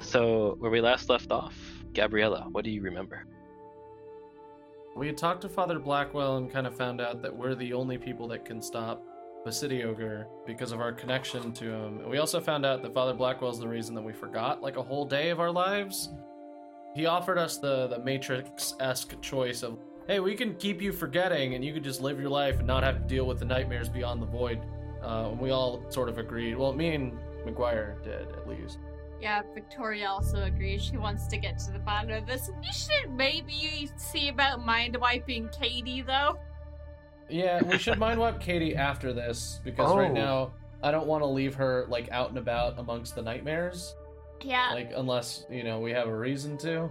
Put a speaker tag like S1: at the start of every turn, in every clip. S1: So, where we last left off, Gabriella, what do you remember?
S2: We had talked to Father Blackwell and kind of found out that we're the only people that can stop Basidi Ogre because of our connection to him. And we also found out that Father Blackwell's the reason that we forgot like a whole day of our lives. He offered us the, the Matrix esque choice of, hey, we can keep you forgetting and you can just live your life and not have to deal with the nightmares beyond the void. Uh, and we all sort of agreed. Well, me and McGuire did, at least.
S3: Yeah, Victoria also agrees. She wants to get to the bottom of this. We should maybe see about mind wiping Katie, though.
S2: Yeah, we should mind wipe Katie after this because right
S4: Oh.
S2: now I don't want to leave her like out and about amongst the nightmares.
S3: Yeah.
S2: Like unless you know we have a reason to.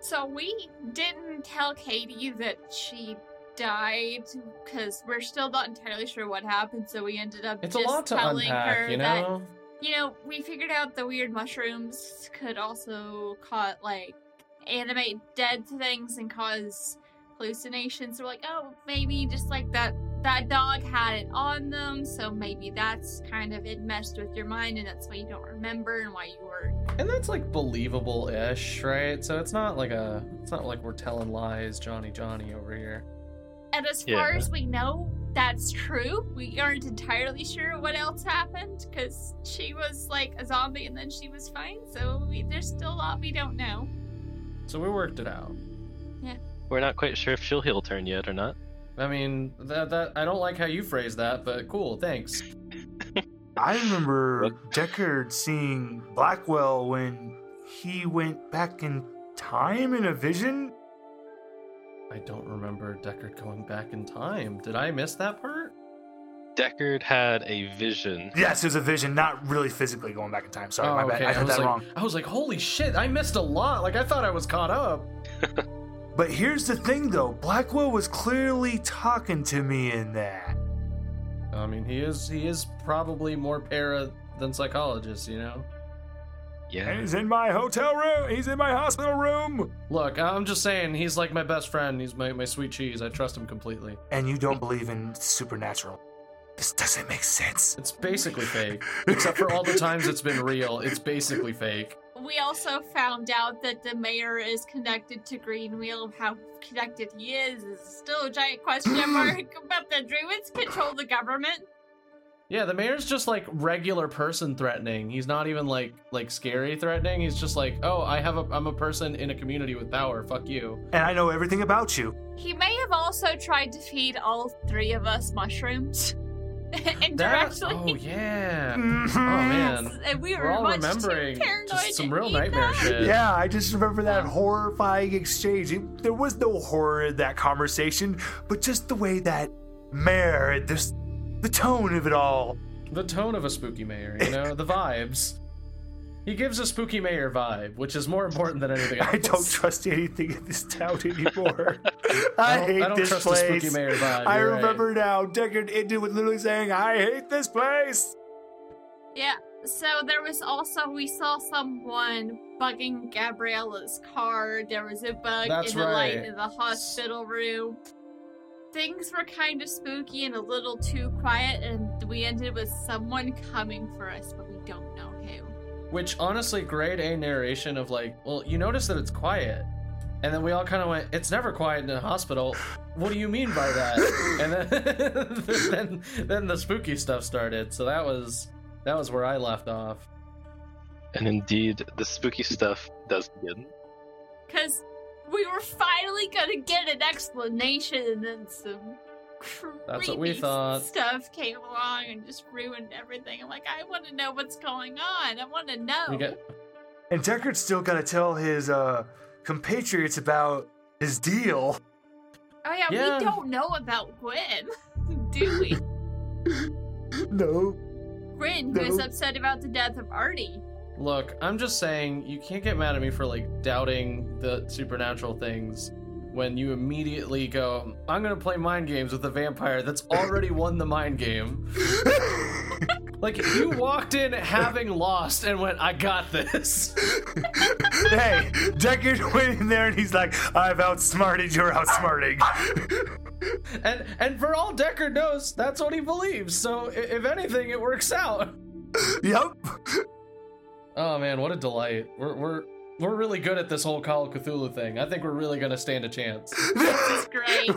S3: So we didn't tell Katie that she died because we're still not entirely sure what happened. So we ended up
S2: It's
S3: just
S2: a lot to
S3: telling her
S2: unpack, you
S3: that
S2: know.
S3: you know we figured out the weird mushrooms could also cause like animate dead things and cause hallucinations. We're like, oh, maybe just like that that dog had it on them, so maybe that's kind of it messed with your mind and that's why you don't remember and why you were
S2: And that's like believable-ish, right? So it's not like a it's not like we're telling lies, Johnny Johnny over here.
S3: And as
S1: Yeah.
S3: far as we know, that's true. We aren't entirely sure what else happened because she was like a zombie and then she was fine. So we, there's still a lot we don't know.
S2: So we worked it out.
S1: We're not quite sure if she'll heel turn yet or not.
S2: I mean that that I don't like how you phrase that, but cool, thanks.
S4: I remember Deckard seeing Blackwell when he went back in time in a vision.
S2: I don't remember Deckard going back in time. Did I miss that part?
S1: Deckard had a vision.
S4: Yes, it was a vision, not really physically going back in time. Sorry,
S2: Oh,
S4: my bad.
S2: okay,
S4: I
S2: I
S4: had
S2: was
S4: that
S2: like-
S4: wrong.
S2: I was like, holy shit, I missed a lot. Like I thought I was caught up.
S4: But here's the thing though, Blackwell was clearly talking to me in that.
S2: I mean, he is he is probably more para than psychologist, you know.
S4: And
S1: Yeah.
S4: he's in my hotel room. He's in my hospital room.
S2: Look, I'm just saying he's like my best friend. He's my, my sweet cheese. I trust him completely.
S4: And you don't believe in supernatural. This doesn't make sense.
S2: It's basically fake, except for all the times it's been real. It's basically fake.
S3: We also found out that the mayor is connected to Greenwheel. How connected he is is still a giant question mark. but the druids control the government.
S2: Yeah, the mayor's just like regular person threatening. He's not even like like scary threatening. He's just like, oh, I have a I'm a person in a community with power. Fuck you.
S4: And I know everything about you.
S3: He may have also tried to feed all three of us mushrooms indirectly.
S2: oh yeah.
S4: Mhm.
S2: Oh man.
S3: And we
S2: We're
S3: were,
S2: all
S3: much too
S2: remembering
S3: paranoid
S2: just some
S3: to
S2: real
S3: eat
S2: nightmare
S3: that.
S2: shit.
S4: Yeah, I just remember that horrifying exchange. It- there was no horror in that conversation, but just the way that mayor, this, the tone of it all.
S2: the tone of a spooky mayor, you know, the vibes. He gives a spooky mayor vibe, which is more important than anything else.
S4: I don't trust anything in this town anymore. I,
S2: I don't-
S4: hate
S2: I don't
S4: this
S2: trust the
S4: place.
S2: spooky mayor vibe,
S4: I
S2: you're right.
S4: remember now. Deckard ended with literally saying, "I hate this place."
S3: Yeah. So there was also we saw someone bugging Gabriella's car. There was a bug
S2: That's
S3: in the light
S2: right.
S3: in the hospital room. Things were kind of spooky and a little too quiet, and we ended with someone coming for us, but we don't know who.
S2: Which honestly, grade A narration of like, well, you notice that it's quiet, and then we all kind of went, "It's never quiet in a hospital." What do you mean by that? and then, then, then the spooky stuff started. So that was that was where I left off.
S1: And indeed, the spooky stuff does begin.
S3: Because we were finally gonna get an explanation, and then some creepy
S2: That's what we thought.
S3: stuff came along and just ruined everything. I'm like, I want to know what's going on. I want to know.
S2: We got
S4: And Deckard's still got to tell his uh, compatriots about his deal.
S3: oh yeah,
S2: Yeah.
S3: we don't know about Gwen, do we?
S4: No,
S3: Gwen, who is
S4: No.
S3: upset about the death of Artie.
S2: Look, I'm just saying you can't get mad at me for like doubting the supernatural things when you immediately go, I'm gonna play mind games with a vampire that's already won the mind game. Like you walked in having lost and went, I got this.
S4: hey, Deckard went in there and he's like, I've outsmarted your outsmarting.
S2: And and for all Decker knows, that's what he believes. So i- if anything, it works out.
S4: yep.
S2: Oh man, what a delight. We're we're we're really good at this whole Call of Cthulhu thing. I think we're really gonna stand a chance.
S3: This is great.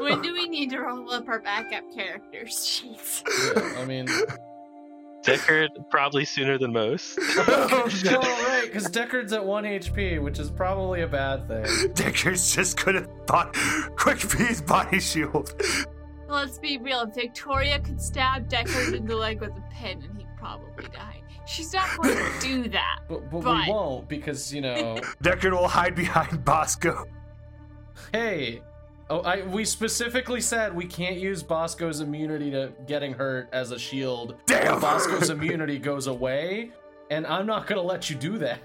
S3: When do we need to roll up our backup characters? Jeez.
S2: Yeah, I mean,
S1: Deckard probably sooner than most.
S4: Oh,
S2: all
S4: no.
S2: right, because Deckard's at one HP, which is probably a bad thing.
S4: Deckard's just could have thought, quick bees body shield.
S3: Let's be real. Victoria could stab Deckard in the leg with a pin, and he'd probably die. She's not going to do that.
S2: But, but,
S3: But-
S2: we won't because you know.
S4: Deckard will hide behind Bosco.
S2: hey, oh, I we specifically said we can't use Bosco's immunity to getting hurt as a shield.
S4: Damn!
S2: Bosco's immunity goes away, and I'm not gonna let you do that.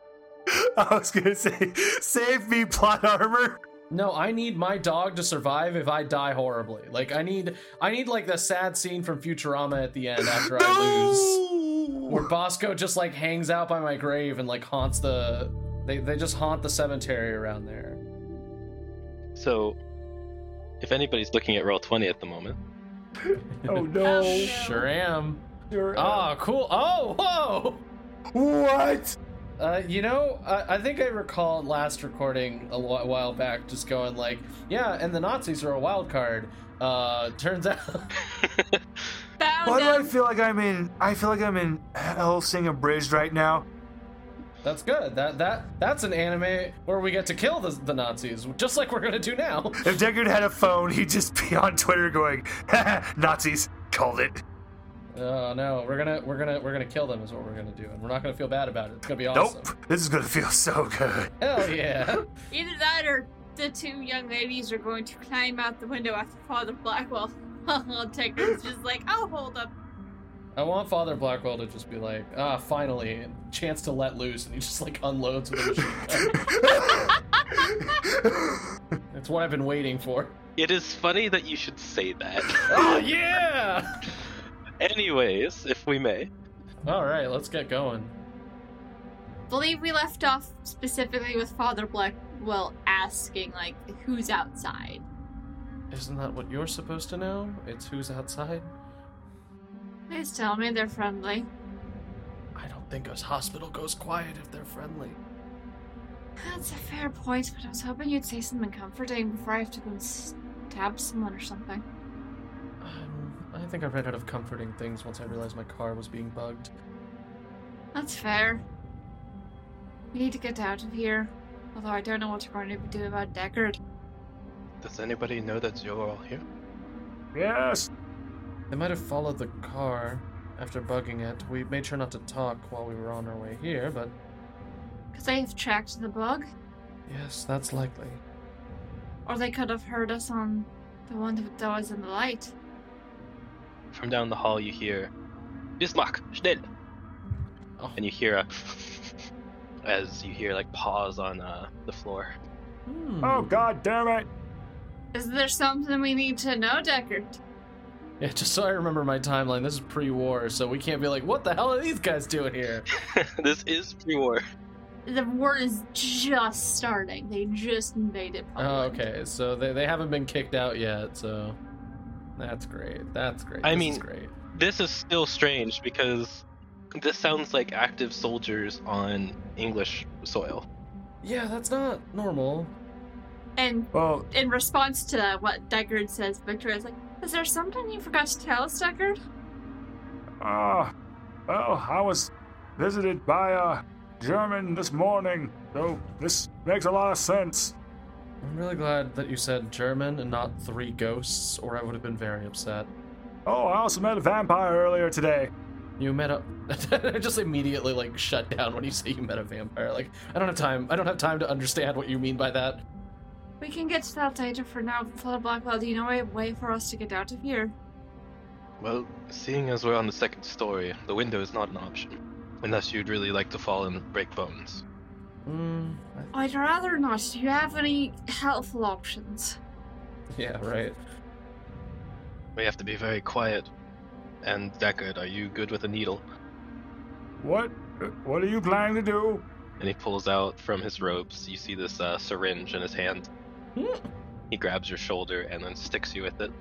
S4: I was gonna say, save me, plot armor.
S2: No, I need my dog to survive if I die horribly. Like I need I need like the sad scene from Futurama at the end after I lose. Where
S4: No!
S2: Bosco just like hangs out by my grave and like haunts the they, they just haunt the cemetery around there.
S1: so, if anybody's looking at roll twenty at the moment,
S4: Oh
S3: Oh,
S4: no!
S3: no.
S2: Sure am.
S4: You're-
S2: Ah, cool. Oh, whoa!
S4: What?
S2: Uh, you know, I, I think I recall last recording a wh- while back just going like, yeah, and the Nazis are a wild card. Uh, turns out
S3: Found
S4: Why do I
S3: out.
S4: feel like I'm in? I feel like I'm in Helsing Abridged right now.
S2: That's good. That that that's an anime where we get to kill the, the Nazis, just like we're gonna do now.
S4: If Deckard had a phone, he'd just be on Twitter going, Nazis called it.
S2: Oh no, we're gonna we're gonna we're gonna kill them is what we're gonna do, and we're not gonna feel bad about it. It's gonna be awesome.
S4: Nope. This is gonna feel so good.
S2: Hell yeah.
S3: Either that or the two young ladies are going to climb out the window after Father Blackwell. Deckard's just like, oh, hold up.
S2: I want Father Blackwell to just be like, ah, finally, chance to let loose, and he just like unloads with a machine gun. That's what I've been waiting for.
S1: it is funny that you should say that.
S2: Oh yeah.
S1: Anyways, if we may,
S2: All right, let's get going.
S3: believe we left off specifically with Father Blackwell asking, like, who's outside.
S2: Isn't that what you're supposed to know? It's who's outside.
S3: Please tell me they're friendly.
S2: I don't think us hospital goes quiet if they're friendly.
S3: That's a fair point, but I was hoping you'd say something comforting before I have to go and stab someone or something.
S2: Um, I think I ran out of comforting things once I realized my car was being bugged.
S3: That's fair. We need to get out of here. Although I don't know what we're going to do about Deckard.
S1: does anybody know that you're all here?
S4: yes.
S2: They might have followed the car after bugging it. We made sure not to talk while we were on our way here, but
S3: Because they have tracked the bug,
S2: yes, that's likely.
S3: or they could have heard us on the one that was in the light.
S1: From down the hall, you hear Bismarck, schnell,
S2: Oh,
S1: and you hear a as you hear like paws on uh, the floor.
S2: hmm.
S4: Oh god damn it.
S3: Is there something we need to know, Deckard?
S2: Yeah, just so I remember my timeline, this is pre war, so we can't be like, what the hell are these guys doing here?
S1: this is pre-war.
S3: The war is just starting. They just invaded
S2: Oh,
S3: Poland.
S2: okay, so they, they haven't been kicked out yet, so. That's great. That's great.
S1: I
S2: this
S1: mean-
S2: is great.
S1: This is still strange because this sounds like active soldiers on English soil.
S2: Yeah, that's not normal.
S3: And
S4: Well,
S3: in response to what Deckard says, Victoria's like, Is there something you forgot to tell us, Deckard?
S4: ah, well, I was visited by a German this morning, so this makes a lot of sense.
S2: I'm really glad that you said German and not three ghosts, or I would have been very upset.
S4: Oh, I also met a vampire earlier today.
S2: You met a. I just immediately like shut down when you say you met a vampire. Like I don't have time. I don't have time to understand what you mean by that.
S3: We can get to that later for now. Father Blackwell, do you know a way for us to get out of here?
S1: Well, seeing as we're on the second story, the window is not an option. Unless you'd really like to fall and break bones.
S2: Mm, I,
S3: I'd rather not. Do you have any helpful options?
S2: yeah, right.
S1: We have to be very quiet. And Deckard, are you good with a needle?
S4: What? What are you planning to do?
S1: And he pulls out from his robes. You see this uh, syringe in his hand.
S2: Hmm.
S1: He grabs your shoulder and then sticks you with it.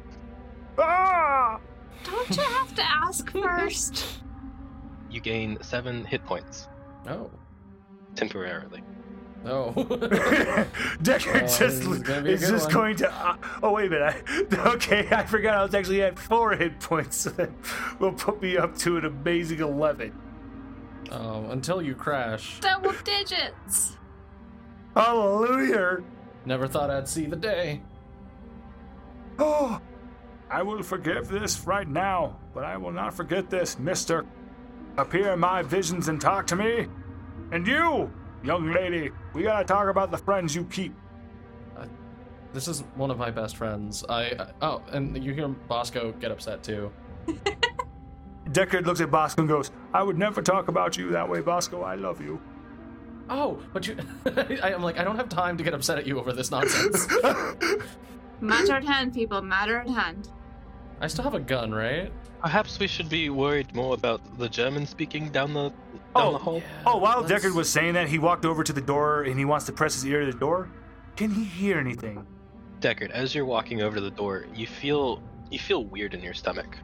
S4: Ah!
S3: Don't you have to ask first?
S1: you gain seven hit points
S2: Oh.
S1: temporarily.
S2: No.
S4: Decker
S2: Oh, this
S4: just
S2: is gonna be a
S4: is
S2: good
S4: just
S2: one.
S4: going to. Uh, oh wait a minute! I, okay, I forgot I was actually at four hit points. So that will put me up to an amazing eleven.
S2: um, until you crash.
S3: Double digits.
S4: Hallelujah!
S2: Never thought I'd see the day.
S4: Oh, I will forgive this right now, but I will not forget this, Mister. Appear in my visions and talk to me. And you, young lady, we gotta talk about the friends you keep.
S2: This is one of my best friends. I, I oh, and you hear Bosco get upset too.
S4: Deckard looks at Bosco and goes, I would never talk about you that way, Bosco. I love you.
S2: Oh, but you, I, I'm like, I don't have time to get upset at you over this nonsense.
S3: Matter at hand, people. Matter at hand.
S2: I still have a gun, right?
S1: Perhaps we should be worried more about the German speaking down the down
S4: Oh,
S1: the hall.
S4: Oh, while
S2: Let's-
S4: Deckard was saying that, he walked over to the door and he wants to press his ear to the door. Can he hear anything?
S1: Deckard, as you're walking over to the door, you feel you feel weird in your stomach.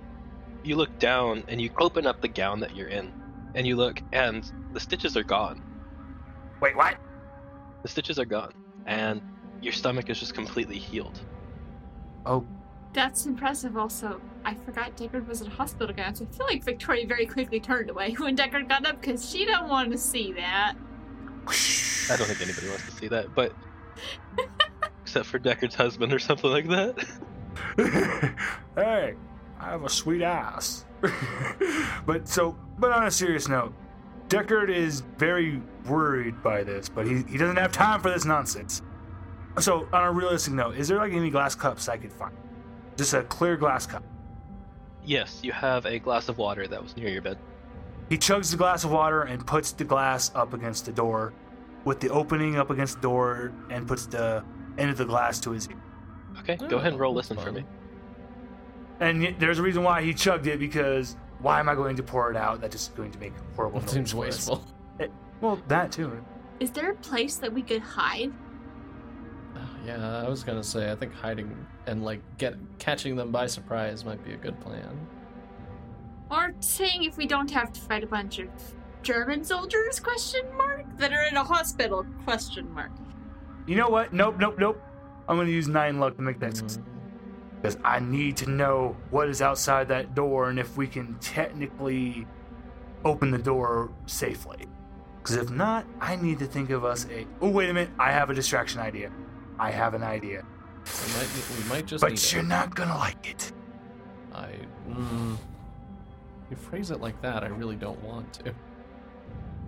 S1: You look down and you open up the gown that you're in, and you look and the stitches are gone.
S4: Wait, what?
S1: The stitches are gone, and your stomach is just completely healed.
S4: Oh,
S3: That's impressive. Also, I forgot Deckard was in a hospital gown. So I feel like Victoria very quickly turned away when Deckard got up because she don't want to see that.
S1: I don't think anybody wants to see that, but except for Deckard's husband or something like that.
S4: hey, I have a sweet ass. but so, but on a serious note, Deckard is very worried by this, but he, he doesn't have time for this nonsense. So, on a realistic note, is there like any glass cups I could find? Just a clear glass cup.
S1: Yes, you have a glass of water that was near your bed.
S4: He chugs the glass of water and puts the glass up against the door, with the opening up against the door, and puts the end of the glass to his ear.
S1: Okay, go ahead and roll
S2: Oh, that's
S1: listen for me.
S2: fun.
S4: And y- there's a reason why he chugged it because why am I going to pour it out? That's just going to make horrible.
S2: It
S4: noise
S2: seems
S4: for us.
S2: wasteful.
S4: Well, that too.
S3: Is there a place that we could hide?
S2: Yeah, I was gonna say, I think hiding and like get catching them by surprise might be a good plan.
S3: Or saying if we don't have to fight a bunch of German soldiers? Question mark that are in a hospital? Question mark.
S4: You know what? Nope, nope, nope. I'm going to use nine luck to make that
S2: Mm.
S4: success.
S2: Hmm.
S4: because I need to know what is outside that door and if we can technically open the door safely. Because if not, I need to think of us a. Oh, wait a minute. I have a distraction idea. I have an idea.
S2: We might, we might just. need
S4: But
S2: to-
S4: you're not going to like it.
S2: I. Mm, you phrase it like that, I really don't want to.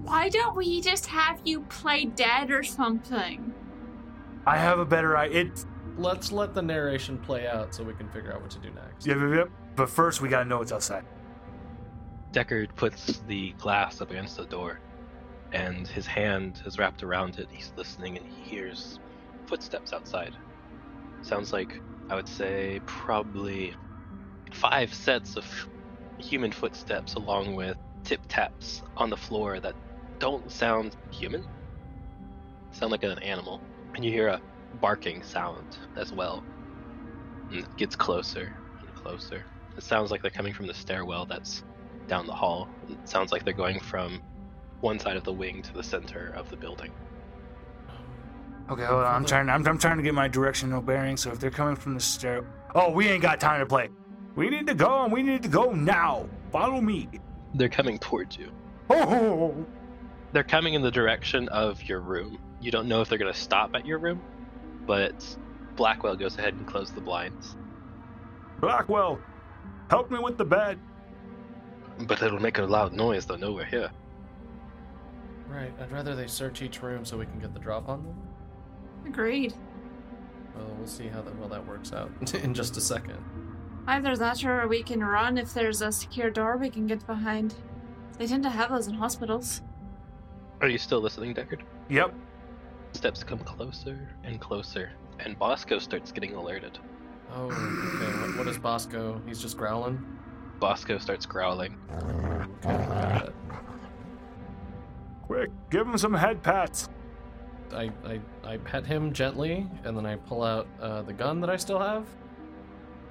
S3: Why don't we just have you play dead or something?
S4: I have a better idea. It.
S2: Let's let the narration play out so we can figure out what to do next.
S4: Yep, yep, yep. But first, we got to know what's outside.
S1: Deckard puts the glass up against the door, and his hand is wrapped around it. He's listening and he hears footsteps outside. Sounds like, I would say, probably five sets of human footsteps, along with tip taps on the floor that don't sound human, sound like an animal. And you hear a barking sound as well. And it gets closer and closer. It sounds like they're coming from the stairwell that's down the hall. It sounds like they're going from one side of the wing to the center of the building.
S4: Okay, hold on. I'm trying. I'm, I'm trying to get my directional bearing. So if they're coming from the stair, oh, we ain't got time to play. We need to go, and we need to go now. Follow me.
S1: They're coming towards you.
S4: Oh,
S1: They're coming in the direction of your room. You don't know if they're going to stop at your room, but Blackwell goes ahead and closes the blinds.
S4: Blackwell, help me with the bed.
S1: But it'll make a loud noise, they'll know we're here.
S2: Right, I'd rather they search each room so we can get the drop on them.
S3: Agreed.
S2: Well, we'll see how that well that works out in just a second.
S3: Either that or we can run if there's a secure door we can get behind. They tend to have those in hospitals.
S1: Are you still listening, Deckard?
S4: Yep.
S1: Steps come closer and closer, and Bosco starts getting alerted.
S2: Oh, okay. What, what is Bosco? He's just growling.
S1: Bosco starts growling.
S2: Okay, got it.
S4: Quick, give him some head pats.
S2: I, I I pet him gently, and then I pull out uh, the gun that I still have.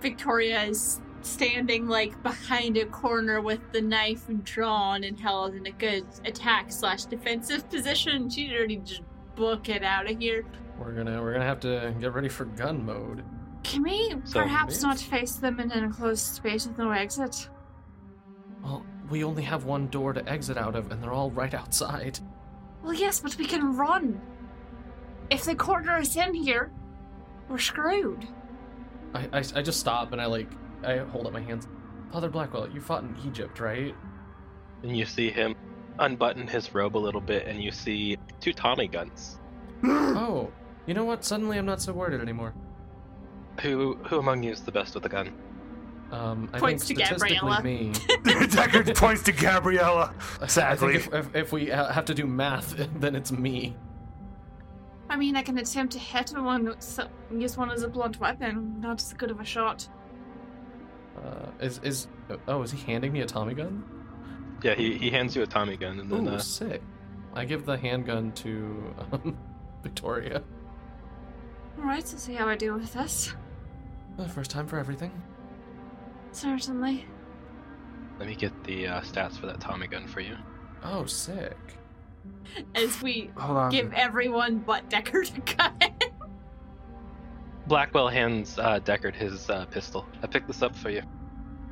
S3: Victoria is standing like behind a corner with the knife drawn and held in a good attack slash defensive position. She's already just book it out of here.
S2: We're gonna we're gonna have to get ready for gun mode.
S3: Can we
S1: So-
S3: perhaps
S2: Maybe.
S3: not face them in an enclosed space with no exit?
S2: Well, we only have one door to exit out of, and they're all right outside.
S3: Well, yes, but we can run. If they corner us in here, we're screwed.
S2: I, I, I just stop and I like I hold up my hands. Father Blackwell, you fought in Egypt, right?
S1: And you see him unbutton his robe a little bit, and you see two Tommy guns.
S2: Oh, you know what? Suddenly I'm not so worried anymore.
S1: Who who among you is the best with a gun?
S2: Um, I
S3: Points to
S2: think statistically
S3: Gabriella.
S2: me.
S4: Deckard points to Gabriella.
S2: I
S4: Sadly.
S2: think if, if, if we ha- have to do math, then it's me.
S3: I mean, I can attempt to hit one, with so- use one as a blunt weapon. Not as good of a shot.
S2: Uh, is is oh is he handing me a Tommy gun?
S1: Yeah, he, he hands you a Tommy gun, and then
S2: Ooh,
S1: uh,
S2: sick! I give the handgun to um, Victoria.
S3: Alright, so see how I do with this.
S2: Uh, First time for everything.
S3: Certainly.
S1: let me get the uh, stats for that Tommy gun for you.
S2: Oh, sick!
S3: As we
S4: Hold on.
S2: Um,
S3: give everyone but Deckard a gun.
S1: Blackwell hands uh, Deckard his uh, pistol. I picked this up for you.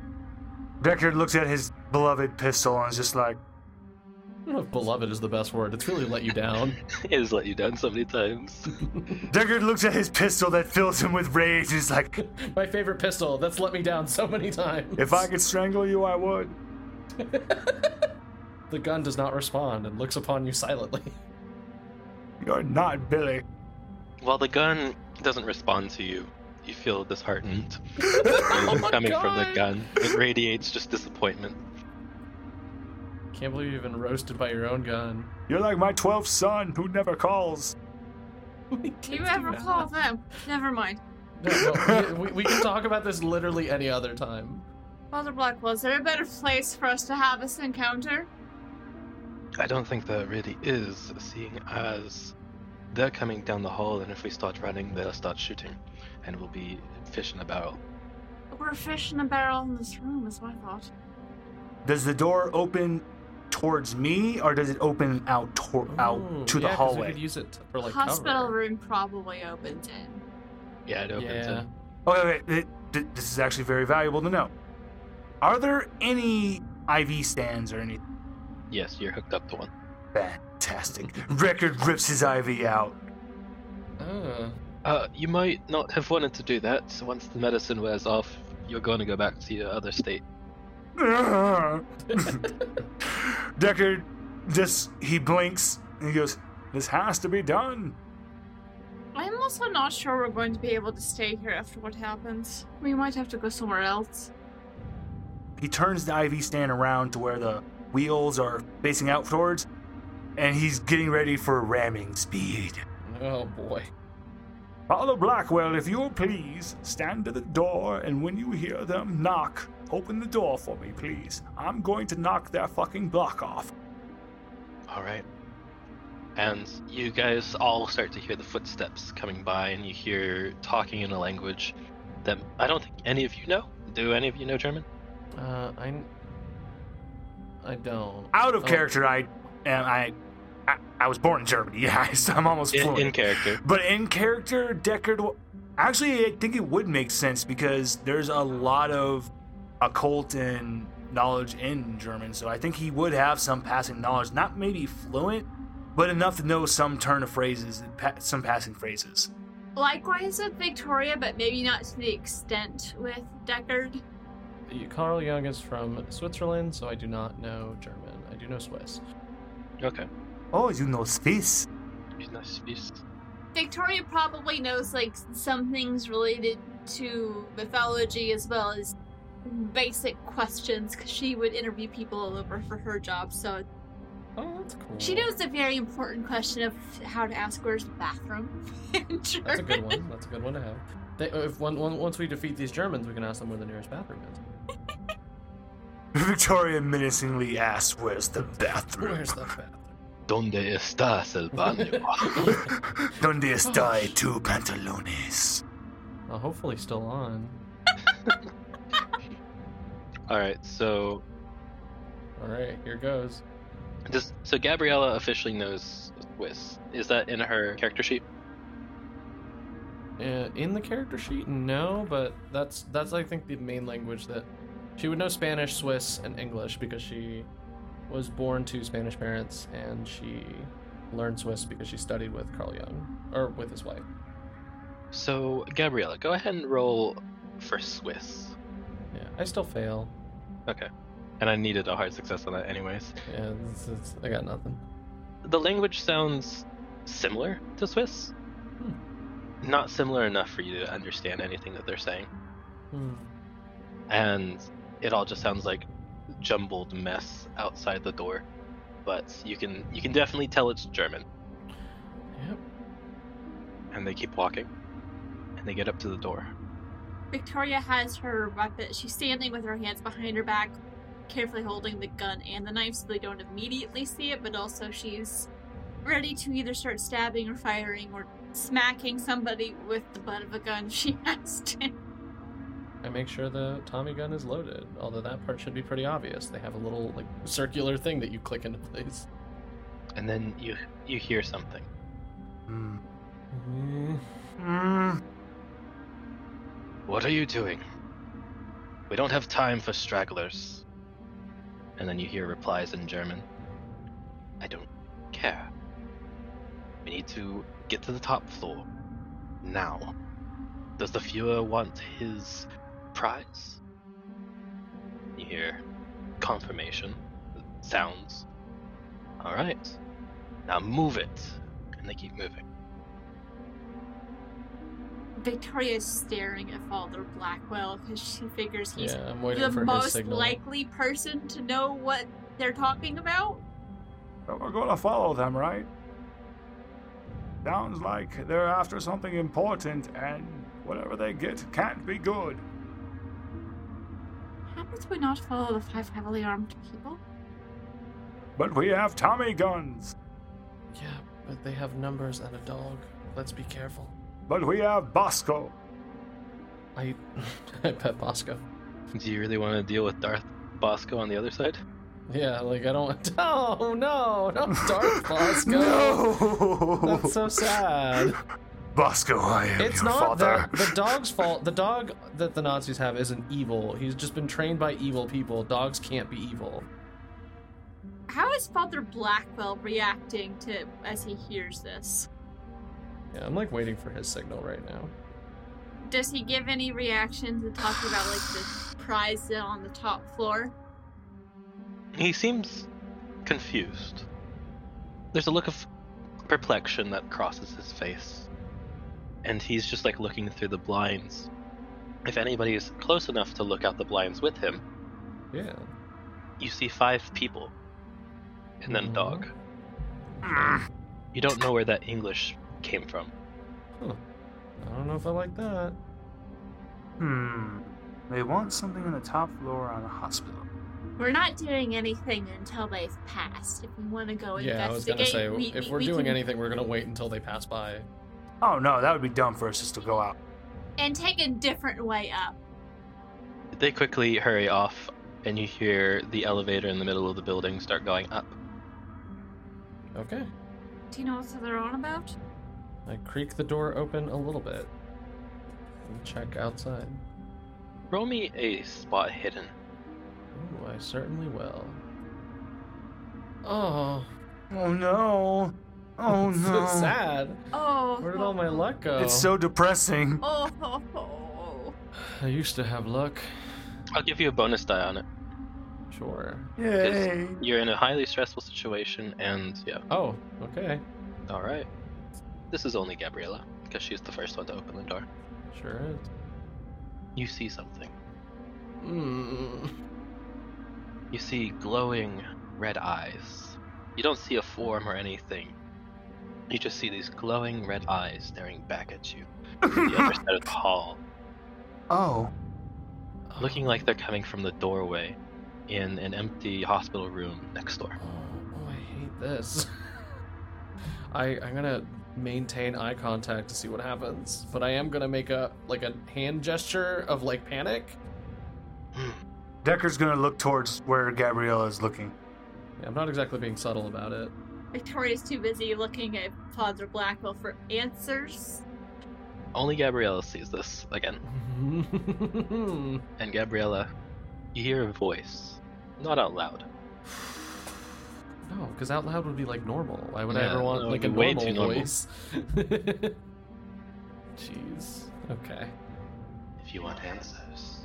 S4: Deckard looks at his beloved pistol and is just like,
S2: I don't know if Oh, beloved is the best word. It's really let you down.
S1: it has let you down so many times.
S4: Deckard looks at his pistol that fills him with rage and is like,
S2: My favorite pistol that's let me down so many times.
S4: if I could strangle you, I would.
S2: the gun does not respond and looks upon you silently.
S4: You're not Billy.
S1: While the gun doesn't respond to you, you feel disheartened coming from the
S2: Oh God.
S1: gun. It radiates just disappointment.
S2: Can't believe you've been roasted by your own gun.
S4: You're like my 12th son who never calls.
S3: Do you ever call them? Never mind.
S2: No, no, we, we, we can talk about this literally any other time.
S3: Father Blackwell, is there a better place for us to have this encounter?
S1: I don't think that really is, seeing as they're coming down the hall, and if we start running, they'll start shooting, and we'll be fish in a barrel.
S3: We're fish in a barrel in this room, is my thought.
S4: Does the door open towards me or does it open out tor-
S2: Ooh,
S4: out to
S2: yeah, 'cause
S4: the
S2: We
S4: hallway?
S2: could use it for like
S3: Hospital
S2: cover.
S3: room probably opens in.
S1: Yeah, it opens.
S2: Yeah.
S1: up.
S4: Okay, okay. th- th- This is actually very valuable to know. Are there any IV stands or anything?
S1: Yes, you're hooked up to one.
S4: Fantastic. Record rips his IV out.
S2: Ah.
S1: Uh, you might not have wanted to do that. So once the medicine wears off, you're going to go back to your other state.
S4: Deckard just he blinks and he goes, "This has to be done."
S3: I'm also not sure we're going to be able to stay here after what happens. We might have to go somewhere else.
S4: He turns the IV stand around to where the wheels are facing out towards, and he's getting ready for ramming speed.
S2: Oh boy.
S4: Father Blackwell, if you'll please, stand at the door, and when you hear them knock, open the door for me, please. I'm going to knock their fucking block off.
S1: All right. And you guys all start to hear the footsteps coming by, and you hear talking in a language that I don't think any of you know. Do any of you know German?
S2: Uh, I. I don't.
S4: Out of
S2: Oh.
S4: character, I am. I, I, I was born in Germany, yeah, so I'm almost
S1: In,
S4: fluent.
S1: in character.
S4: But in character, Deckard. w- Actually, I think it would make sense because there's a lot of occult and knowledge in German, so I think he would have some passing knowledge. Not maybe fluent, but enough to know some turn of phrases, and pa- some passing phrases.
S3: Likewise with Victoria, but maybe not to the extent with Deckard.
S2: You- Carl Jung is from Switzerland, so I do not know German. I do know Swiss.
S1: Okay.
S4: Oh, you know Swiss.
S1: He's not speaks.
S3: Victoria probably knows like some things related to mythology as well as basic questions because she would interview people all over for her job. So
S2: Oh, that's cool.
S3: she knows a very important question of how to ask where's the bathroom. in
S2: That's a
S3: German.
S2: good one. That's a good one to have. They, uh, if one, one, once we defeat these Germans, we can ask them where the nearest bathroom is.
S4: Victoria menacingly asks, "Where's the bathroom?
S2: Where's the bathroom?
S1: Donde estás, el baño?
S4: Donde
S2: Oh.
S4: está tu pantalones?"
S2: Uh, hopefully, still on.
S1: All right, so
S2: All right, here goes.
S1: Does so Gabriella officially knows Wiz. Is that in her character sheet?
S2: Uh, in the character sheet, no, but that's that's I think the main language that she would know Spanish, Swiss, and English because she was born to Spanish parents and she learned Swiss because she studied with Carl Jung or with his wife.
S1: So Gabriella, go ahead and roll for Swiss.
S2: Yeah, I still fail.
S1: And I needed a hard success on that anyways.
S2: Yeah, it's, it's, I got nothing.
S1: The language sounds similar to Swiss. Not similar enough for you to understand anything that they're saying.
S2: Hmm.
S1: and it all just sounds like jumbled mess outside the door but you can you can definitely tell it's german
S2: Yep.
S1: and they keep walking and they get up to the door
S3: Victoria has her weapon. She's standing with her hands behind her back, carefully holding the gun and the knife so they don't immediately see it, but also she's ready to either start stabbing or firing or smacking somebody with the butt of a gun she has. To.
S2: I make sure the Tommy gun is loaded, although that part should be pretty obvious. They have a little like circular thing that you click into place.
S1: and then you you hear something
S4: Mm.
S2: Mm.
S4: Mm.
S1: what are you doing we don't have time for stragglers and then you hear replies in german i don't care we need to get to the top floor now does the Fuhrer want his prize you hear confirmation sounds all right now move it and they keep moving
S3: Victoria is staring at Father Blackwell because she figures he's
S2: Yeah, I'm waiting
S3: the
S2: for his
S3: most
S2: signal.
S3: likely person to know what they're talking about.
S4: But we're gonna follow them, right? Sounds like they're after something important, and whatever they get can't be good.
S3: How did we not follow the five heavily armed people?
S4: But we have Tommy guns.
S2: Yeah, but they have numbers and a dog. Let's be careful.
S4: But we have Bosco.
S2: I I pet Bosco.
S1: do you really want to deal with darth bosco on the other side
S2: Yeah, like I don't. Oh no, not Dark Bosco.
S4: No.
S2: That's so sad.
S4: Bosco, I am
S2: It's
S4: your
S2: not
S4: father.
S2: the, the dog's fault. The dog that the Nazis have isn't evil. He's just been trained by evil people. Dogs can't be evil.
S3: How is Father Blackwell reacting to as he hears this?
S2: Yeah, I'm like waiting for his signal right now.
S3: Does he give any reactions and talk about like the prize on the top floor?
S1: He seems confused. There's a look of perplexion that crosses his face. And he's just like looking through the blinds. If anybody is close enough to look out the blinds with him,
S2: Yeah.
S1: you see five people. And then a dog.
S4: Mm.
S1: You don't know where that English came from.
S2: I don't know if I like that.
S4: Hmm. They want something in the top floor on a hospital.
S3: We're not doing anything until they've passed. If we want to go
S2: yeah, I was
S3: Oh, investigate,
S2: gonna say
S3: we,
S2: if
S3: we-
S2: we're
S3: we
S2: doing
S3: can-
S2: anything, we're gonna wait until they pass by.
S4: Oh no, that would be dumb for us just to go out.
S3: and take a different way up.
S1: They quickly hurry off, and you hear the elevator in the middle of the building start going up.
S2: Okay.
S3: Do you know what they're on about?
S2: I creak the door open a little bit. And check outside.
S1: Roll me a spot hidden.
S2: Ooh, I certainly will. Oh,
S4: Oh no. Oh
S2: it's
S4: no.
S2: so sad.
S3: Oh,
S2: Where did all my luck go?
S4: It's so depressing.
S3: Oh, ho, ho.
S2: I used to have luck.
S1: I'll give you a bonus die on it.
S2: Sure.
S4: Yay.
S1: You're in a highly stressful situation, and yeah.
S2: Oh, okay.
S1: All right. This is only Gabriella because she's the first one to open the door.
S2: Sure is.
S1: You see something.
S2: Mm.
S1: You see glowing red eyes. You don't see a form or anything. You just see these glowing red eyes staring back at you from the other side of the hall,
S4: oh.
S1: looking like they're coming from the doorway in an empty hospital room next door.
S2: Oh, oh, I hate this. I I'm gonna maintain eye contact to see what happens, but I am gonna make a like a hand gesture of like panic.
S1: Hmm.
S4: Decker's gonna look towards where Gabriella is looking.
S2: Yeah, I'm not exactly being subtle about it.
S3: Victoria's too busy looking at Father Blackwell for answers.
S1: Only Gabriella sees this again. And Gabriella, you hear a voice. Not out loud.
S2: No, because out loud would be like normal. Why would I
S1: Yeah,
S2: ever want
S1: that would
S2: like a
S1: be way
S2: normal,
S1: too normal.
S2: voice? Jeez. Okay.
S1: If you want answers,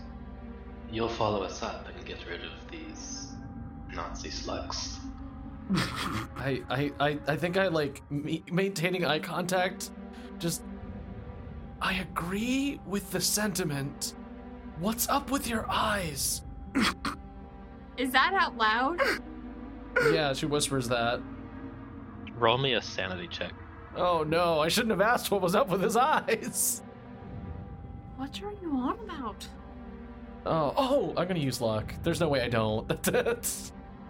S1: you'll follow us up and get rid of these Nazi slugs.
S2: I I I, I think I like me- maintaining eye contact. Just I agree with the sentiment. What's up with your eyes?
S3: Is that out loud?
S2: Yeah, she whispers that.
S1: Roll me a sanity check.
S2: Oh no, I shouldn't have asked what was up with his eyes.
S3: What are you on about?
S2: Oh, oh, I'm gonna use luck. There's no way I don't.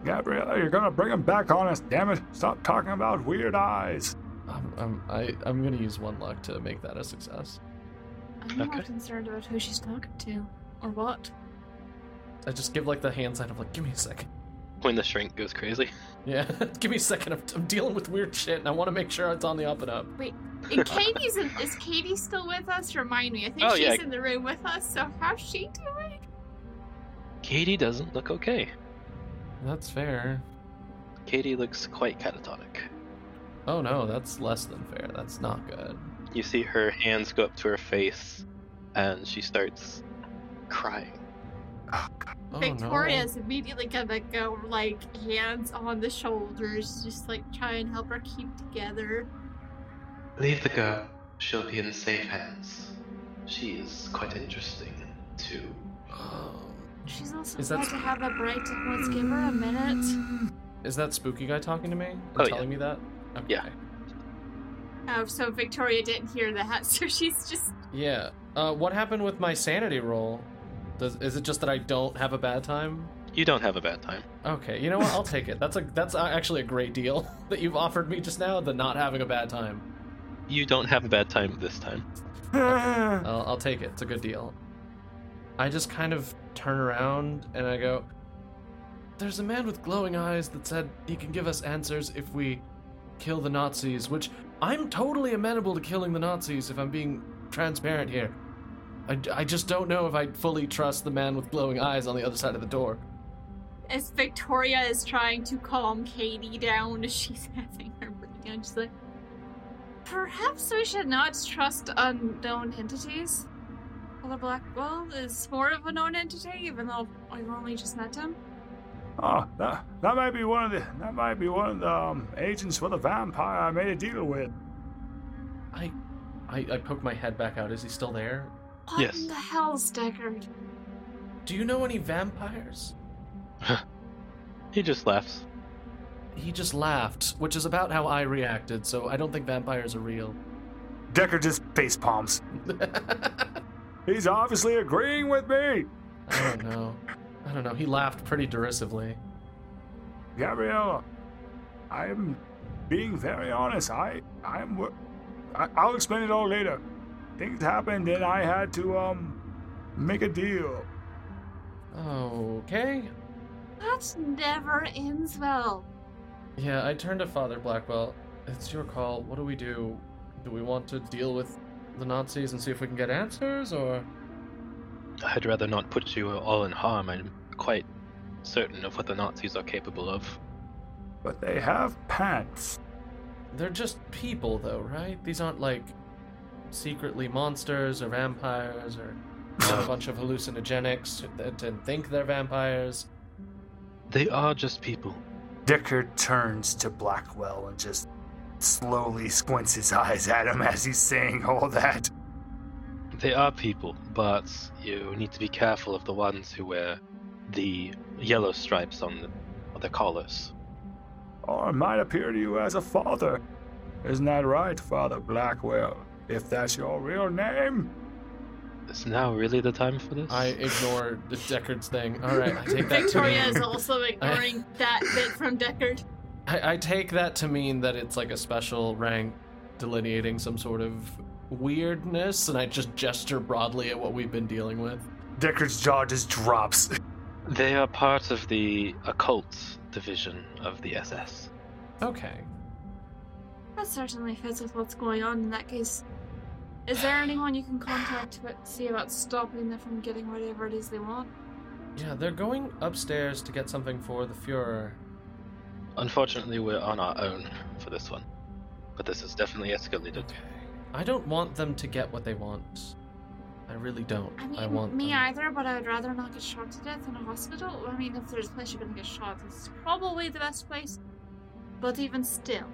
S4: Gabriella, you're gonna bring him back on us, damn it. Stop talking about weird eyes.
S2: I'm, I'm, I, I'm gonna use one luck to make that a success.
S3: I'm
S1: Okay.
S3: more concerned about who she's talking to or what.
S2: I just give like the hand sign of like, give me a second.
S1: When the shrink goes crazy.
S2: Yeah, give me a second. I'm, I'm dealing with weird shit, and I want to make sure it's on the up and up.
S3: And Katie's in, is Katie still with us? Remind me. I think
S1: Oh,
S3: she's
S1: yeah.
S3: in the room with us. So how's she doing?
S1: Katie doesn't look okay.
S2: That's fair.
S1: Katie looks quite catatonic.
S2: Oh no, that's less than fair. That's not good.
S1: You see her hands go up to her face, and she starts crying.
S2: Oh,
S3: Victoria's immediately gonna go like hands on the shoulders, just like try and help her keep together.
S1: Leave the girl. She'll be in safe hands. She is quite interesting, too.
S2: No. Oh.
S3: She's also
S2: Is
S3: glad
S2: that-
S3: to have a break. and Let's give her a minute.
S2: Is that spooky guy talking to me? And
S1: Oh, yeah.
S2: telling me that? Okay.
S1: Yeah.
S3: Oh, so Victoria didn't hear that, so she's just
S2: Yeah. Uh, what happened with my sanity roll? Does is it just that I don't have a bad time?
S1: You don't have a bad time.
S2: Okay, you know what? I'll take it. That's a that's a- actually a great deal that you've offered me just now. The not having a bad time,
S1: You don't have a bad time this time.
S4: Oh,
S2: I'll, I'll take it. It's a good deal. I just kind of turn around and I go, "There's a man with glowing eyes that said he can give us answers if we kill the Nazis." Which I'm totally amenable to killing the Nazis if I'm being transparent here. I, I just don't know if I fully trust the man with glowing eyes on the other side of the door.
S3: as Victoria is trying to calm Katie down as she's having her breakdown, she's like, Perhaps we should not trust unknown entities. Father Blackwell is more of a known entity, even though I've only just met him.
S4: Oh, that, that might be one of the that might be one of the um, agents for the vampire I made a deal with.
S2: I, I, I poke my head back out. Is he still there?
S3: What
S1: Yes.
S3: in the hell's Deckard?
S2: Do you know any vampires?
S1: He just laughs.
S2: He just laughed, which is about how I reacted, so I don't think vampires are real.
S4: Decker just face palms.
S2: I
S4: He's obviously agreeing with me.
S2: don't know. I don't know. He laughed pretty derisively.
S4: Gabriella, I'm being very honest. I I'm wor- I, I'll explain it all later. Things happened and I had to um make a deal.
S2: Okay.
S3: That never ends well.
S2: Yeah, I turned to Father Blackwell. It's your call. What do we do? Do we want to deal with the Nazis and see if we can get answers, or?
S1: I'd rather not put you all in harm. I'm quite certain of what the Nazis are capable of.
S4: But they have pants.
S2: They're just people, though, right? These aren't like secretly monsters or vampires or a bunch of hallucinogenics that and think they're vampires.
S1: They are just people.
S4: Decker turns to Blackwell and just slowly squints his eyes at him as he's saying all that.
S1: They are people, but you need to be careful of the ones who wear the yellow stripes on, the, on their collars.
S4: Or "Oh, it might appear to you as a father. Isn't that right, Father Blackwell? If that's your real name?
S1: Is now really the time for this?
S2: I ignore the Deckard's thing. All right, I take that to
S3: Victoria is
S2: mean
S3: also ignoring that bit from Deckard.
S2: I, I take that to mean that it's like a special rank delineating some sort of weirdness, and I just gesture broadly at what we've been dealing with.
S4: Decker's jaw just drops.
S1: They are part of the occult division of the SS.
S2: Okay.
S3: That certainly fits with what's going on in that case. Is there anyone you can contact to see about stopping them from getting whatever it is they want?
S2: Yeah, they're going upstairs to get something for the Fuhrer.
S1: Unfortunately, we're on our own for this one, but this has definitely escalated.
S2: Okay. I don't want them to get what they want. I really don't.
S3: I mean,
S2: want
S3: me
S2: them-
S3: either, but I would rather not get shot to death in a hospital. I mean, if there's a place you're gonna get shot, it's probably the best place. But even still,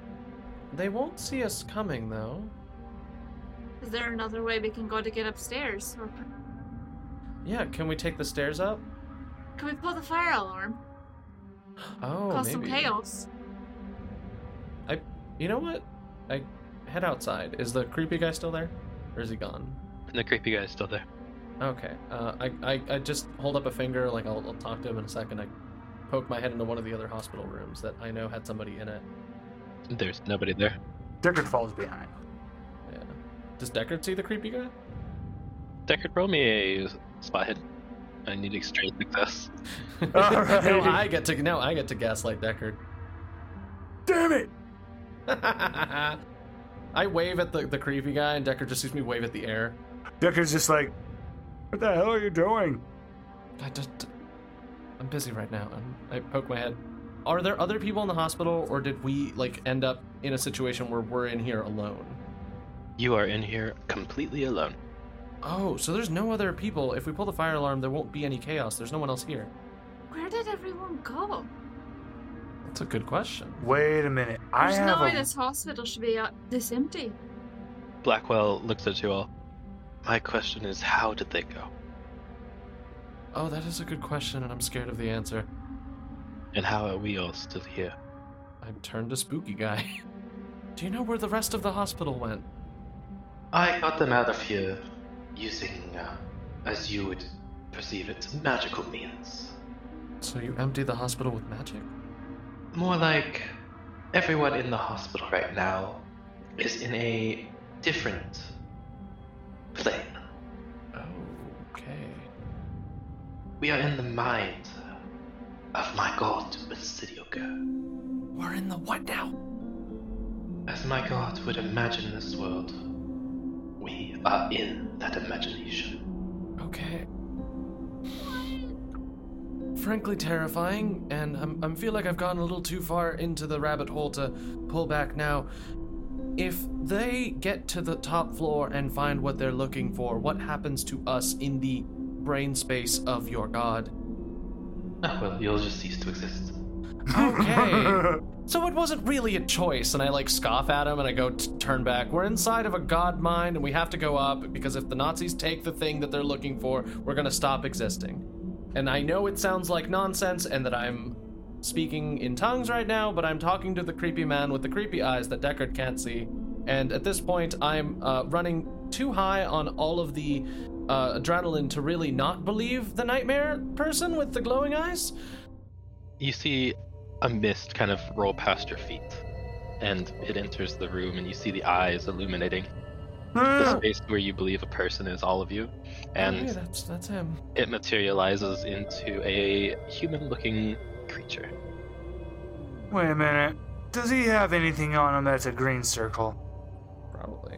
S2: They won't see us coming though.
S3: is there another way we can go to get upstairs? Or
S2: Yeah, can we take the stairs up?
S3: can we pull the fire alarm?
S2: Oh,
S3: Cause
S2: maybe.
S3: some chaos.
S2: You know what? I head outside. Is the creepy guy still there, or is he gone?
S1: And the creepy guy is still there.
S2: Okay. Uh, I, I I just hold up a finger. Like I'll, I'll talk to him in a second. I poke my head into one of the other hospital rooms that I know had somebody in it.
S1: There's nobody there.
S4: Deckard falls behind.
S2: Yeah. Does Deckard see the creepy guy?
S1: Deckard, roll me a spot hidden. I need extreme success.
S4: Alright.
S2: no, I get to now I get to gaslight Deckard.
S4: Damn it!
S2: I wave at the, the creepy guy, and Deckard just sees me wave at the air.
S4: Deckard's just like, what the hell are you doing?
S2: I just, I'm busy right now, and I poke my head. Are there other people in the hospital, or did we like end up in a situation where we're in here alone?
S1: You are in here completely alone.
S2: Oh, so there's no other people. If we pull the fire alarm, there won't be any chaos. There's no one else here.
S3: Where did everyone go?
S2: That's a good question.
S4: Wait a minute. I
S3: There's
S4: have
S3: no way
S4: a...
S3: this hospital should be uh, this empty.
S1: Blackwell looks at you all. My question is, how did they go?
S2: Oh, that is a good question, and I'm scared of the answer.
S1: And how are we all still here?
S2: I turned to spooky guy. Do you know where the rest of the hospital went?
S1: I got them out of here using, uh, as you would perceive it, magical means.
S2: So you emptied the hospital with magic?
S1: More like everyone in the hospital right now is in a different plane.
S2: Oh, okay.
S1: We are in the mind uh, of my god, Basidioka.
S2: We're in the what now?
S1: As my god would imagine this world, we are in that imagination.
S2: Okay. Frankly terrifying, and I'm, I'm feel like I've gone a little too far into the rabbit hole to pull back now. If they get to the top floor and find what they're looking for, what happens to us in the brain space of your god?
S1: Ah, well, you'll just cease to exist.
S2: Okay. So it wasn't really a choice, and I like scoff at him and I go t- turn back. We're inside of a god mind and we have to go up because if the Nazis take the thing that they're looking for, we're gonna stop existing. And I know it sounds like nonsense and that I'm speaking in tongues right now, but I'm talking to the creepy man with the creepy eyes that Deckard can't see. And at this point, I'm uh, running too high on all of the uh, adrenaline to really not believe the nightmare person with the glowing eyes.
S1: You see a mist kind of roll past your feet, and it enters the room, and you see the eyes illuminating the
S4: Ah,
S1: space where you believe a person is all of you,
S2: yeah,
S1: and
S2: that's that's him.
S1: it materializes into a human looking creature.
S4: Wait a minute. Does he have anything on him that's a green circle?
S2: Probably.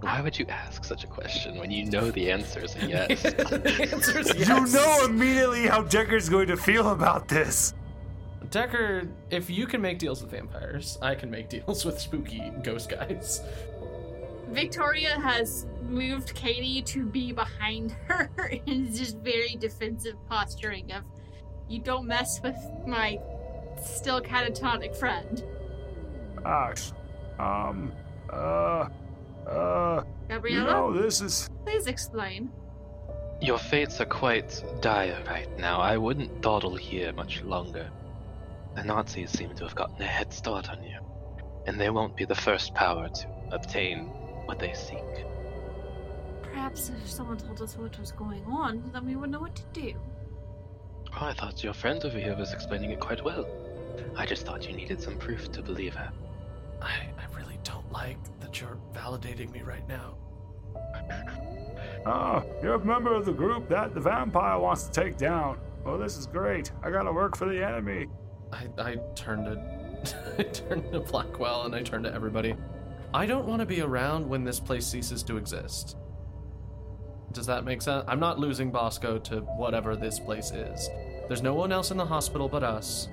S1: Why would you ask such a question when you know the answer is a yes?
S2: the answer's yes.
S4: You know immediately how Deckard's going to feel about this.
S2: Decker, if you can make deals with vampires, I can make deals with spooky ghost guys.
S3: Victoria has moved Katie to be behind her and is just very defensive posturing of you don't mess with my still catatonic friend.
S4: Gosh. Um. Uh. Uh. You
S3: Gabriella,
S4: know, this is.
S3: please explain.
S1: Your fates are quite dire right now. I wouldn't dawdle here much longer. The Nazis seem to have gotten a head start on you, and they won't be the first power to obtain what they seek.
S3: Perhaps if someone told us what was going on, then we would know what to do.
S1: Oh, I thought your friend over here was explaining it quite well. I just thought you needed some proof to believe her.
S2: I, I really don't like that you're validating me right now.
S4: Oh, you're a member of the group that the vampire wants to take down. Oh, this is great. I gotta work for the enemy.
S2: I, I turned to I turned to Blackwell and I turned to everybody. I don't want to be around when this place ceases to exist. Does that make sense? I'm not losing Bosco to whatever this place is. There's no one else in the hospital but us.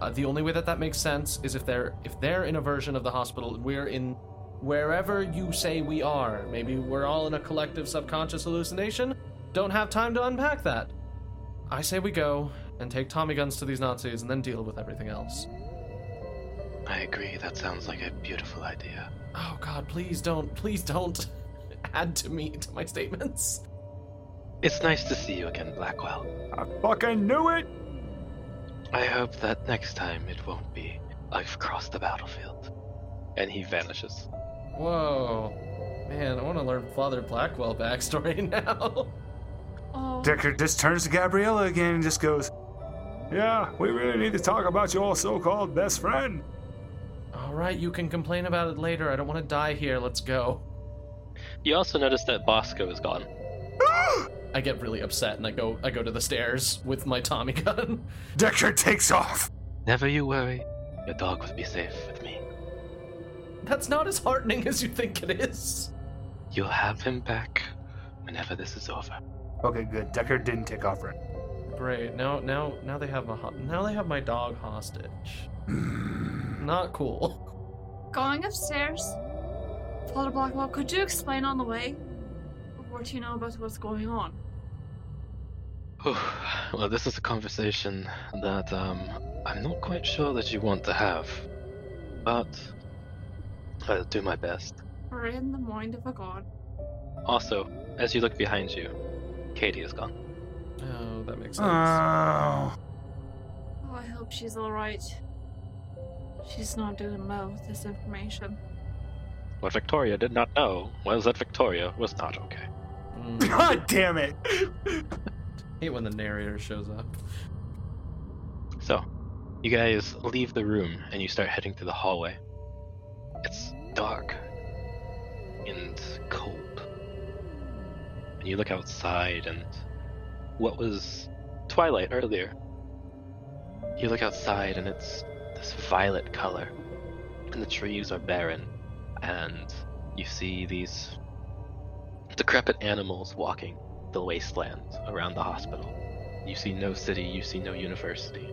S2: Uh, the only way that that makes sense is if they're if they're in a version of the hospital and we're in wherever you say we are. Maybe we're all in a collective subconscious hallucination. Don't have time to unpack that. I say we go and take Tommy guns to these Nazis and then deal with everything else.
S1: I agree. That sounds like a beautiful idea.
S2: Oh God, please don't, please don't add to me to my statements.
S1: It's nice to see you again, Blackwell.
S4: I fucking knew it!
S1: I hope that next time it won't be. I've crossed the battlefield. And he vanishes.
S2: Whoa, man, I want to learn Father Blackwell backstory now.
S3: Oh,
S4: Deckard just turns to Gabriella again and just goes, Yeah, we really need to talk about your so called best friend.
S2: All right, you can complain about it later. I don't want to die here. Let's go.
S1: You also notice that Bosco is gone.
S2: I get really upset and I go I go to the stairs with my Tommy gun.
S4: Deckard takes off.
S1: Never you worry. Your dog will be safe with me.
S2: That's not as heartening as you think it is.
S1: You'll have him back whenever this is over.
S4: Okay, good. Deckard didn't take off right.
S2: Great. Now now now they have my ho- now they have my dog hostage.
S4: Mm,
S2: Not cool.
S3: going upstairs. Father Blackwell, could you explain on the way what you know about what's going on?
S1: Whew. well, this is a conversation that um, I'm not quite sure that you want to have, but I'll do my best.
S3: We're in the mind of a god.
S1: Also, as you look behind you, Katie is gone.
S2: Oh, that makes sense.
S4: Oh.
S3: Oh, I hope she's alright. She's not doing well with this information.
S1: What Victoria did not know was that Victoria was not okay.
S2: Mm,
S4: God damn it.
S2: hate when the narrator shows up.
S1: So, you guys leave the room and you start heading through the hallway. It's dark and cold. And you look outside, and what was twilight earlier? You look outside, and it's this violet color, and the trees are barren, and you see these decrepit animals walking the wasteland around the hospital. You see no city, you see no university.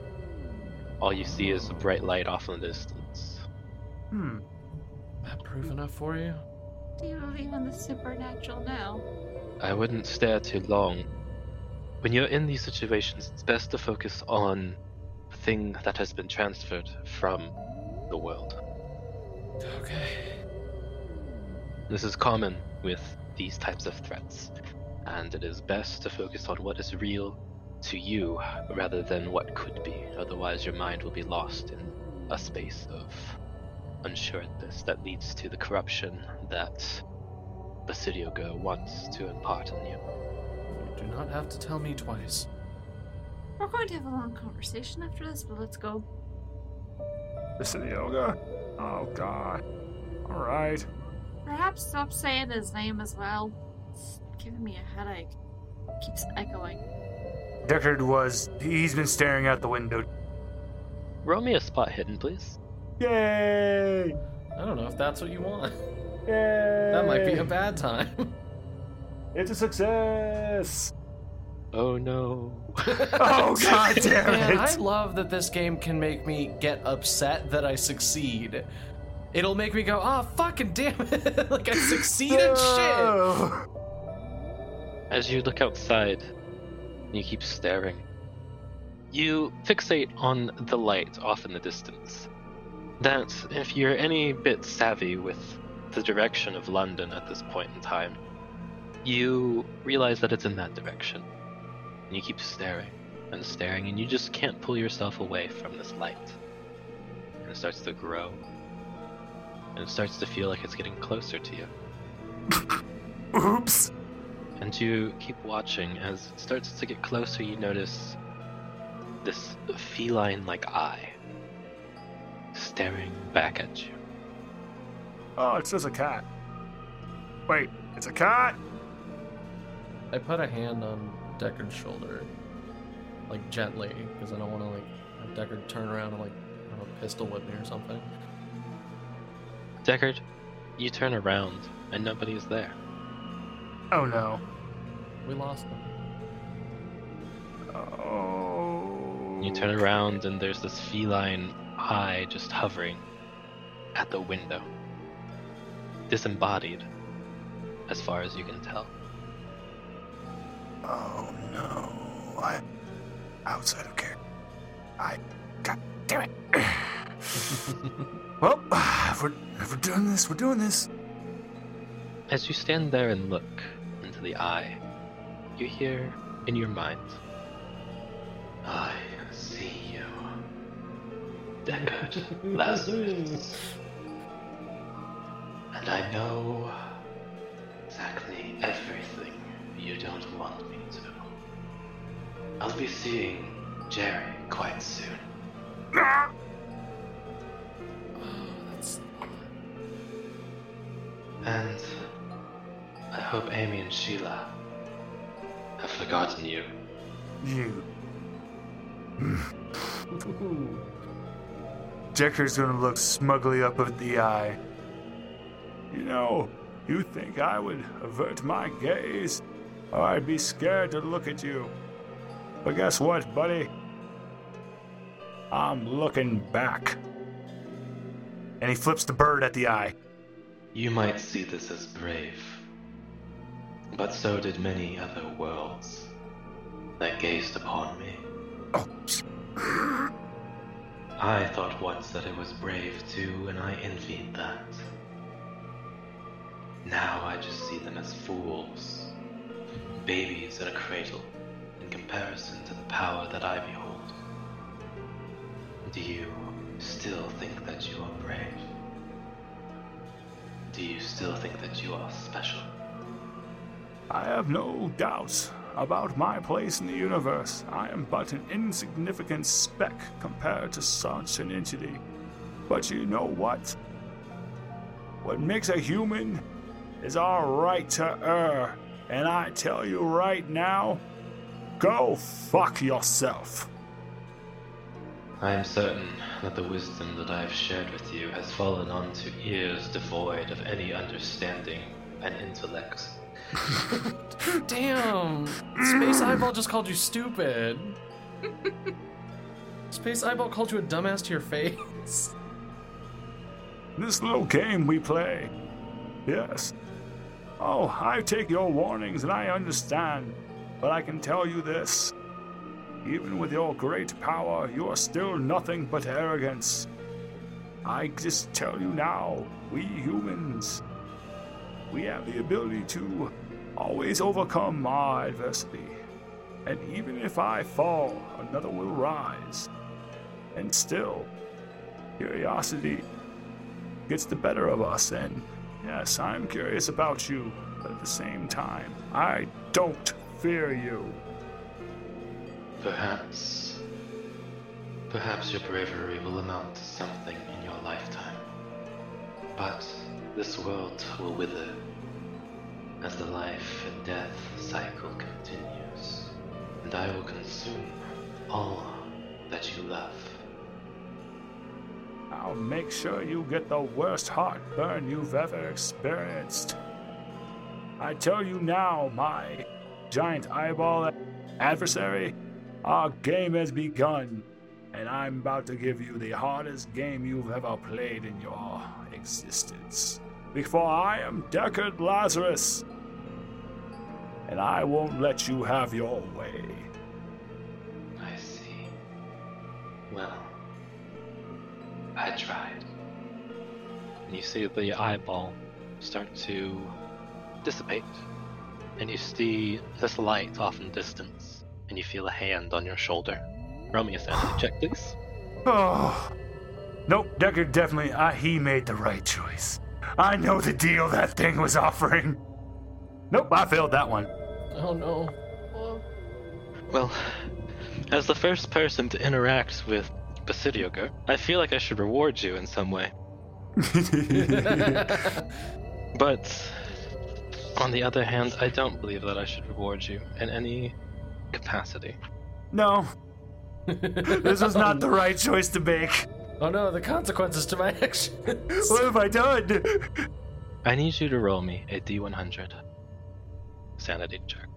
S1: All you see is a bright light off in the distance.
S4: Hmm.
S2: That proof enough for you?
S3: Do you believe in the supernatural now?
S1: I wouldn't stare too long. When you're in these situations, it's best to focus on the thing that has been transferred from the world.
S2: Okay.
S1: This is common with these types of threats, and it is best to focus on what is real to you rather than what could be. Otherwise, your mind will be lost in a space of unsureness that leads to the corruption that Basidio Go wants to impart on you.
S2: You do not have to tell me twice.
S3: We're going to have a long conversation after this, but let's go.
S4: This is yoga. Oh, God. All right.
S3: Perhaps stop saying his name as well. It's giving me a headache. Keeps echoing.
S4: Deckard was. He's been staring out the window.
S1: Roll me a spot hidden, please.
S4: Yay!
S2: I don't know if that's what you want.
S4: Yay!
S2: That
S4: That
S2: might be a bad time.
S4: It's a success!
S1: Oh no.
S4: Oh, god damn
S2: Man, I
S4: it!
S2: love that this game can make me get upset that I succeed. It'll make me go, ah, fucking damn it! like I succeeded, shit.
S4: No.
S1: As you look outside, you keep staring. You fixate on the light off in the distance. That, if you're any bit savvy with the direction of London at this point in time, you realize that it's in that direction. And you keep staring and staring, and you just can't pull yourself away from this light. And it starts to grow. And it starts to feel like it's getting closer to you.
S4: Oops!
S1: And you keep watching as it starts to get closer, you notice this feline like eye staring back at you.
S4: Oh, it's just a cat. Wait, it's a cat?
S2: I put a hand on Deckard's shoulder. like gently, because I don't want to like have Deckard turn around and like have a pistol whip me or something.
S1: Deckard, you turn around and nobody is there.
S4: Oh no.
S2: We lost them.
S4: Oh.
S1: You turn around and there's this feline eye just hovering at the window. Disembodied, as far as you can tell.
S4: Oh no. I outside of care. I god damn it. well, if we're, if we're doing this, we're doing this.
S1: As you stand there and look into the eye, you hear in your mind, I see you. Deckard Lazarus. And I know exactly everything you don't want me to. I'll be seeing Jerry quite soon.
S2: Oh, that's
S1: And I hope Amy and Sheila have forgotten you.
S4: You.
S2: Ooh.
S4: Decker's gonna look smugly up at the eye. You know, you think I would avert my gaze, or I'd be scared to look at you. But guess what, buddy? I'm looking back. And he flips the bird at the eye.
S1: You might see this as brave, but so did many other worlds that gazed upon me.
S4: Oh,
S1: I thought once that it was brave too, and I envied that. Now I just see them as fools, babies in a cradle, in comparison to the power that I behold. Do you still think that you are brave? Do you still think that you are special?
S4: I have no doubts about my place in the universe. I am but an insignificant speck compared to such an entity. But you know what? What makes a human is our right to err. And I tell you right now, go fuck yourself.
S1: I am certain that the wisdom that I have shared with you has fallen onto ears devoid of any understanding and intellect.
S2: Damn! Space Eyeball just called you stupid. Space Eyeball called you a dumbass to your face.
S4: This little game we play. Yes. Oh, I take your warnings and I understand. But I can tell you this. Even with your great power, you are still nothing but arrogance. I just tell you now, we humans, we have the ability to always overcome our adversity. And even if I fall, another will rise. And still, curiosity gets the better of us, and yes, I'm curious about you, but at the same time, I don't fear you.
S1: Perhaps. Perhaps your bravery will amount to something in your lifetime. But this world will wither as the life and death cycle continues, and I will consume all that you love.
S4: I'll make sure you get the worst heartburn you've ever experienced. I tell you now, my giant eyeball adversary, our game has begun, and I'm about to give you the hardest game you've ever played in your existence. Before I am Deckard Lazarus, and I won't let you have your way.
S1: I see. Well, I tried. And you see the eyeball start to dissipate. And you see this light off in distance. And you feel a hand on your shoulder. Roll me a sanity check, please.
S4: Oh. Nope, Deckard definitely, uh, he made the right choice. I know the deal that thing was offering. Nope, I failed that one.
S2: Oh no.
S1: Well, as the first person to interact with Basidioger, I feel like I should reward you in some way. But on the other hand, I don't believe that I should reward you in any capacity.
S4: No, this
S2: this
S4: was not the right choice to make.
S2: Oh no, the consequences to my actions.
S4: What have I done?
S1: I need you to roll me a D100 sanity check.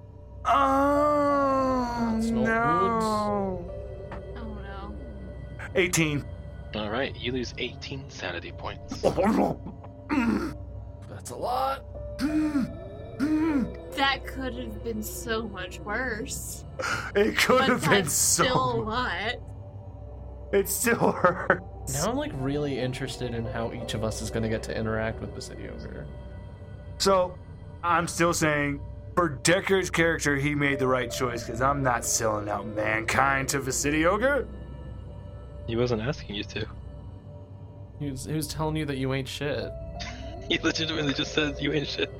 S4: Oh
S2: That's not
S4: no!
S3: Oh no.
S4: 18.
S1: All right, you lose 18 sanity points.
S2: That's a lot.
S3: That could have been so much worse.
S4: It could
S3: but
S4: have been
S3: that's
S4: so.
S3: still a lot.
S4: It still hurts.
S2: Now I'm like really interested in how each of us is gonna get to interact with the city ogre.
S4: So, I'm still saying, for Deckard's character, he made the right choice because I'm not selling out mankind to Vicity Ogre.
S1: He wasn't asking you to.
S2: He was, he was telling you that you ain't shit.
S1: He legitimately just says you ain't shit.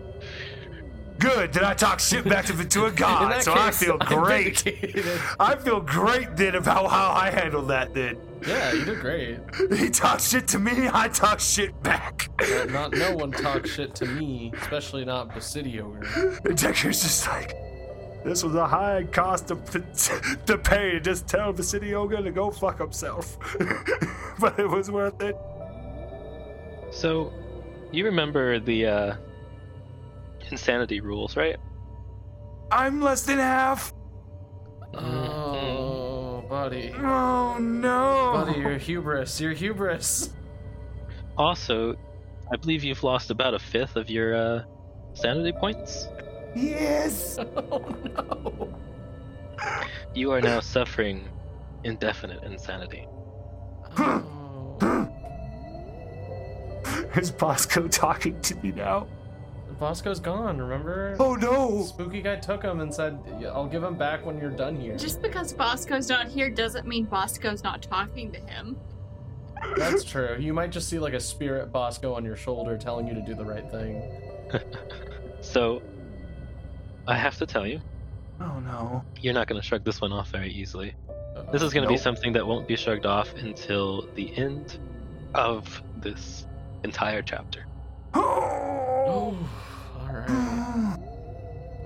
S4: Good. Did I talk shit back to, to a
S2: In
S4: god?
S2: that
S4: Ah, so I
S2: case,
S4: feel
S2: I'm
S4: great.
S2: vindicated.
S4: I feel great then about how I handled that then.
S2: yeah, you did great.
S4: He talked shit to me, I talk shit back.
S2: But not no one talks shit to me, especially not Basidio. ogre.
S4: And Decker's just like, this was a high cost to, to, to pay to just tell the city ogre to go fuck himself. but it was worth it.
S1: So, you remember the uh, insanity rules, right?
S4: I'm less than half.
S2: Oh, buddy,
S4: Oh no.
S2: buddy, your hubris, your hubris.
S1: Also, I believe you've lost about a fifth of your uh, sanity points.
S4: Yes.
S2: Oh no.
S1: You are now suffering indefinite insanity.
S2: Oh.
S4: Is Bosco talking to me now?
S2: Bosco's gone. Remember?
S4: Oh no.
S2: Spooky guy took him and said, "Yeah, "I'll give him back when you're done here."
S3: Just because Bosco's not here doesn't mean Bosco's not talking to him.
S2: That's true. You might just see like a spirit Bosco on your shoulder telling you to do the right thing.
S1: So, I have to tell you,
S4: Oh no.
S1: you're not going to shrug this one off very easily.
S2: Uh-oh.
S1: This is going to be
S4: Nope.
S1: something that won't be shrugged off until the end of this entire chapter.
S4: Oh.
S2: Oh, all right.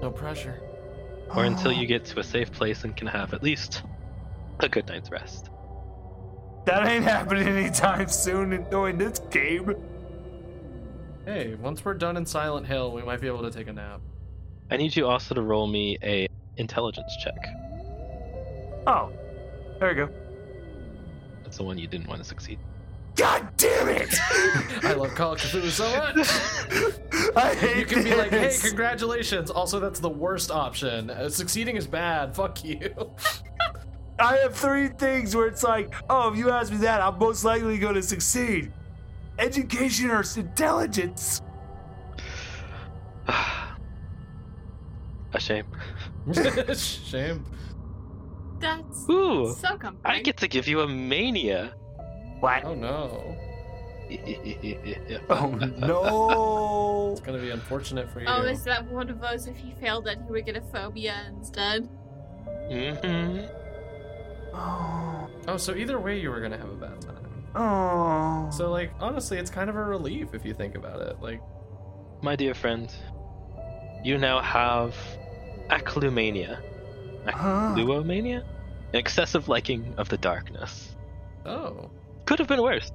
S2: No pressure.
S1: Or until
S4: Ah.
S1: you get to a safe place and can have at least a good night's rest.
S4: That ain't happening anytime soon in doing this game.
S2: Hey, once we're done in Silent Hill, we might be able to take a nap.
S1: I need you also to roll me a intelligence check.
S4: Oh. There we go.
S1: That's the one you didn't want to succeed.
S4: God damn it!
S2: I love Call of Cthulhu so much.
S4: I hate
S2: You can be like, "Hey,
S4: this.
S2: congratulations!" Also, that's the worst option. Uh, succeeding is bad. Fuck you.
S4: I have three things where it's like, oh, if you ask me that, I'm most likely going to succeed. Education or intelligence.
S1: a shame.
S2: Shame.
S3: That's
S1: Ooh,
S3: so comforting.
S1: I get to give you a mania.
S4: What?
S2: Oh no,
S4: Oh, no.
S2: it's gonna be unfortunate for you.
S3: Oh, is that one of those if he failed it, he would get a phobia instead?
S1: hmm
S4: Oh.
S2: Oh, so either way, you were gonna have a bad time.
S4: Oh.
S2: So, like, honestly, it's kind of a relief if you think about it. Like,
S1: My dear friend, you now have aclumania.
S4: Huh.
S1: Luomania? An excessive liking of the darkness.
S2: oh,
S1: Could have been worse.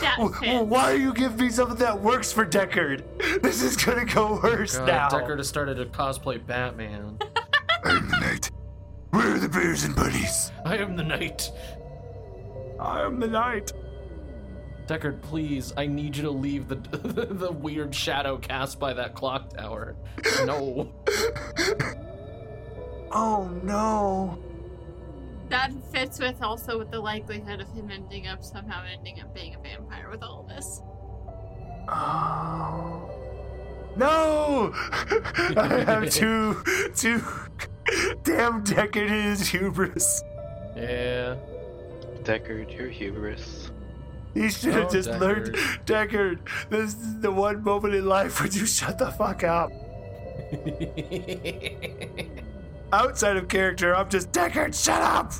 S3: That
S4: Well, well,
S3: fits.
S4: why are you giving me something that works for Deckard? This is going to go worse
S2: God,
S4: now.
S2: Deckard has started to cosplay Batman.
S4: I'm the knight. We're the bears and bunnies.
S2: I am the knight.
S4: I am the knight.
S2: Deckard, please, I need you to leave the the weird shadow cast by that clock tower. No.
S4: Oh, no.
S3: That fits with also with the likelihood of him ending up somehow ending up being a vampire with all of this.
S4: Oh. No! I have two, two damn decadent hubris.
S2: Yeah.
S1: Deckard, you're hubris.
S4: You should have
S2: Oh,
S4: just learned, Deckard, this is the one moment in life when you shut the fuck up. Outside of character, I'm just Deckard, shut up!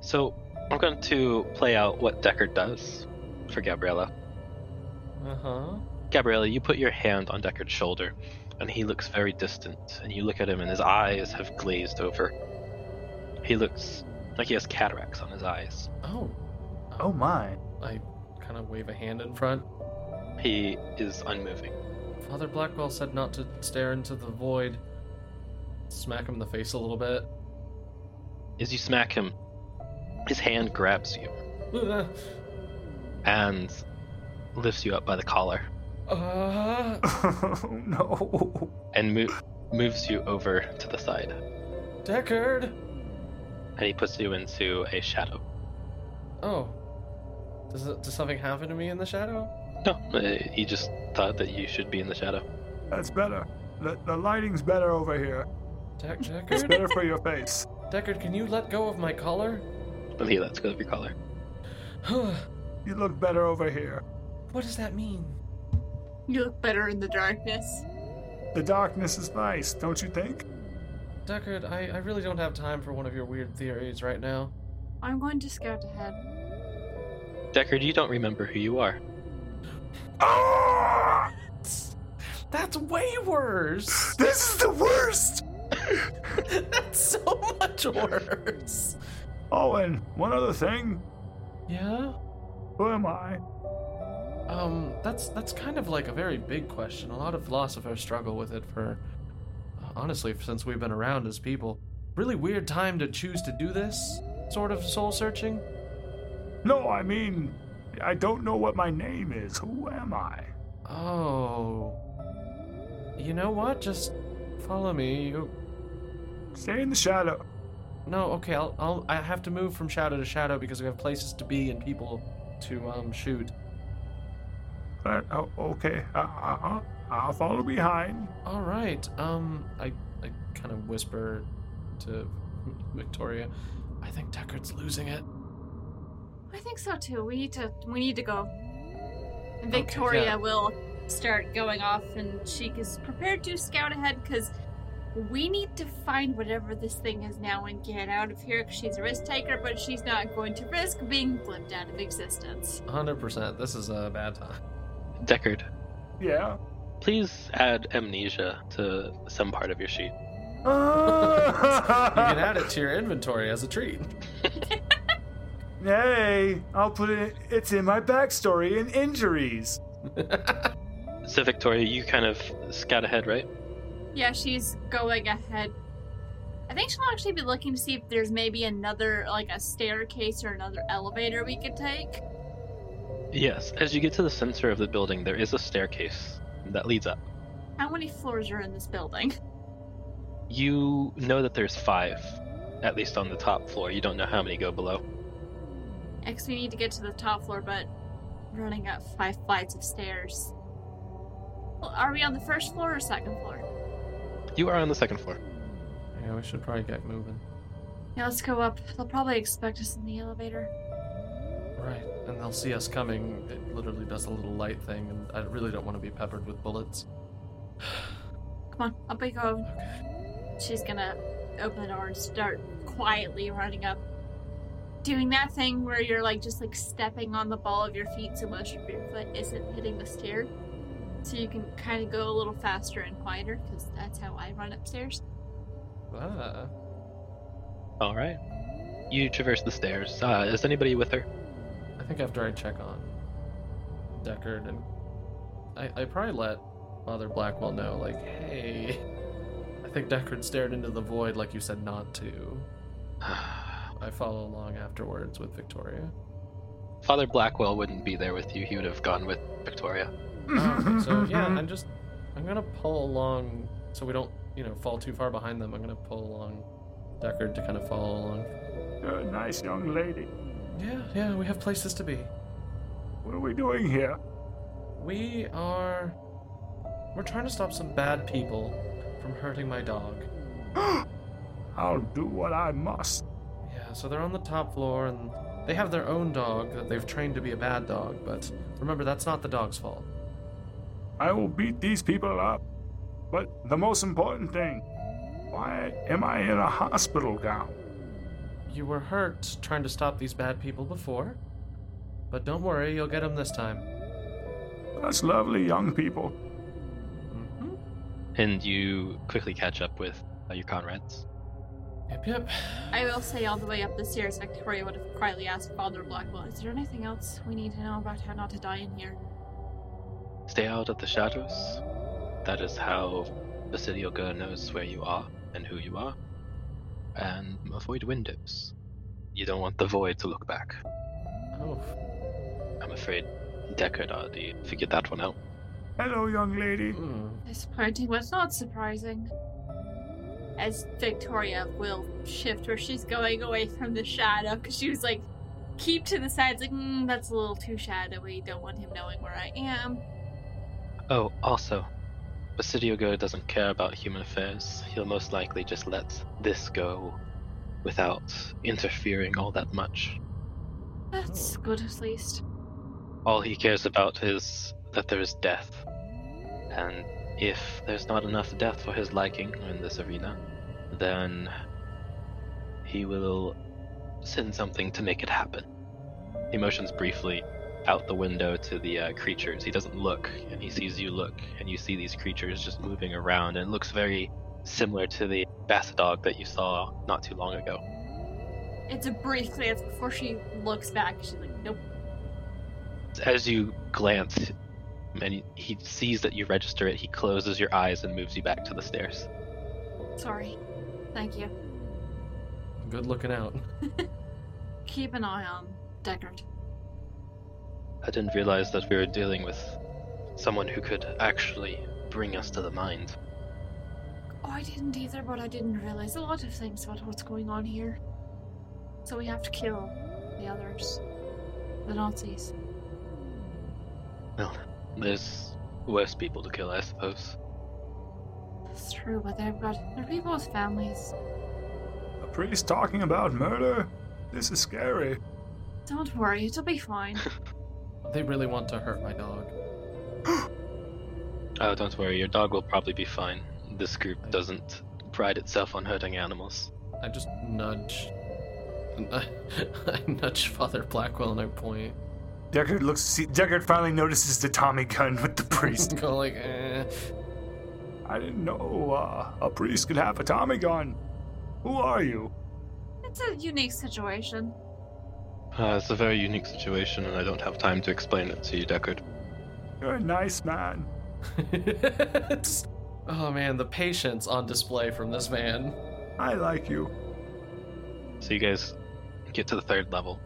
S1: So, I'm going to play out what Deckard does for Gabriella.
S2: uh huh.
S1: Gabriella, you put your hand on Deckard's shoulder, and he looks very distant, and you look at him, and his eyes have glazed over. He looks like he has cataracts on his eyes.
S2: Oh.
S4: Oh my.
S2: I kind of wave a hand in front.
S1: He is unmoving.
S2: Father Blackwell said not to stare into the void. Smack him in the face a little bit.
S1: As you smack him, his hand grabs you and lifts you up by the collar
S2: Uh,
S4: oh no.
S1: and mo- moves you over to the side.
S2: Deckard!
S1: And he puts you into a shadow.
S2: Oh. Does, it, does something happen to me in the shadow?
S1: No, uh, he just thought that you should be in the shadow.
S4: That's better. The, the lighting's better over here.
S2: Deck,
S4: It's
S2: Deckard?
S4: better for your face.
S2: Deckard, can you let go of my collar?
S1: But he lets go of your collar.
S4: You look better over here.
S2: what does that mean?
S3: You look better in the darkness.
S4: The darkness is nice, don't you think?
S2: Deckard, I, I really don't have time for one of your weird theories right now.
S3: I'm going to scout ahead.
S1: Deckard, you don't remember who you are.
S4: Ah!
S2: That's way worse!
S4: This is the worst!
S2: That's so much worse!
S4: Oh, and one other thing.
S2: Yeah?
S4: Who am I?
S2: Um, that's that's kind of like a very big question. A lot of philosophers struggle with it for, honestly, since we've been around as people. Really weird time to choose to do this sort of soul searching.
S4: No, I mean, I don't know what my name is. Who am I?
S2: Oh, you know what? Just follow me. You
S4: Stay in the shadow.
S2: no, okay. I'll, I'll I have to move from shadow to shadow because we have places to be and people to um shoot.
S4: Uh, oh, okay, uh, uh, uh, I'll follow behind.
S2: All right. Um, I I kind of whisper to Victoria. I think Deckard's losing it.
S3: I think so too. We need to we need to go. And Victoria
S2: yeah.
S3: will start going off and she is prepared to scout ahead because we need to find whatever this thing is now and get out of here 'cause she's a risk taker, but she's not going to risk being flipped out of existence.
S2: Hundred percent. This is a bad time.
S1: Deckard,
S4: Yeah.
S1: please add amnesia to some part of your sheet.
S2: You can add it to your inventory as a treat.
S4: Hey, I'll put it. It's in my backstory and injuries.
S1: So, Victoria, you kind of scout ahead, right?
S3: Yeah, she's going ahead. I think she'll actually be looking to see if there's maybe another like a staircase or another elevator we could take.
S1: Yes. As you get to the center of the building, there is a staircase that leads up.
S3: How many floors are in this building?
S1: You know that there's five, at least on the top floor. You don't know how many go below.
S3: Next, we need to get to the top floor, but running up five flights of stairs. Well, are we on the first floor or second floor?
S1: You are on the second floor.
S2: Yeah, we should probably get moving.
S3: Yeah, let's go up. They'll probably expect us in the elevator.
S2: Right, and they'll see us coming. It literally does a little light thing, and I really don't want to be peppered with bullets.
S3: Come on, up we go.
S2: Okay.
S3: She's gonna open the door and start quietly running up. Doing that thing where you're like just like stepping on the ball of your feet so most of your foot isn't hitting the stair. So you can kind of go a little faster and quieter, because that's how I run upstairs.
S2: Ah.
S1: All right. You traverse the stairs. Uh, is anybody with her?
S2: I think after I check on Deckard, and I, I probably let Father Blackwell know, like, hey, I think Deckard stared into the void like you said not to. I follow along afterwards with Victoria.
S1: Father Blackwell wouldn't be there with you. He would have gone with Victoria.
S2: Um, so yeah, I'm just I'm gonna pull along so we don't you know fall too far behind them. I'm gonna pull along Deckard to kind of follow along.
S4: You're a nice young lady.
S2: Yeah, yeah, we have places to be.
S4: What are we doing here?
S2: We are we're trying to stop some bad people from hurting my dog.
S4: I'll do what I must.
S2: Yeah, so they're on the top floor and they have their own dog that they've trained to be a bad dog, but remember that's not the dog's fault.
S4: I will beat these people up. But the most important thing why am I in a hospital gown?
S2: You were hurt trying to stop these bad people before, but don't worry, you'll get them this time.
S4: That's lovely, young people.
S2: hmm
S1: And you quickly catch up with uh, your comrades.
S2: Yep, yep.
S3: I will say all the way up the stairs, Victoria would have quietly asked Father Blackwell, is there anything else we need to know about how not to die in here?
S1: Stay out of the shadows. That is how Basilioga knows where you are and who you are. And avoid windows. You don't want the void to look back.
S2: Oh,
S1: I'm afraid Deckard already figured that one out.
S4: Hello, young lady.
S2: mm.
S3: This party was not surprising. As Victoria will shift where she's going away from the shadow, because she was like, keep to the sides, like, mm, that's a little too shadowy, don't want him knowing where I am.
S1: Oh, also, Basidiogo doesn't care about human affairs. He'll most likely just let this go without interfering all that much.
S3: That's good at least.
S1: All he cares about is that there is death. And if there's not enough death for his liking in this arena, then he will send something to make it happen. He motions briefly out the window to the uh, creatures. He doesn't look, and he sees you look, and you see these creatures just moving around, and it looks very similar to the basset dog that you saw not too long ago.
S3: It's a brief glance before she looks back. She's like, nope.
S1: as you glance and he sees that you register it, he closes your eyes and moves you back to the stairs.
S3: Sorry. Thank you.
S2: good looking out.
S3: Keep an eye on Deckard.
S1: I didn't realize that we were dealing with someone who could actually bring us to the mind.
S3: Oh, I didn't either, but I didn't realize a lot of things about what's going on here. So we have to kill the others. The Nazis.
S1: There's worse people to kill, I suppose.
S3: That's true, but they've got their people's families.
S4: A priest talking about murder? This is scary.
S3: Don't worry, it'll be fine.
S2: They really want to hurt my dog.
S1: Oh, don't worry, your dog will probably be fine. This group doesn't pride itself on hurting animals.
S2: I just nudge. I, nudge Father Blackwell and I point.
S4: Deckard looks. See, Deckard finally notices the Tommy gun with the priest.
S2: Go like, eh.
S4: I didn't know uh, a priest could have a Tommy gun. Who are you?
S3: it's a unique situation.
S1: Uh, it's a very unique situation, and I don't have time to explain it to you, Deckard.
S4: You're a nice man.
S2: It's- oh man, the patience on display from this man.
S4: I like you.
S1: So you guys get to the third level,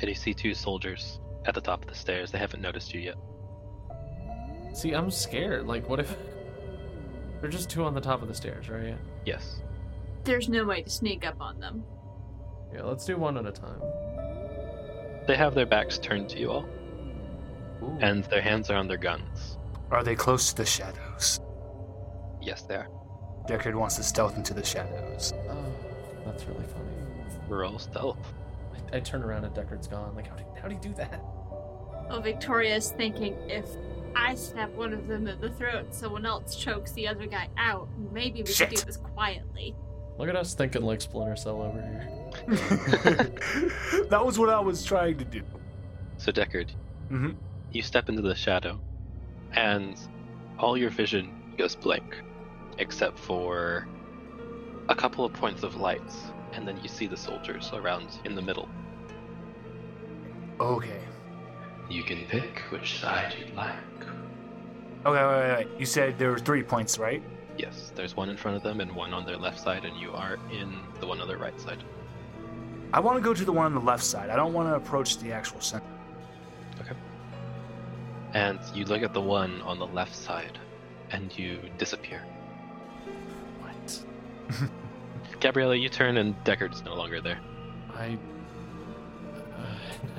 S1: and you see two soldiers at the top of the stairs. They haven't noticed you yet.
S2: See, I'm scared. Like, what if. They're just two on the top of the stairs, right?
S1: Yes.
S3: There's no way to sneak up on them.
S2: Yeah, let's do one at a time.
S1: They have their backs turned to you all,
S2: Ooh.
S1: and their hands are on their guns.
S4: Are they close to the shadows?
S1: Yes, they are.
S4: Deckard wants to stealth into the shadows.
S2: Oh, that's really funny.
S1: Roll stealth.
S2: I, I turn around and Deckard's gone. Like, how do, how do you do that?
S3: Oh, Victoria's thinking if I stab one of them at the throat, someone else chokes the other guy out. Maybe we should do
S4: Shit.
S3: this quietly.
S2: Look at us thinking like Splinter Cell over here.
S4: that was what I was trying to do.
S1: So Deckard,
S4: Mhm.
S1: you step into the shadow, and all your vision goes blank, except for a couple of points of lights, and then you see the soldiers around in the middle.
S4: Okay.
S1: You can pick which side you like.
S4: Okay, wait, wait, wait. You said there were three points, right?
S1: Yes, there's one in front of them and one on their left side, and you are in the one on their right side.
S4: I want to go to the one on the left side. I don't want to approach the actual center.
S1: And you look at the one on the left side, and you disappear.
S2: What?
S1: Gabriella, you turn and Deckard's no longer there.
S2: I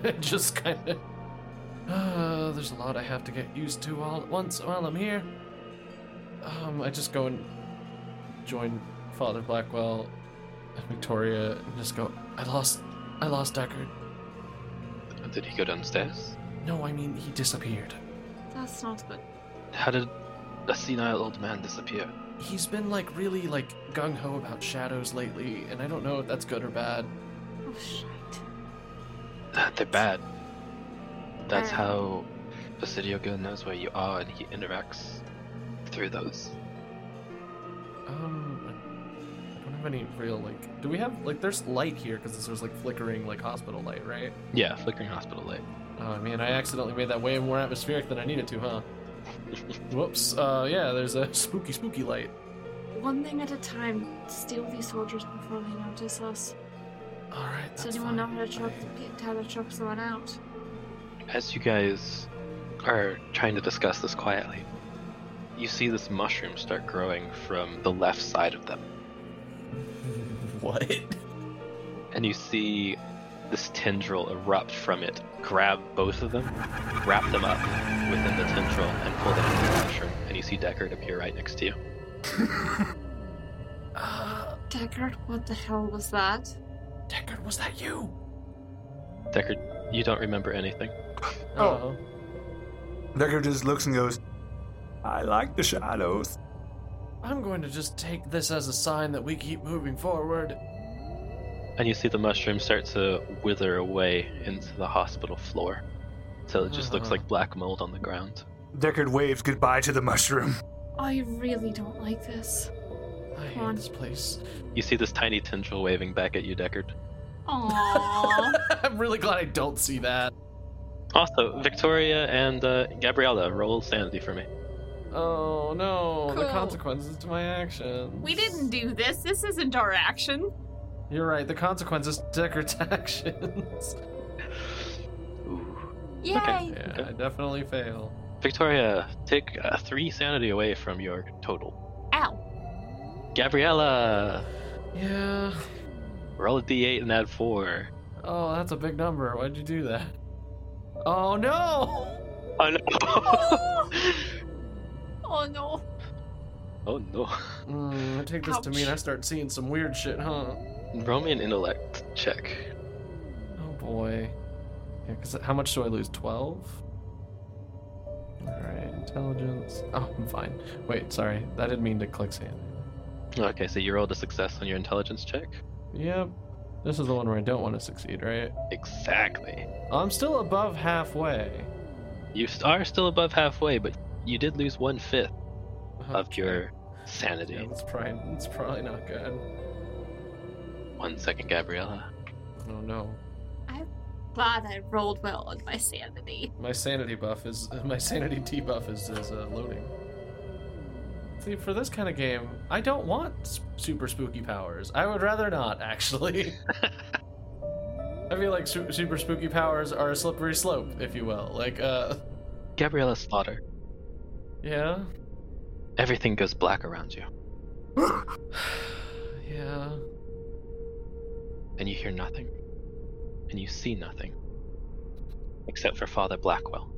S2: uh, just kind of. Uh, there's a lot I have to get used to all at once while I'm here. Um, I just go and join Father Blackwell and Victoria and just go. I lost. I lost Deckard.
S1: Did he go downstairs?
S2: No, I mean he disappeared.
S3: That's not good.
S1: How did a senile old man disappear?
S2: He's been like really like gung ho about shadows lately, and I don't know if that's good or bad.
S3: Oh, shite.
S1: Ah, They're bad. That's
S3: Bad.
S1: how Basidioga knows where you are and he interacts through those.
S2: Um, I don't have any real like? Do we have like? There's light here because there's like flickering like hospital light, right?
S1: Yeah, flickering hospital light.
S2: Oh man, I accidentally made that way more atmospheric than I needed to, huh? Whoops. Uh, yeah, there's a spooky, spooky light.
S5: One thing at a time. Steal these soldiers before they notice us.
S2: All right.
S5: Does
S2: that's
S5: anyone know
S2: fine.
S5: how to chop,
S2: I-
S5: how to chop someone out?
S1: As you guys are trying to discuss this quietly, you see this mushroom start growing from the left side of them.
S2: What?
S1: and you see this tendril erupt from it, grab both of them, wrap them up within the tendril, and pull them into the mushroom. And you see Deckard appear right next to you.
S2: Uh,
S5: Deckard, what the hell was that?
S2: Deckard, was that you?
S1: Deckard, you don't remember anything.
S2: Oh.
S4: Decker just looks and goes, I like the shadows.
S2: I'm going to just take this as a sign that we keep moving forward.
S1: And you see the mushroom start to wither away into the hospital floor. So it just looks
S2: Uh-huh.
S1: like black mold on the ground.
S4: Deckard waves goodbye to the mushroom.
S5: I really don't like this.
S2: I hate
S5: on.
S2: this place.
S1: You see this tiny tendril waving back at you, Deckard.
S3: Aww.
S2: I'm really glad I don't see that.
S1: Also, Victoria and uh, Gabriella, roll sanity for me.
S2: Oh no, the
S3: Cool.
S2: consequences to my actions.
S3: we didn't do this. This isn't our action.
S2: You're right, the consequences to Deckard's actions.
S1: Ooh.
S3: Yay.
S1: Okay.
S2: yeah,
S1: Okay.
S2: I definitely fail.
S1: Victoria, take uh, three sanity away from your total.
S3: Ow.
S1: Gabriella,
S2: Yeah.
S1: roll a d8 and add four.
S2: Oh, that's a big number. Why'd you do that? Oh no!
S1: Oh no!
S3: Oh no.
S1: oh no!
S2: Mm, I take this to mean
S3: Ouch.
S2: I start seeing some weird shit, huh?
S1: Roll me an intellect check.
S2: Oh boy. Yeah, cause how much do I lose? Twelve. All right, intelligence. Oh, I'm fine. Wait, sorry, I didn't mean to click sand.
S1: Okay, so you rolled a success on your intelligence check.
S2: Yep, this is the one where I don't want to succeed, right?
S1: Exactly.
S2: I'm still above halfway.
S1: You s- are still above halfway, but you did lose one fifth of your
S2: Yeah,
S1: sanity.
S2: that's probably that's probably not good.
S1: One second, Gabriella.
S2: Oh no,
S3: Glad I rolled well on my sanity.
S2: my sanity buff is my sanity debuff is is uh, loading. See, for this kind of game, I don't want s- super spooky powers. I would rather not, actually. I feel like su- super spooky powers are a slippery slope, if you will. Like, uh,
S1: Gabriella Slaughter.
S2: yeah,
S1: Everything goes black around you,
S2: yeah.
S1: and you hear nothing, and you see nothing, except for Father Blackwell.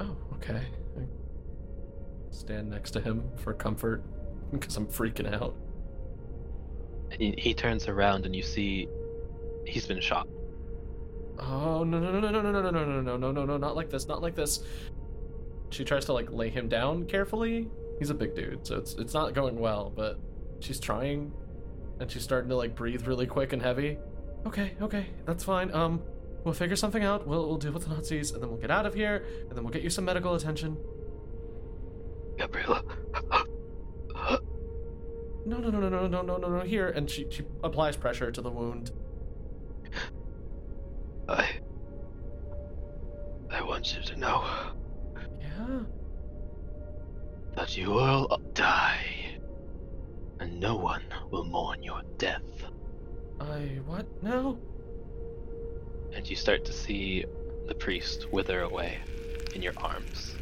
S2: Oh, okay. I stand next to him for comfort because I'm freaking out.
S1: And he- he turns around and you see he's been shot.
S2: Oh no no no no no no no no no no no no no not like this not like this. She tries to like lay him down carefully. He's a big dude, so it's it's not going well, but she's trying and she's starting to like breathe really quick and heavy. Okay, okay, that's fine. Um we'll figure something out. We'll we'll deal with the Nazis and then we'll get out of here and then we'll get you some medical attention.
S1: Gabriella.
S2: No no no no no no no no no here and she she applies pressure to the wound.
S1: I. I want you to know
S2: Yeah.
S1: that you will die. And no one will mourn your death.
S2: I what now?
S1: And you start to see the priest wither away in your arms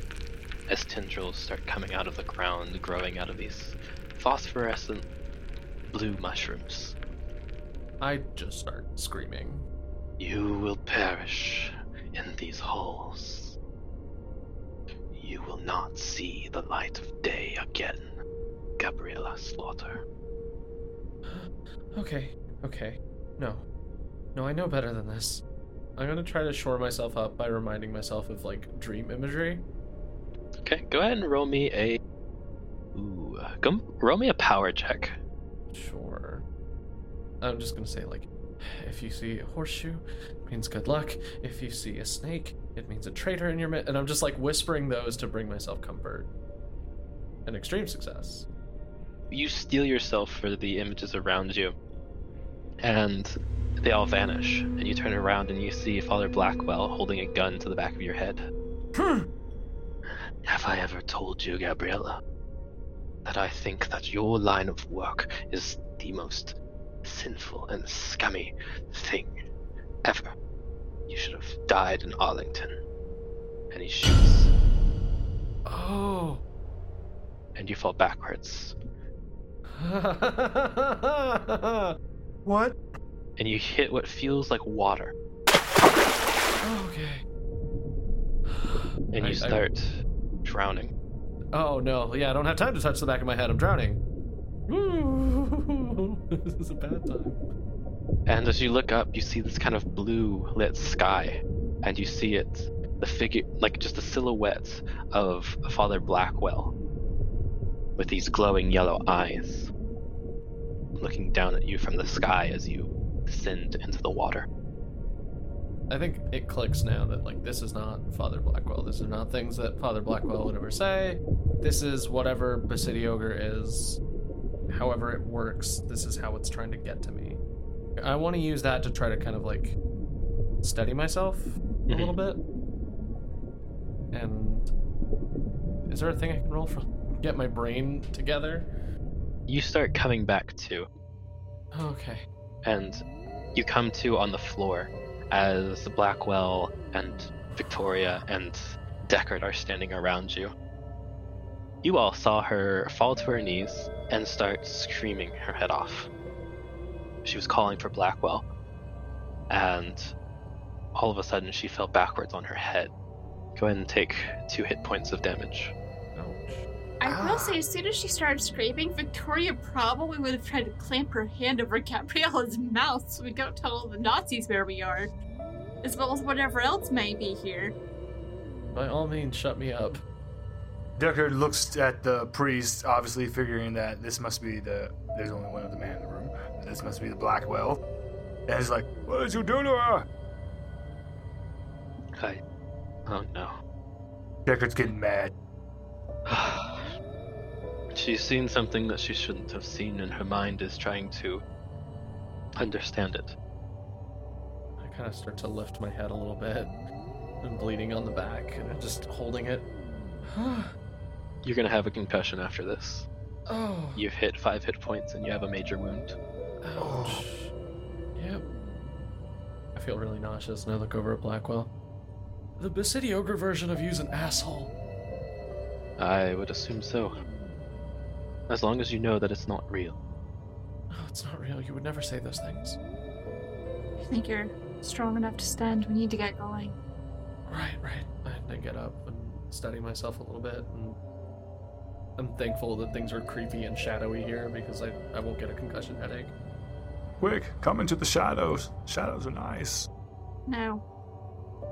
S1: as tendrils start coming out of the ground, growing out of these phosphorescent blue mushrooms.
S2: I just start screaming.
S1: You will perish in these halls. You will not see the light of day again, Gabriella Slaughter.
S2: Okay, okay. No. No, I know better than this. I'm gonna try to shore myself up by reminding myself of like dream imagery.
S1: Okay, go ahead and roll me a. Ooh, uh, gum, roll me a power check.
S2: Sure. I'm just gonna say like if you see a horseshoe, it means good luck. If you see a snake, it means a traitor in your midst. And I'm just like whispering those to bring myself comfort. And extreme success.
S1: you steel yourself for the images around you, and they all vanish. And you turn around and you see Father Blackwell holding a gun to the back of your head. Have I ever told you, Gabriella, that I think that your line of work is the most sinful and scummy thing ever? You should have died in Arlington. And he shoots
S2: Oh.
S1: and you fall backwards.
S4: What?
S1: And you hit what feels like water.
S2: okay.
S1: And
S2: I- I-
S1: you start drowning.
S2: Oh no. Yeah, I don't have time to touch the back of my head. I'm drowning. Ooh, this is a bad time.
S1: And as you look up, you see this kind of blue lit sky. And you see it, the figure, like just a silhouette of Father Blackwell with these glowing yellow eyes looking down at you from the sky as you descend into the water.
S2: I think it clicks now that like this is not Father Blackwell. These are not things that Father Blackwell would ever say. This is whatever Basidi Ogre is. However it works, this is how it's trying to get to me. I want to use that to try to kind of like steady myself a
S1: Mhm.
S2: little bit. And is there a thing I can roll for get my brain together?
S1: You start coming back to
S2: Okay.
S1: and you come to on the floor as Blackwell and Victoria and Deckard are standing around you. You all saw her fall to her knees and start screaming her head off. She was calling for Blackwell, and all of a sudden she fell backwards on her head. Go ahead and take two hit points of damage.
S2: Ouch.
S3: I
S5: Ah.
S3: will say, as soon as she started screaming, Victoria probably would have tried to clamp her hand over Gabriella's mouth so we don't tell the Nazis where we are, as well as whatever else may be here.
S2: By all means, shut me up.
S4: Deckard looks at the priest, obviously figuring that this must be the. There's only one other man in the room. This must be the Blackwell. And he's like, What did you do to her?
S1: I. Oh no.
S4: Deckard's getting mad.
S1: She's seen something that she shouldn't have seen, and her mind is trying to understand it.
S2: I kind of start to lift my head a little bit. I'm bleeding on the back and I'm just holding it.
S1: You're gonna have a concussion after this.
S2: oh.
S1: You've hit five hit points, and you have a major wound.
S2: Ouch. Yep. I feel really nauseous and I look over at Blackwell. The Basidi Ogre version of you's an asshole.
S1: I would assume so. As long as you know that it's not real.
S2: No, Oh, it's not real. You would never say those things.
S5: I think you're strong enough to stand. We need to get going.
S2: Right, right. I, I get up and study myself a little bit, and I'm thankful that things are creepy and shadowy here because I, I won't get a concussion headache.
S4: Quick, come into the shadows. Shadows are nice.
S5: No.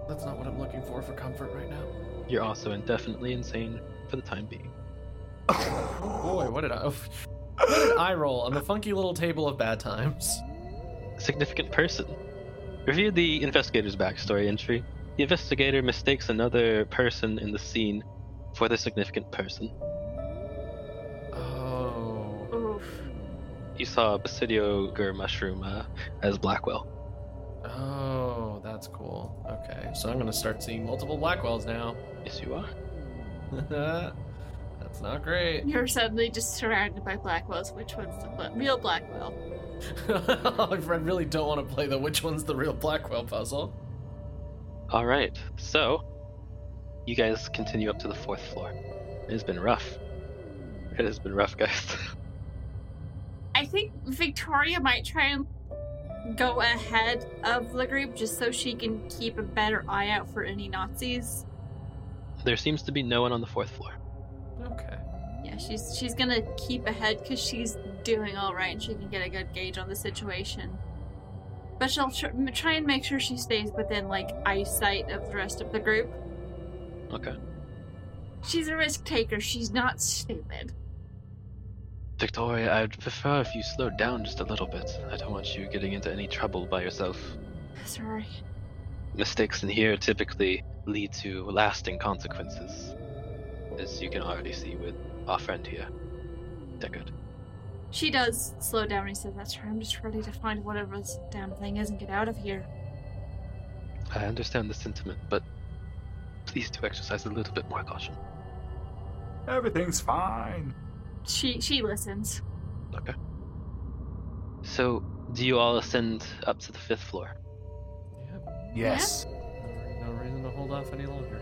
S2: That's not what I'm looking for for comfort right now.
S1: You're also indefinitely insane for the time being.
S2: Boy, what did I? what did I roll on the funky little table of bad times?
S1: significant person. Review the investigator's backstory entry. The investigator mistakes another person in the scene for the significant person.
S2: Oh,
S5: Oof.
S1: You saw Basidio Gur Mushroom uh, as Blackwell.
S2: oh, that's cool. Okay, so I'm gonna start seeing multiple Blackwells now.
S1: Yes, you are.
S2: that's not great.
S3: You're suddenly just surrounded by Blackwells. Which one's the bla- real Blackwell?
S2: I really don't want to play the which one's the real Blackwell puzzle.
S1: All right. So, you guys continue up to the fourth floor. It has been rough. It has been rough, guys.
S3: I think Victoria might try and go ahead of the group just so she can keep a better eye out for any Nazis.
S1: there seems to be no one on the fourth floor.
S2: Okay.
S3: Yeah, she's she's gonna keep ahead because she's doing all right and she can get a good gauge on the situation. But she'll tr- m- try and make sure she stays within like eyesight of the rest of the group.
S1: Okay.
S3: She's a risk taker. She's not stupid.
S1: Victoria, I'd prefer if you slowed down just a little bit. I don't want you getting into any trouble by yourself.
S5: Sorry.
S1: Mistakes in here typically lead to lasting consequences, as you can already see with our friend here. Deckard.
S5: She does slow down and says, That's her. I'm just ready to find whatever this damn thing is and get out of here.
S1: I understand the sentiment, but please do exercise a little bit more caution.
S4: Everything's fine.
S5: She she listens.
S1: Okay. So, do you all ascend up to the fifth floor?
S2: Yep.
S4: Yes.
S2: No reason to hold off any longer.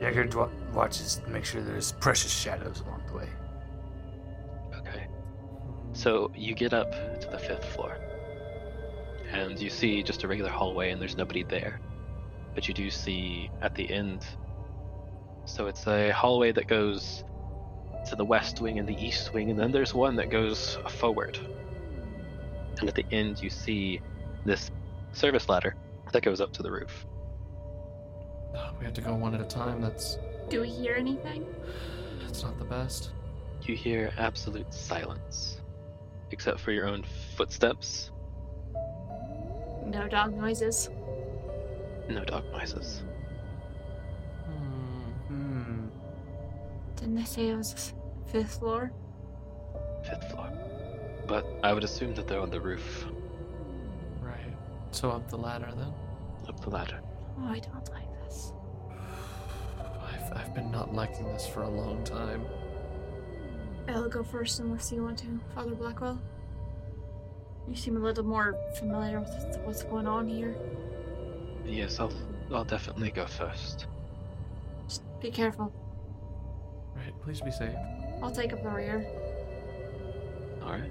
S4: Deckard wa- watches to make sure there's precious shadows along the way.
S1: Okay. So you get up to the fifth floor, and you see just a regular hallway, and there's nobody there. But you do see at the end. So it's a hallway that goes to the west wing and the east wing, and then there's one that goes forward. And at the end, you see this service ladder that goes up to the roof.
S2: Ah, we have to go one at a time. That's
S3: Do we hear anything?
S2: that's not the best.
S1: You hear absolute silence, except for your own footsteps.
S5: No dog noises.
S1: No dog noises.
S2: Hmm.
S4: Hmm.
S5: Didn't they say it was fifth floor?
S1: fifth floor. But I would assume that they're on the roof,
S2: Right. So up the ladder then.
S1: up the ladder.
S5: Oh, I don't like this.
S2: I've I've been not liking this for a long time.
S5: I'll go first unless you want to, Father Blackwell. You seem a little more familiar with what's going on here.
S1: Yes, I'll, I'll definitely go first.
S5: Just be careful.
S2: Right. Please be safe.
S5: I'll take up the rear.
S1: All right.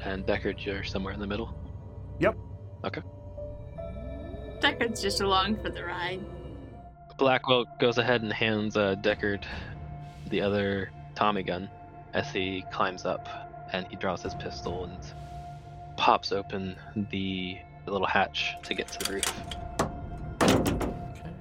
S1: And Deckard, you're somewhere in the middle.
S3: Deckard's just along for the ride.
S1: Blackwell goes ahead and hands uh, Deckard the other Tommy gun as he climbs up and he draws his pistol and pops open the little hatch to get to the roof.
S2: Okay.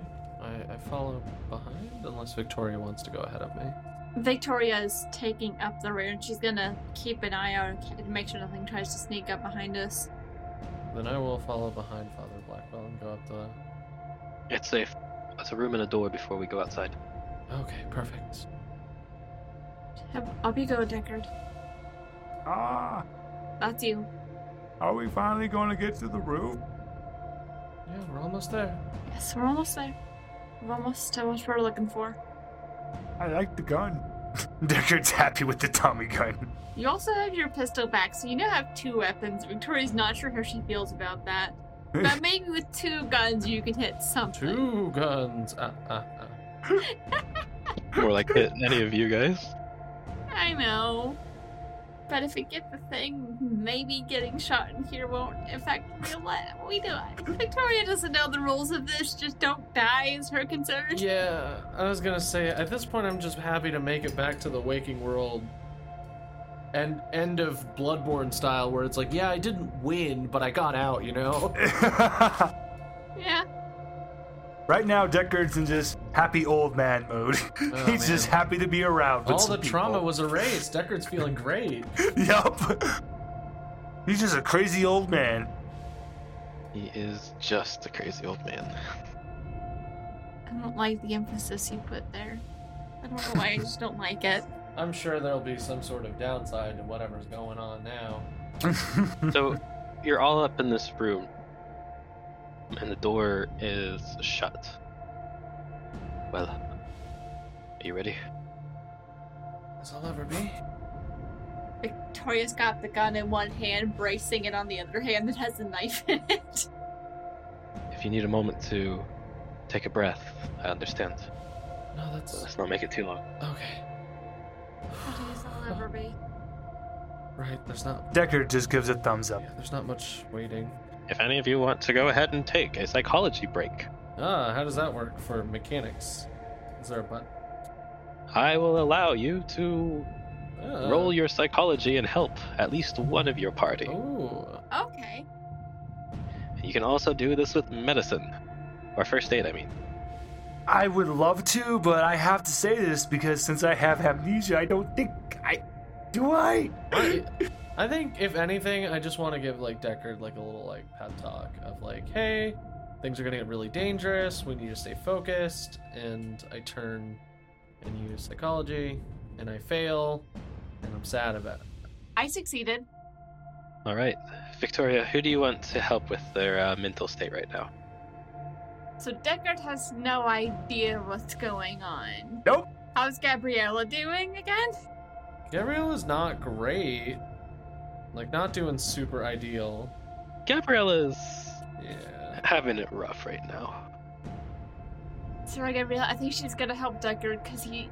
S2: I, I follow behind unless Victoria wants to go ahead of me.
S3: Victoria is taking up the rear and she's gonna keep an eye out and make sure nothing tries to sneak up behind us.
S2: Then I will follow behind Father Blackwell and go up the
S1: It's safe. It's a room and a door before we go outside.
S2: Okay, perfect.
S5: Yep, Up you go, Deckard.
S4: Ah,
S3: That's you.
S4: are we finally going to get to the roof?
S2: Yeah, we're almost there.
S5: Yes, we're almost there. We're almost to what we're looking for.
S4: I like the gun. Deckard's happy with the Tommy gun.
S3: You also have your pistol back, so you now have two weapons. Victoria's not sure how she feels about that. But maybe with two guns you can hit something.
S2: Two guns. Ah, ah, ah.
S1: More like it, any of you guys.
S3: I know. But if we get the thing, maybe getting shot in here won't affect real life. We do Victoria doesn't know the rules of this, just don't die is her concern.
S2: Yeah, I was gonna say at this point I'm just happy to make it back to the waking world. And end of Bloodborne style, where it's like, yeah, I didn't win, but I got out, you know.
S3: Yeah.
S4: right now, Deckard's in just happy old man mode. He's
S2: Oh, man.
S4: just happy to be around. With
S2: All
S4: some
S2: the trauma
S4: people.
S2: was erased. Deckard's feeling great.
S4: Yup. He's just a crazy old man.
S1: He is just a crazy old man.
S3: I don't like the emphasis you put there. I don't know why, I just don't like it.
S2: I'm sure there'll be some sort of downside to whatever's going on now.
S1: So you're all up in this room, and the door is shut. Well, are you ready?
S2: As I'll ever be.
S3: Victoria's got the gun in one hand, bracing it on the other hand that has a knife in it.
S1: If you need a moment to take a breath, I understand.
S2: No,
S1: But
S2: that's
S1: let's not make it too long.
S2: okay.
S5: What is I'll ever be?
S2: Right, there's not.
S4: Deckard just gives a thumbs up.
S2: Yeah, there's not much waiting.
S1: If any of you want to go ahead and take a psychology break,
S2: Ah, how does that work for mechanics? Is there a button?
S1: I will allow you to
S2: Ah.
S1: roll your psychology and help at least one of your party.
S2: Oh,
S3: Okay.
S1: You can also do this with medicine, or first aid, I mean.
S4: I would love to, but I have to say this because since I have amnesia, I don't think I do. I.
S2: I, I think if anything, I just want to give like Deckard like a little like pep talk of like, hey, things are gonna get really dangerous. We need to stay focused. And I turn and use psychology, and I fail, and I'm sad about
S3: I succeeded.
S1: All right, Victoria, who do you want to help with their uh, mental state right now?
S3: So Deckard has no idea what's going on.
S4: Nope.
S3: How's Gabriella doing again?
S2: Gabrielle is not great. Like, not doing super ideal.
S1: Gabriella's
S2: Yeah.
S1: having it rough right now.
S3: Sarah Gabriella, I think she's gonna help Deckard because he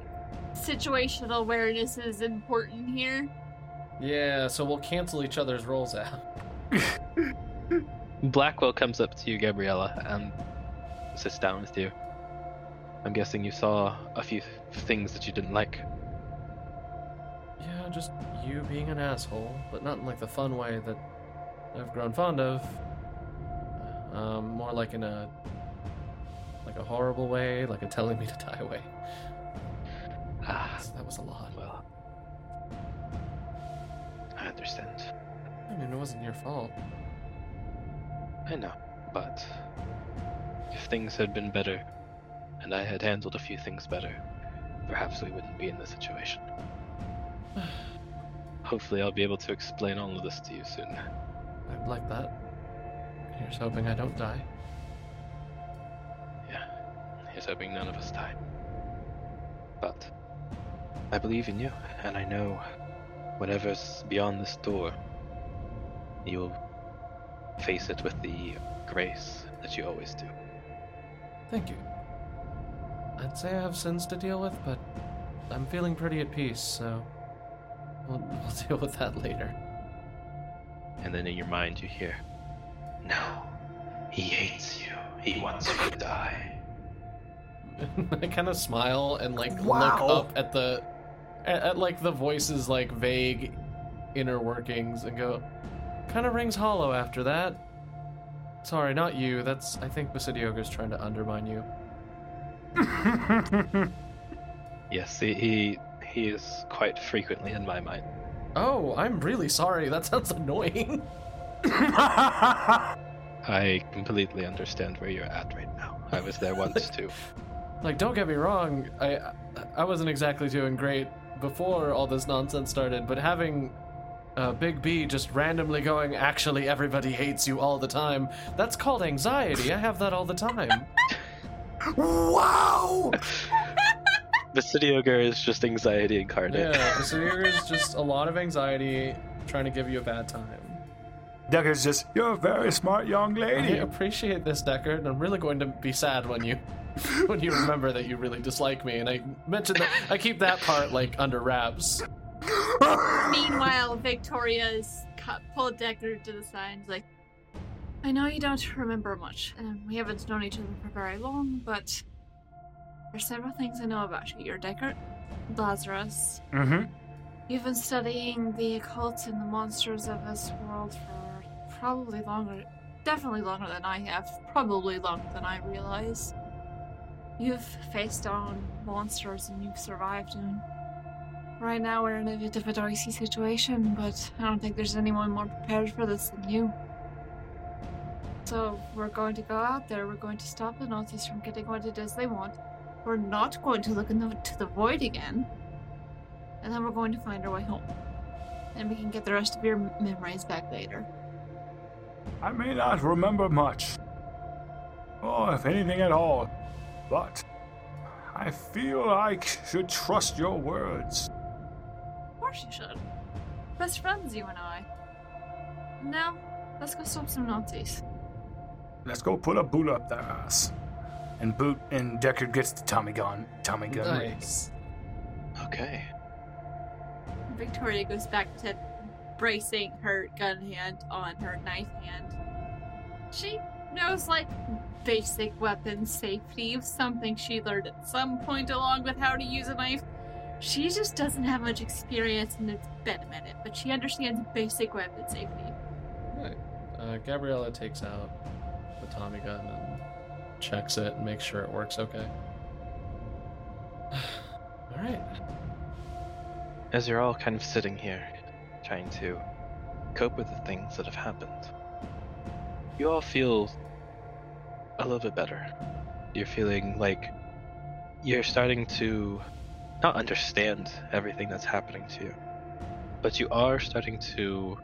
S3: situational awareness is important here.
S2: Yeah, so we'll cancel each other's rolls out.
S1: Blackwell comes up to you, Gabriella, and sits down with you. I'm guessing you saw a few things that you didn't like.
S2: Yeah, just you being an asshole, but not in like the fun way that I've grown fond of. Um, more like in a like a horrible way, like a telling me to die way.
S1: Ah,
S2: That's- that was a lot.
S1: well. I understand.
S2: I mean, it wasn't your fault.
S1: I know, but if things had been better, and I had handled a few things better, perhaps we wouldn't be in this situation. Hopefully, I'll be able to explain all of this to you soon.
S2: I'd like that. Here's hoping I don't die.
S1: Yeah, here's hoping none of us die. But I believe in you, and I know whatever's beyond this door, you'll face it with the grace that you always do.
S2: Thank you. I'd say I have sins to deal with, but I'm feeling pretty at peace, so we'll, we'll deal with that later.
S1: And then in your mind, you hear, No, he hates you. He wants you to die.
S2: I kind of smile and like
S4: Wow.
S2: look up at the at, at like the voice's like vague inner workings and go kind of rings hollow after that. Sorry, not you. That's I think Basidiogo's trying to undermine you.
S1: Yes, he, he, he is quite frequently in my mind.
S2: Oh, I'm really sorry. That sounds annoying.
S1: I completely understand where you're at right now. I was there once too.
S2: like don't get me wrong, I I wasn't exactly doing great before all this nonsense started, but having uh, Big B just randomly going, actually everybody hates you all the time. That's called anxiety. I have that all the time.
S4: wow!
S1: The city ogre is just anxiety incarnate.
S2: Yeah, so there's just a lot of anxiety trying to give you a bad time.
S4: Decker's just, you're a very smart young
S2: I
S4: lady.
S2: appreciate this, Deckard, and I'm really going to be sad when you when you remember that you really dislike me. And I mentioned that I keep that part like under wraps.
S3: Meanwhile, Victoria's cut, pulled Deckard to the side and was like,
S5: I know you don't remember much, and we haven't known each other for very long, but there's several things I know about you. You're Deckard, Lazarus.
S4: mm-hmm.
S5: You've been studying the occult and the monsters of this world for probably longer, definitely longer than I have, probably longer than I realize. You've faced on monsters and you've survived, and right now we're in a bit of a dicey situation, but I don't think there's anyone more prepared for this than you. So we're going to go out there, we're going to stop the Nazis from getting what it is they want, we're not going to look into the void again and then we're going to find our way home. And we can get the rest of your m- memories back later.
S4: I may not remember much. or if anything at all. But I feel I should trust your words.
S5: Of course you should. Best friends, you and I. Now, let's go stop some Nazis.
S4: Let's go put a boot up their ass. And boot and Deckard gets the Tommy gun. Tommy gun.
S2: Nice.
S1: Okay.
S3: Victoria goes back to bracing her gun hand on her knife hand. She knows, like, basic weapon safety, something she learned at some point along with how to use a knife. She just doesn't have much experience, and it's been a minute, but she understands basic weapon safety.
S2: Uh, Gabriella takes out the Tommy gun and checks it and makes sure it works okay. All right.
S1: As you're all kind of sitting here, trying to cope with the things that have happened, you all feel a little bit better. You're feeling like you're starting to not understand everything that's happening to you, But you are starting to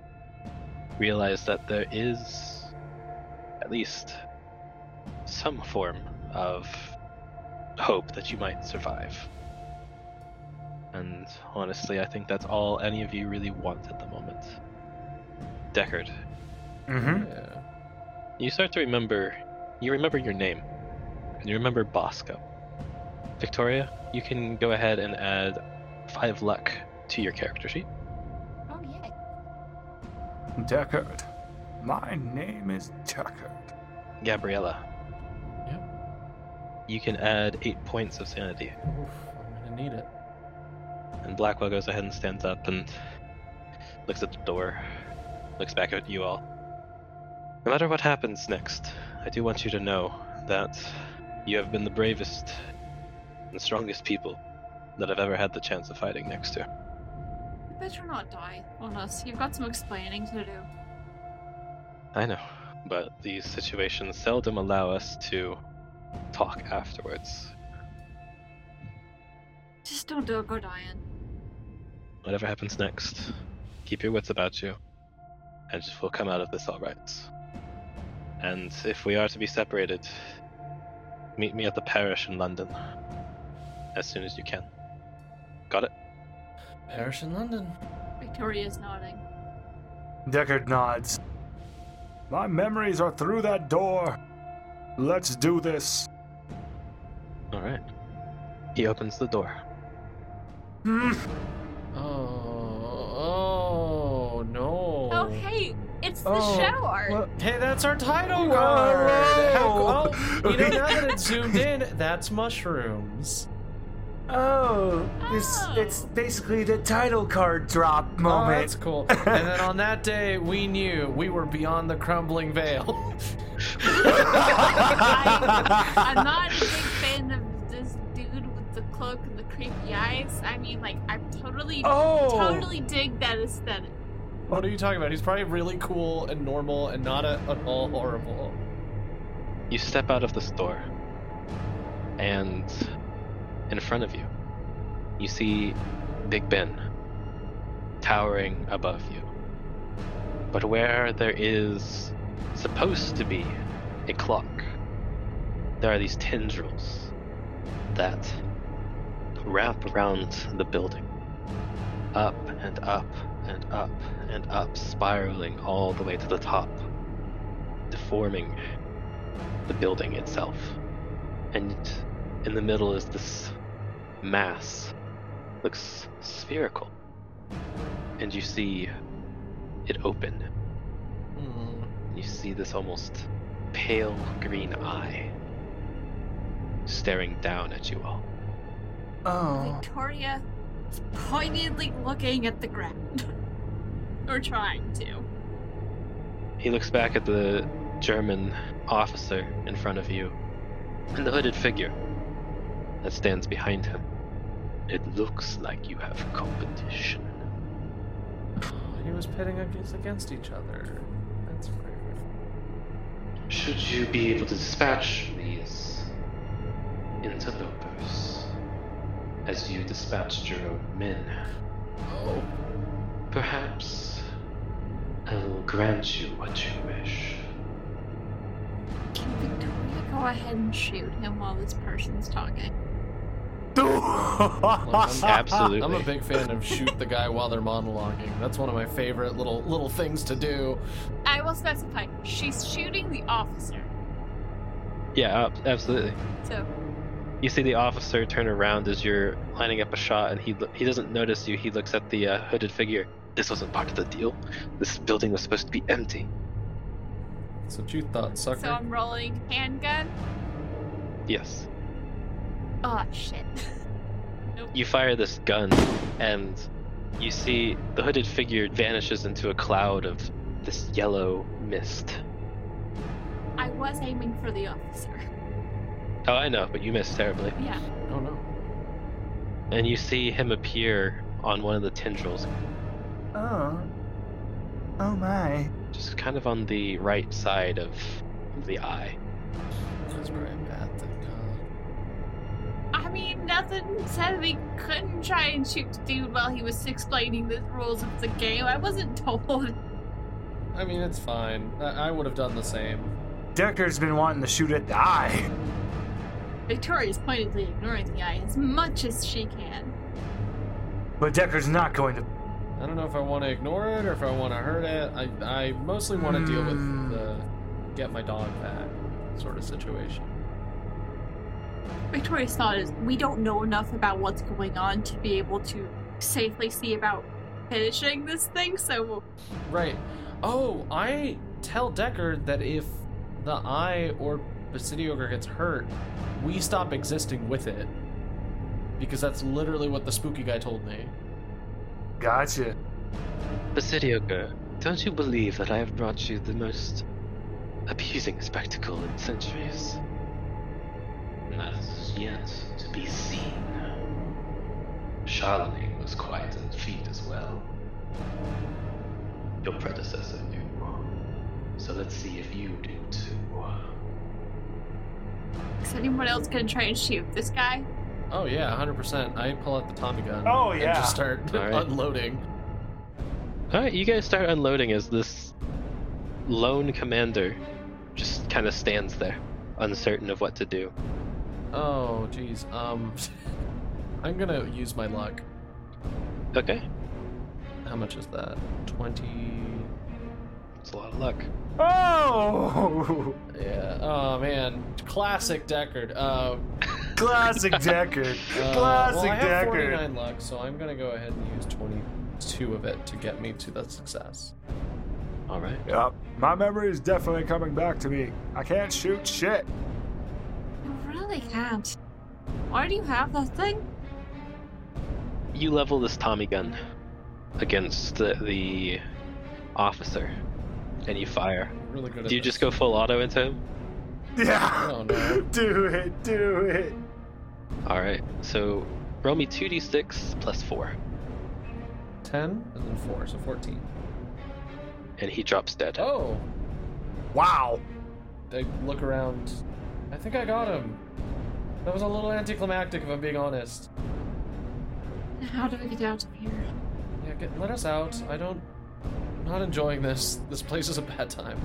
S1: realize that there is at least some form of hope that you might survive. And honestly, I think that's all any of you really want at the moment. Deckard,
S4: Mm-hmm.
S2: Yeah.
S1: you start to remember. You remember your name. And you remember Bosco. Victoria, you can go ahead and add five luck to your character sheet.
S3: Oh yeah.
S4: Deckard. My name is Deckard.
S1: Gabriella.
S2: Yep.
S1: You can add eight points of sanity.
S2: Oof, I'm gonna need it.
S1: And Blackwell goes ahead and stands up and looks at the door, looks back at you all. No matter what happens next, I do want you to know that you have been the bravest and strongest people that I've ever had the chance of fighting next to.
S5: You better not die on us. You've got some explaining to do.
S1: I know, but these situations seldom allow us to talk afterwards.
S5: Just don't do it, go dying.
S1: Whatever happens next, keep your wits about you, and we'll come out of this alright. And if we are to be separated, meet me at the parish in London as soon as you can. Got it?
S2: Parish in London.
S5: Victoria's nodding.
S4: Deckard nods. My memories are through that door. Let's do this.
S1: Alright. He opens the door.
S2: Oh, oh no.
S3: Oh hey, it's the
S4: Oh,
S3: shower.
S4: what-
S2: Hey, that's our title
S4: Oh,
S2: card.
S4: hello.
S2: How- oh, you know, now that it's zoomed in, that's mushrooms.
S4: Oh, this
S3: Oh.
S4: it's basically the title card drop
S2: Ah. Oh, that's cool.
S4: moment.
S2: And then on that day, we knew we were beyond the crumbling veil.
S3: I'm not a big fan of this dude with the cloak and the creepy eyes. I mean, like, I totally,
S4: oh,
S3: totally dig that aesthetic.
S2: what are you talking about? He's probably really cool and normal and not a, at all horrible.
S1: You step out of the store, and in front of you, you see Big Ben towering above you. But where there is supposed to be a clock, there are these tendrils that wrap around the building. Up and up and up and up, spiraling all the way to the top, deforming the building itself. And in the middle is this mass. Looks spherical. And you see it open.
S2: Hmm.
S1: You see this almost pale green eye staring down at you all.
S4: oh.
S3: Victoria is poignantly looking at the ground. or trying to.
S1: He looks back at the German officer in front of you and the hooded figure that stands behind him. It looks like you have competition.
S2: He was pitting against, against each other. That's weird.
S1: Should you be able to dispatch these interlopers as you dispatched your own men,
S2: Oh.
S1: perhaps I will grant you what you wish.
S5: Can Victoria go ahead and shoot him while this person's talking?
S1: Absolutely.
S2: I'm a big fan of shoot the guy while they're monologuing. That's one of my favorite little little things to do.
S3: I will specify, she's shooting the officer.
S1: Yeah, ab- absolutely.
S3: So,
S1: You see the officer turn around as you're lining up a shot, and he lo- he doesn't notice you. He looks at the uh, hooded figure. This wasn't part of the deal. This building was supposed to be empty.
S2: That's what you thought, sucker.
S3: so I'm rolling handgun.
S1: Yes.
S3: Oh shit.
S1: You fire this gun, and you see the hooded figure vanishes into a cloud of this yellow mist.
S3: I was aiming for the officer.
S1: Oh, I know, but you missed terribly.
S3: Yeah.
S2: oh no.
S1: And you see him appear on one of the tendrils,
S4: oh. Oh my.
S1: just kind of on the right side of the eye.
S2: uh, That's probably a bad thing.
S3: I mean, nothing said we couldn't try and shoot the dude while he was explaining the rules of the game. I wasn't told.
S2: I mean, it's fine. I, I would have done the same.
S4: Decker's been wanting to shoot at the eye.
S3: Victoria's pointedly ignoring the eye as much as she can.
S4: But Decker's not going to.
S2: I don't know if I want to ignore it or if I want to hurt it. I, I mostly want to deal with
S4: Hmm.
S2: the get my dog back sort of situation.
S3: Victoria's thought is we don't know enough about what's going on to be able to safely see about finishing this thing, so
S2: Right. Oh, I tell Decker that if the eye or Basidiogre gets hurt, we stop existing with it. Because that's literally what the spooky guy told me.
S4: Gotcha.
S1: Basidioka, don't you believe that I have brought you the most appeasing spectacle in centuries? And That is yet to be seen. Charlemagne was quite a feat as well. Your predecessor knew. So let's see if you do too.
S3: is anyone else gonna try and shoot this guy?
S2: Oh yeah, 100%. I pull out the Tommy gun.
S4: Oh,
S2: And
S4: yeah.
S2: just start
S1: Alright.
S2: unloading.
S1: Alright, you guys start unloading as this lone commander just kind of stands there, uncertain of what to do.
S2: Oh jeez. Um I'm going to use my luck.
S1: Okay,
S2: How much is that? 20
S1: it's a lot of luck.
S4: Oh!
S2: Yeah. Oh man, classic Deckard. Uh,
S4: Classic Decker.
S2: uh,
S4: Classic
S2: well, I have
S4: Decker.
S2: 49 luck, so I'm gonna go ahead and use 22 of it to get me to that success.
S1: Alright.
S4: Yep. My memory is definitely coming back to me. I can't shoot shit.
S5: You really can't. Why do you have that thing?
S1: You level this Tommy gun against the, the officer, and you fire.
S2: Really good. At
S1: Do you
S2: this.
S1: just go full auto into him?
S4: Yeah.
S2: Oh, no.
S4: Do it. Do it.
S1: All right. So roll me two d6 plus four,
S2: 10 and then 4, so 14.
S1: and he drops dead.
S2: Oh,
S4: Wow.
S2: I look around. I think I got him. That was a little anticlimactic, if I'm being honest.
S5: How do we get out of here?
S2: Yeah, get, let us out. I don't. I'm not enjoying this. This place is a bad time.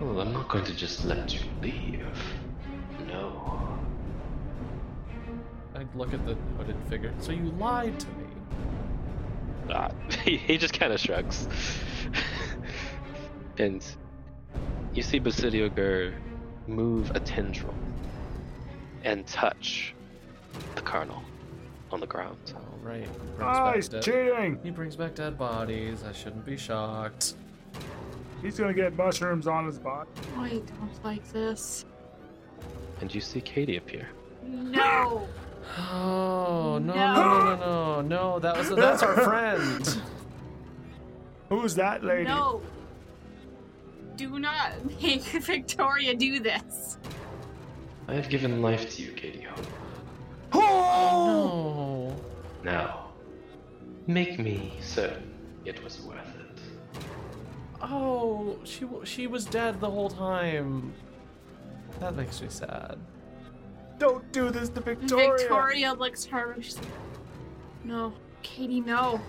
S1: Oh, I'm not going to just let you leave. No.
S2: I look at the hooded figure. So you lied to me.
S1: Ah, he, he just kind of shrugs, and you see Basidiogur move a tendril and touch the carnal on the ground.
S2: All right. Brings
S4: Ah,
S2: back
S4: he's
S2: dead-
S4: cheating.
S2: He brings back dead bodies. I shouldn't be shocked.
S4: He's gonna get mushrooms on his body.
S5: I don't like this.
S1: And you see Katie appear.
S3: No!
S2: Oh no
S3: No.
S2: no no no no! That was that's our friend.
S4: Who's that lady?
S3: No! Do not make Victoria do this.
S1: I have given life to you, Katie Hope.
S4: Oh!
S2: No.
S1: Now, make me certain it was worth it.
S2: Oh, she w- she was dead the whole time. That makes me sad.
S4: Don't do this to Victoria.
S3: Victoria, looks hurt. She's like,
S5: No. Katie, no.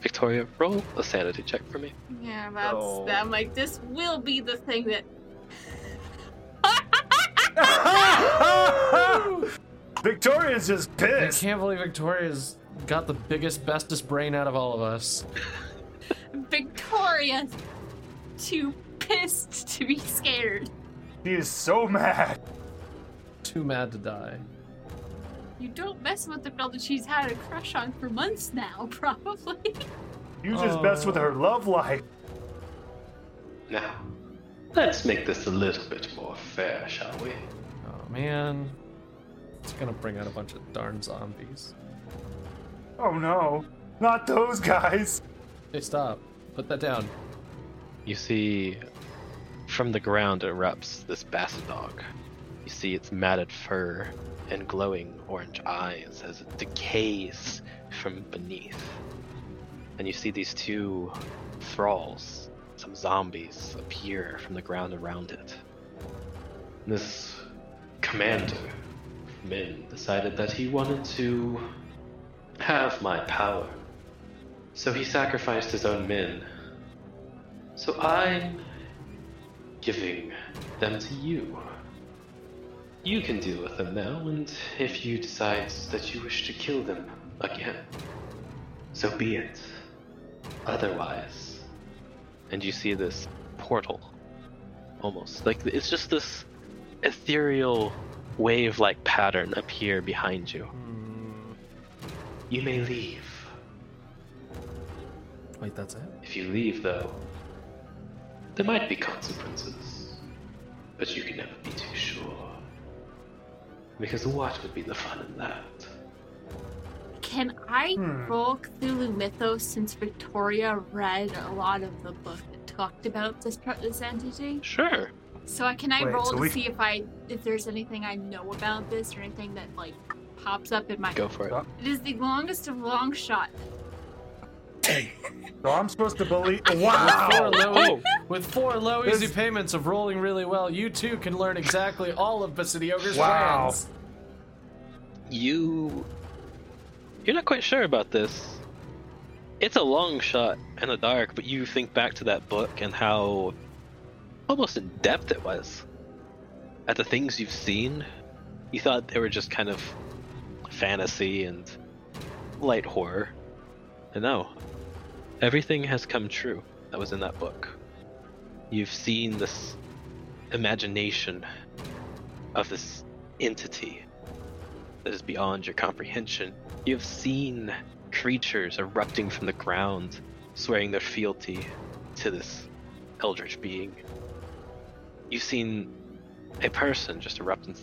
S1: Victoria, roll a sanity check for me.
S3: yeah, that's.
S4: No.
S3: I'm like, this will be the thing that.
S4: Victoria's just
S2: I
S4: pissed.
S2: can't believe Victoria's got the biggest, bestest brain out of all of us.
S3: Victoria's too pissed to be scared.
S4: He is so mad.
S2: Too mad to die.
S3: You don't mess with the girl that she's had a crush on for months now, probably.
S4: You just messed
S2: Oh.
S4: with her love life.
S1: Now, let's make this a little bit more fair, shall we?
S2: Oh man, it's gonna bring out a bunch of darn zombies.
S4: Oh no. Not those guys.
S2: Hey, stop! Put that down.
S1: You see, from the ground erupts this basset dog. You see its matted fur and glowing orange eyes as it decays from beneath. And you see these two thralls, some zombies, appear from the ground around it. This commander Min decided that he wanted to have my power. So he sacrificed his own Min. So I'm giving them to you. You can deal with them now, and if you decide that you wish to kill them again, so be it. Otherwise. And you see this portal. Almost. Like, it's just this ethereal wave like pattern appear behind you. You may leave.
S2: Wait, that's it?
S1: If you leave, though, there might be consequences. But you can never be too sure. Because what would be the fun in that?
S3: Can I
S4: Hmm.
S3: roll Cthulhu Mythos since Victoria read a lot of the book that talked about this pro- this entity?
S1: Sure.
S3: So I can I
S4: Wait,
S3: roll
S4: so
S3: to
S4: we-
S3: see if I if there's anything I know about this or anything that like pops up in my.
S1: Go for it.
S3: It is the longest of long shot.
S4: So I'm supposed to believe.
S2: Four
S4: Wow!
S2: low,
S1: Oh.
S2: With four low
S4: This-
S2: easy payments of rolling really well, you too can learn exactly all of Basidi Ogre's
S4: Wow.
S2: plans.
S1: You. You're not quite sure about this. It's a long shot in the dark, but you think back to that book and how almost in depth it was. At the things you've seen, you thought they were just kind of fantasy and light horror. And no, everything has come true that was in that book. You've seen this imagination of this entity that is beyond your comprehension. You have seen creatures erupting from the ground, swearing their fealty to this eldritch being. You've seen a person just erupt in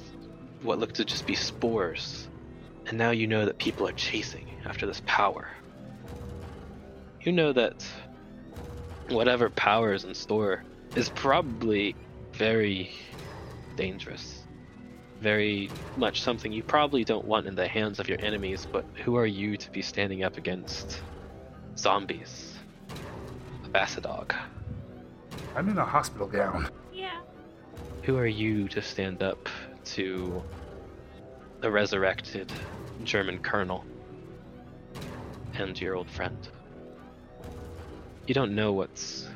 S1: what looked to just be spores, and now you know that people are chasing after this power. You know that whatever power is in store is probably very dangerous, very much something you probably don't want in the hands of your enemies, but who are you to be standing up against zombies? A Bassadog.
S4: I'm in a hospital gown.
S3: Yeah.
S1: Who are you to stand up to a resurrected German colonel and your old friend? You don't know what's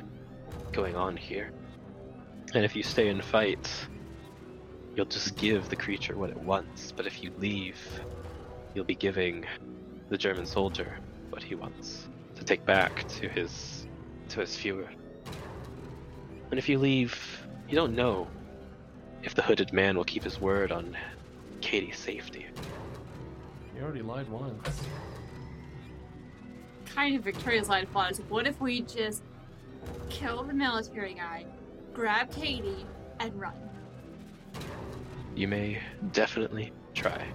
S1: going on here. And if you stay and fight, you'll just give the creature what it wants. But if you leave, you'll be giving the German soldier what he wants to take back to his to his Fuhrer. And if you leave, you don't know if the hooded man will keep his word on Katie's safety.
S2: You already lied once.
S3: Kind of Victoria's line of thought is what if we just kill the military guy, grab Katie, and run?
S1: You may definitely try.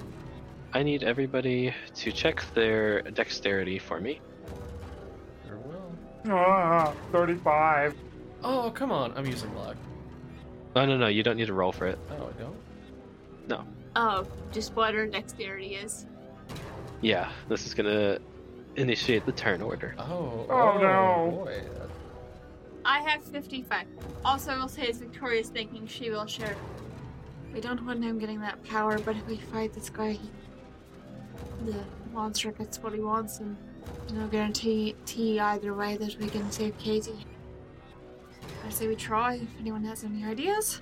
S1: I need everybody to check their dexterity for me.
S2: Sure will.
S4: Ah, 35.
S2: Oh, come on. I'm using luck.
S1: Oh, No, no, no, you don't need to roll for it.
S2: Oh, I don't?
S3: Oh, just what her dexterity is.
S1: Yeah, this is gonna initiate the turn order.
S2: Oh,
S4: Oh, no.
S2: Boy.
S3: I have 55. Also, I will say as Victoria's thinking she will share.
S5: We don't want him getting that power, but if we fight this guy, he, the monster gets what he wants, and no guarantee tea either way that we can save Katie. I say we try. If anyone has any ideas,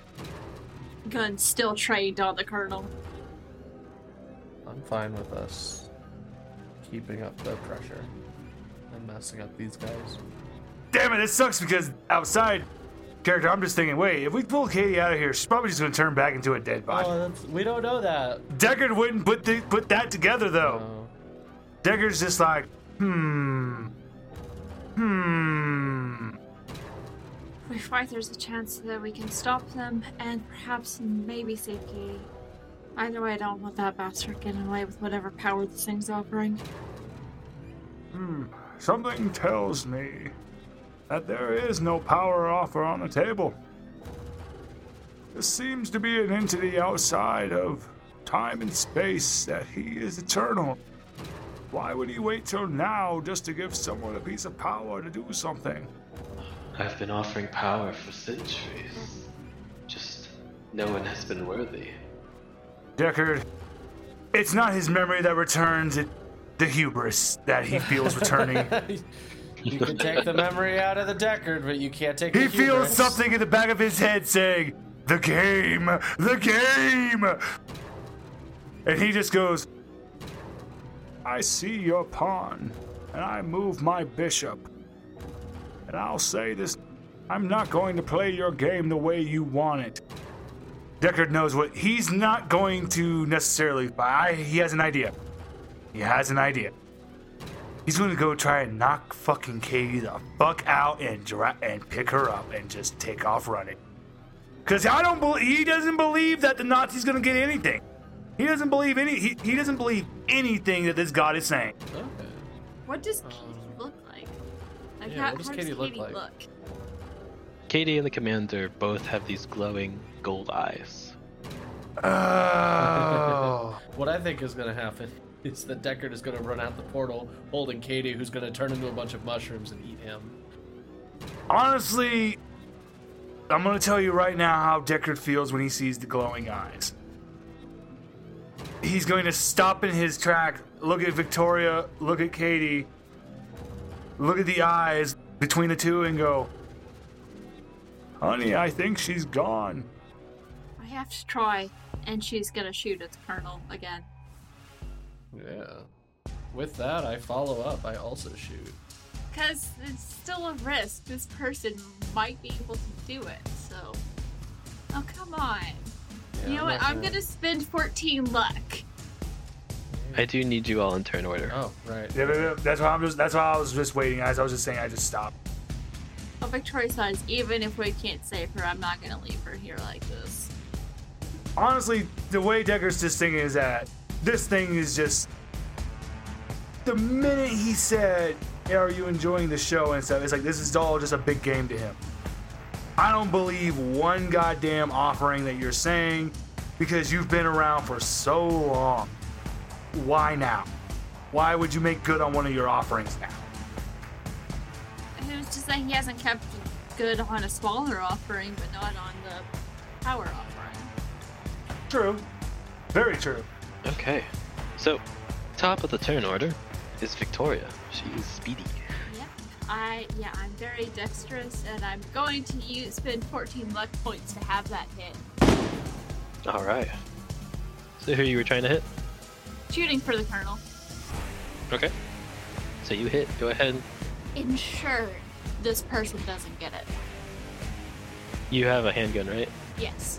S3: Gun still trained on the colonel.
S2: I'm fine with us keeping up the pressure and messing up these guys.
S4: Damn it, it sucks because outside character, I'm just thinking, wait, if we pull Katie out of here, she's probably just going to turn back into a dead body.
S2: Oh, that's, we don't know that.
S4: Deckard wouldn't put, the, put that together, though.
S2: No.
S4: Deckard's just like, hmm. Hmm.
S5: if we fight, there's a chance that we can stop them and perhaps maybe save Katie. Either way, I don't want that bastard getting away with whatever power this thing's offering.
S4: Hmm. Something tells me that there is no power offer on the table. This seems to be an entity outside of time and space that he is eternal. Why would he wait till now just to give someone a piece of power to do something?
S1: I've been offering power for centuries. Just no one has been worthy.
S4: Deckard, It's not his memory that returns, it the hubris that he feels returning.
S2: you can take the memory out of the Deckard, but you can't take.
S4: He
S2: the
S4: feels
S2: hubris.
S4: something in the back of his head saying, The game! The game! And he just goes, I see your pawn, and I move my bishop. And I'll say this I'm not going to play your game the way you want it. Deckard knows what he's not going to necessarily buy. He has an idea. He has an idea. He's gonna go try and knock fucking Katie the fuck out and dra- and pick her up and just take off running. Cause I don't believe he doesn't believe that the Nazi's gonna get anything. He doesn't believe any he, he doesn't believe anything that this god is saying.
S2: Okay.
S3: What does Katie
S2: Um,
S3: look like? Like,
S2: yeah,
S3: how,
S2: what does
S3: how
S2: Katie
S3: does
S2: look
S3: Katie
S2: like?
S3: look?
S1: Katie and the commander both have these glowing gold eyes.
S4: Oh.
S2: What I think is going to happen is that Deckard is going to run out the portal holding Katie, who's going to turn into a bunch of mushrooms and eat him.
S4: Honestly, I'm gonna tell you right now how Deckard feels when he sees the glowing eyes. He's going to stop in his track, look at Victoria, look at Katie, look at the eyes between the two, and go, Honey, I think she's gone.
S3: I have to try. And she's gonna shoot at the colonel again.
S2: Yeah. With that, I follow up. I also shoot.
S3: Because it's still a risk. This person might be able to do it, so. Oh, come on.
S2: Yeah,
S3: you know
S2: not
S3: what? I'm gonna spend 14 luck.
S1: I do need you all in turn order.
S2: Oh, right.
S4: Yeah, yeah, yeah, That's why I'm just. That's why I was just waiting. As I was just saying, I just stopped.
S3: Oh, Victoria says, even if we can't save her, I'm not gonna leave her here like this.
S4: honestly, the way Decker's just thinking is that this thing is just. The minute he said, hey, "Are you enjoying the show?" and stuff, it's like this is all just a big game to him. I don't believe one goddamn offering that you're saying because you've been around for so long. Why now? Why would you make good on one of your offerings now?
S3: Who's to say he hasn't kept good on a smaller offering, but not on the power offering?
S4: True. Very true.
S1: Okay. So, top of the turn order is Victoria. She is speedy.
S3: Yeah, I yeah, I'm very dexterous, and I'm going to use spend 14 luck points to have that hit.
S1: All right. So who you were trying to hit?
S3: Shooting for the colonel.
S1: Okay. So you hit. Go ahead.
S3: Ensure this person doesn't get it.
S1: You have a handgun, right?
S3: Yes.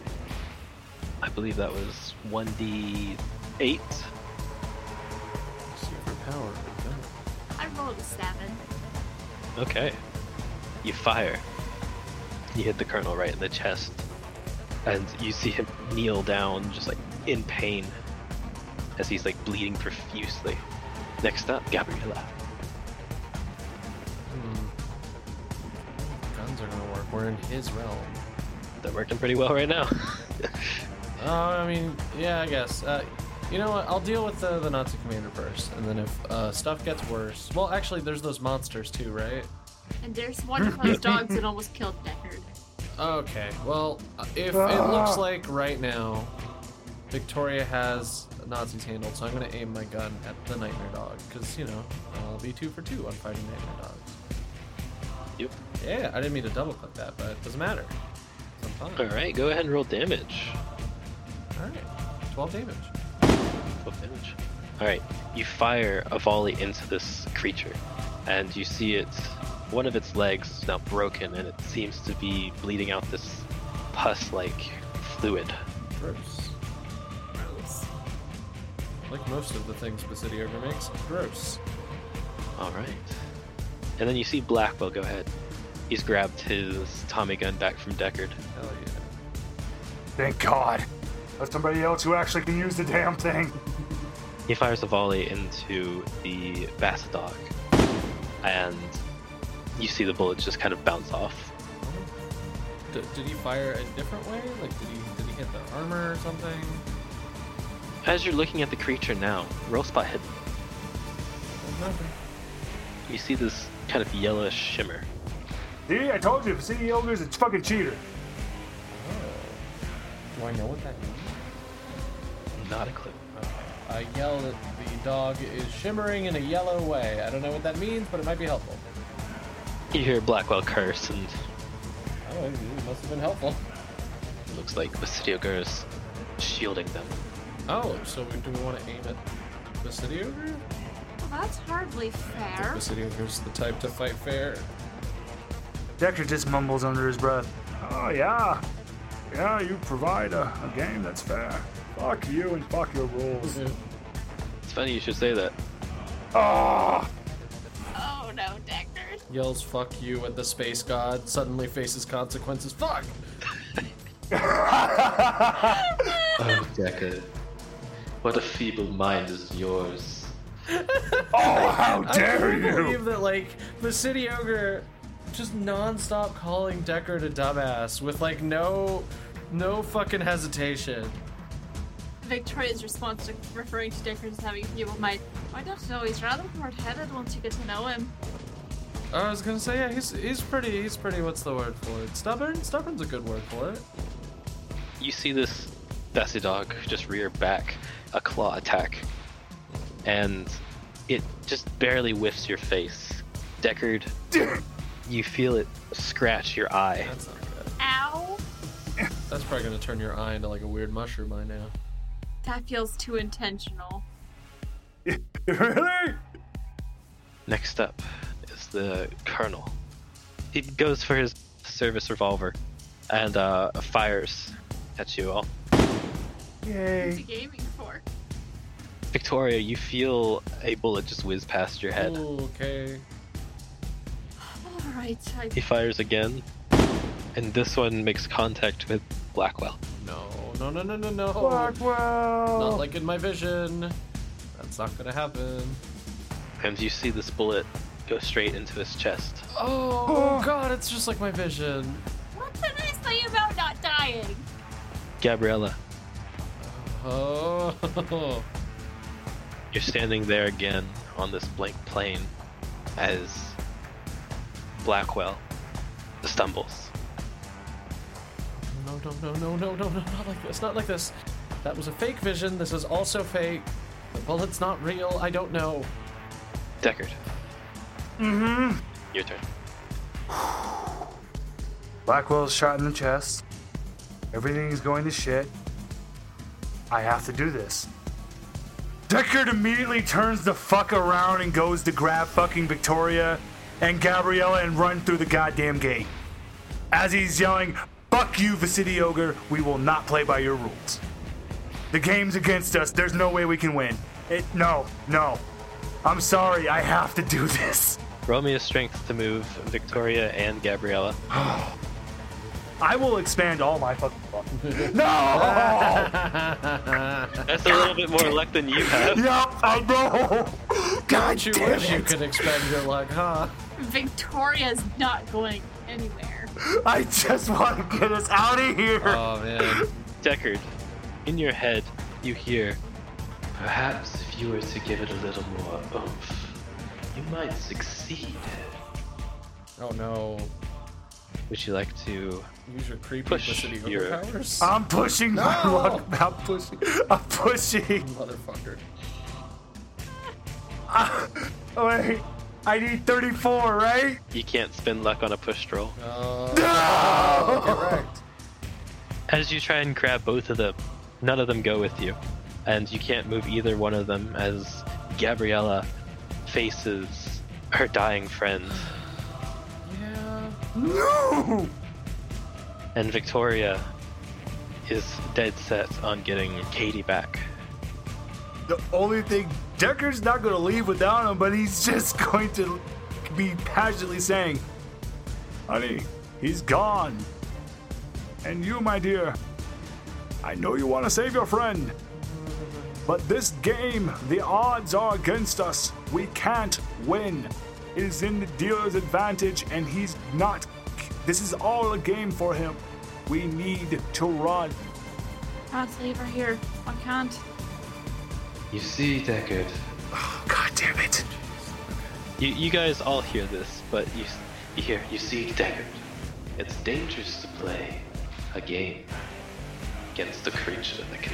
S1: I believe that was 1d8.
S2: Superpower.
S3: I rolled a seven.
S1: Okay. You fire. You hit the colonel right in the chest, and you see him kneel down, just like in pain, as he's like bleeding profusely. Next up, Gabriella.
S2: Hmm. Guns are going to work. We're in his realm.
S1: They're working pretty well right now.
S2: Uh, I mean, yeah, I guess. Uh, you know what? I'll deal with the, the Nazi commander first, and then if uh, stuff gets worse, well, actually, there's those monsters too, right?
S3: And there's one of those dogs that almost killed Deckard.
S2: Okay. Well, uh, if it looks like right now, Victoria has Nazis handled, so I'm gonna aim my gun at the nightmare dog because you know I'll be two for two on fighting nightmare dogs.
S1: Yep.
S2: Yeah, I didn't mean to double click that, but it doesn't matter. 'cause I'm fine.
S1: All right, go ahead and roll damage.
S2: All right. Twelve damage.
S1: Twelve damage. All right, you fire a volley into this creature, and you see it. One of its legs is now broken, and it seems to be bleeding out this pus-like fluid.
S2: Gross.
S3: Gross.
S2: Like most of the things Basidio ever makes, gross.
S1: All right. And then you see Blackwell go ahead. He's grabbed his Tommy gun back from Deckard.
S2: Hell yeah.
S4: Thank God. There's somebody else who actually can use the damn thing.
S1: He fires a volley into the Bass dog, and you see the bullets just kind of bounce off.
S2: D- did he fire a different way? Like, did he did he hit the armor or something?
S1: As you're looking at the creature now, roll spot hidden.
S2: There's nothing.
S1: You see this kind of yellowish shimmer.
S4: See, I told you, City Ogre's a E fucking cheater.
S2: Do I know what that means?
S1: Not a clue.
S2: Okay. I yell that the dog is shimmering in a yellow way. I don't know what that means, but it might be helpful.
S1: You hear Blackwell curse, and
S2: Oh, it it must have been helpful.
S1: it looks like Basidio is shielding them.
S2: Oh, so we- do we want to aim at Basidio?
S6: Well, that's hardly fair.
S2: Basidio's the type to fight fair.
S5: Decker just mumbles under his breath. Oh, yeah. Yeah, you provide a, a game that's fair. Fuck you and fuck your rules.
S1: It's funny you should say that.
S5: Oh!
S3: Oh no, Deckard.
S2: Yells "fuck you" at the space god. Suddenly faces consequences. Fuck.
S1: Oh, Decker. What a feeble mind is yours.
S5: Oh, how
S2: I
S5: dare
S2: can't believe
S5: you!
S2: that like the city ogre just nonstop calling Deckard a dumbass with like no no fucking hesitation.
S3: Victoria's response to referring to Deckard as having a feeble mind.
S6: I don't know. He's rather hard-headed once you get to know him.
S2: I was gonna say yeah, he's he's pretty he's pretty what's the word for it? Stubborn? Stubborn's a good word for it.
S1: You see this Basidog just rear back a claw attack, and it just barely whiffs your face. Deckard, you feel it scratch your eye.
S2: That's not good.
S3: Ow!
S2: That's probably gonna turn your eye into like a weird mushroom by now.
S3: That feels too intentional.
S5: really?
S1: Next up is the Colonel. He goes for his service revolver and uh, fires at you all.
S3: What's he
S5: Yay.
S3: gaming for?
S1: Victoria, you feel a bullet just whiz past your head.
S2: Ooh, okay.
S6: All right. I...
S1: He fires again, and this one makes contact with Blackwell.
S2: No, no, no, no, no, no. Not
S5: Blackwell!
S2: like in my vision. That's not gonna happen.
S1: And you see this bullet go straight into his chest.
S2: Oh, god, it's just like my vision.
S3: What did I say about not dying?
S1: Gabriella,
S2: Oh.
S1: you're standing there again on this blank plane as Blackwell stumbles.
S2: No, no, no, no, no, no, no, not like this, not like this. That was a fake vision. This is also fake. The bullet's not real. I don't know.
S1: Deckard,
S5: Mm-hmm.
S1: your turn.
S5: Blackwell's shot in the chest. Everything's going to shit. I have to do this. Deckard immediately turns the fuck around and goes to grab fucking Victoria and Gabriella and run through the goddamn gate. As he's yelling, Fuck you, Vicity Ogre, we will not play by your rules. The game's against us, there's no way we can win. It, no, no. I'm sorry, I have to do this.
S1: Romeo's strength to move Victoria and Gabriella.
S5: I will expand all my fucking. No!
S1: That's a little bit more luck than you have.
S5: Yep, I know. God
S2: Don't you
S5: damn
S2: wish you
S5: it!
S2: could expend your luck, huh?
S3: Victoria's not going anywhere.
S5: I just want to get us out of here.
S2: Oh man.
S1: Deckard, in your head, you hear. Perhaps if you were to give it a little more oomph, you might succeed.
S2: Oh no.
S1: Would you like to
S2: Use your creepy
S1: Push
S2: publicity
S1: your-
S2: overpowers.
S5: I'm pushing my
S2: No!
S5: luck. I'm pushing. I'm pushing.
S2: Motherfucker.
S5: Wait, I need 34, right?
S1: You can't spend luck on a push roll.
S2: Oh,
S5: Correct.
S1: As you try and grab both of them, none of them go with you, and you can't move either one of them as Gabriella faces her dying friend,
S2: yeah.
S5: No.
S1: and Victoria is dead set on getting Katie back.
S5: The only thing Decker's not gonna leave without him, but he's just going to be passionately saying, "Honey, he's gone." And you, my dear, I know you want to save your friend, but this game, the odds are against us. We can't win. It is in the dealer's advantage, and he's not. This is all a game for him. We need to run.
S6: Can't leave her here. I can't.
S1: You see, Deckard.
S5: God damn it!
S1: You, you guys all hear this, but you, s- you hear, you see, Deckard. It's dangerous to play a game against a creature that can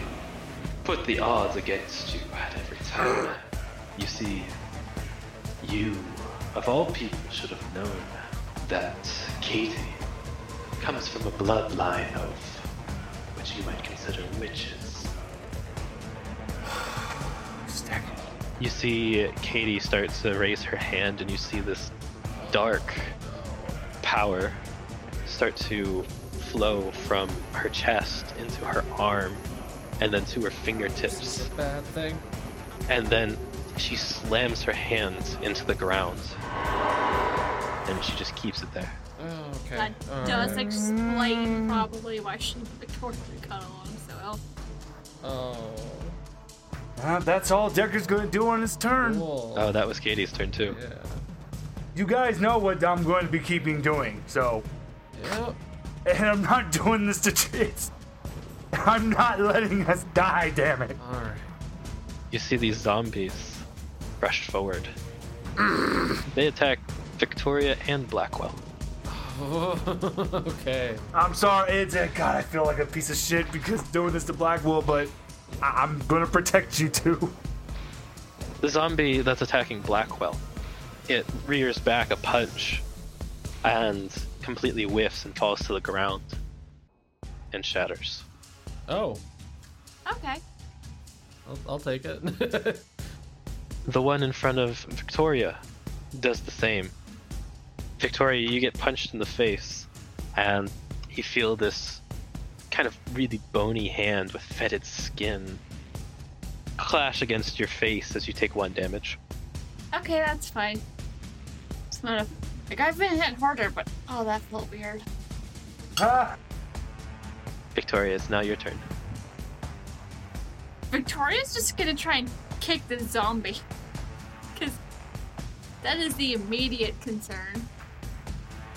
S1: put the odds against you at every time. You see, you, of all people, should have known that Katie comes from a bloodline of what you might consider witches. You see Katie starts to raise her hand, and you see this dark power start to flow from her chest into her arm and then to her
S2: It's
S1: fingertips.
S2: a bad thing.
S1: And then she slams her hands into the ground. And she just keeps it there.
S2: Oh, okay.
S3: That
S2: All
S3: does
S2: right.
S3: explain probably why she Victoria got along so well.
S2: Oh.
S4: Uh, that's all Decker's gonna do on his turn.
S2: Cool.
S1: Oh, that was Katie's turn too.
S2: yeah.
S4: You guys know what I'm going to be keeping doing, so
S2: Yep.
S4: and I'm not doing this to chase. I'm not letting us die, damn it.
S2: All right.
S1: You see these zombies rush forward. they attack Victoria and Blackwell.
S2: okay.
S4: I'm sorry, it's uh, God. I feel like a piece of shit because doing this to Black Wolf, but I- I'm gonna protect you too.
S1: The zombie that's attacking Blackwell, it rears back a punch and completely whiffs and falls to the ground and shatters.
S2: Oh,
S3: Okay.
S2: I'll, I'll take it.
S1: The one in front of Victoria does the same. Victoria, you get punched in the face, and you feel this kind of really bony hand with fetid skin clash against your face as you take one damage.
S3: Okay, that's fine. It's not a like I've been hit harder, but oh that felt weird.
S4: Ah,
S1: Victoria, it's now your turn.
S3: Victoria's just gonna try and kick the zombie. Cause that is the immediate concern.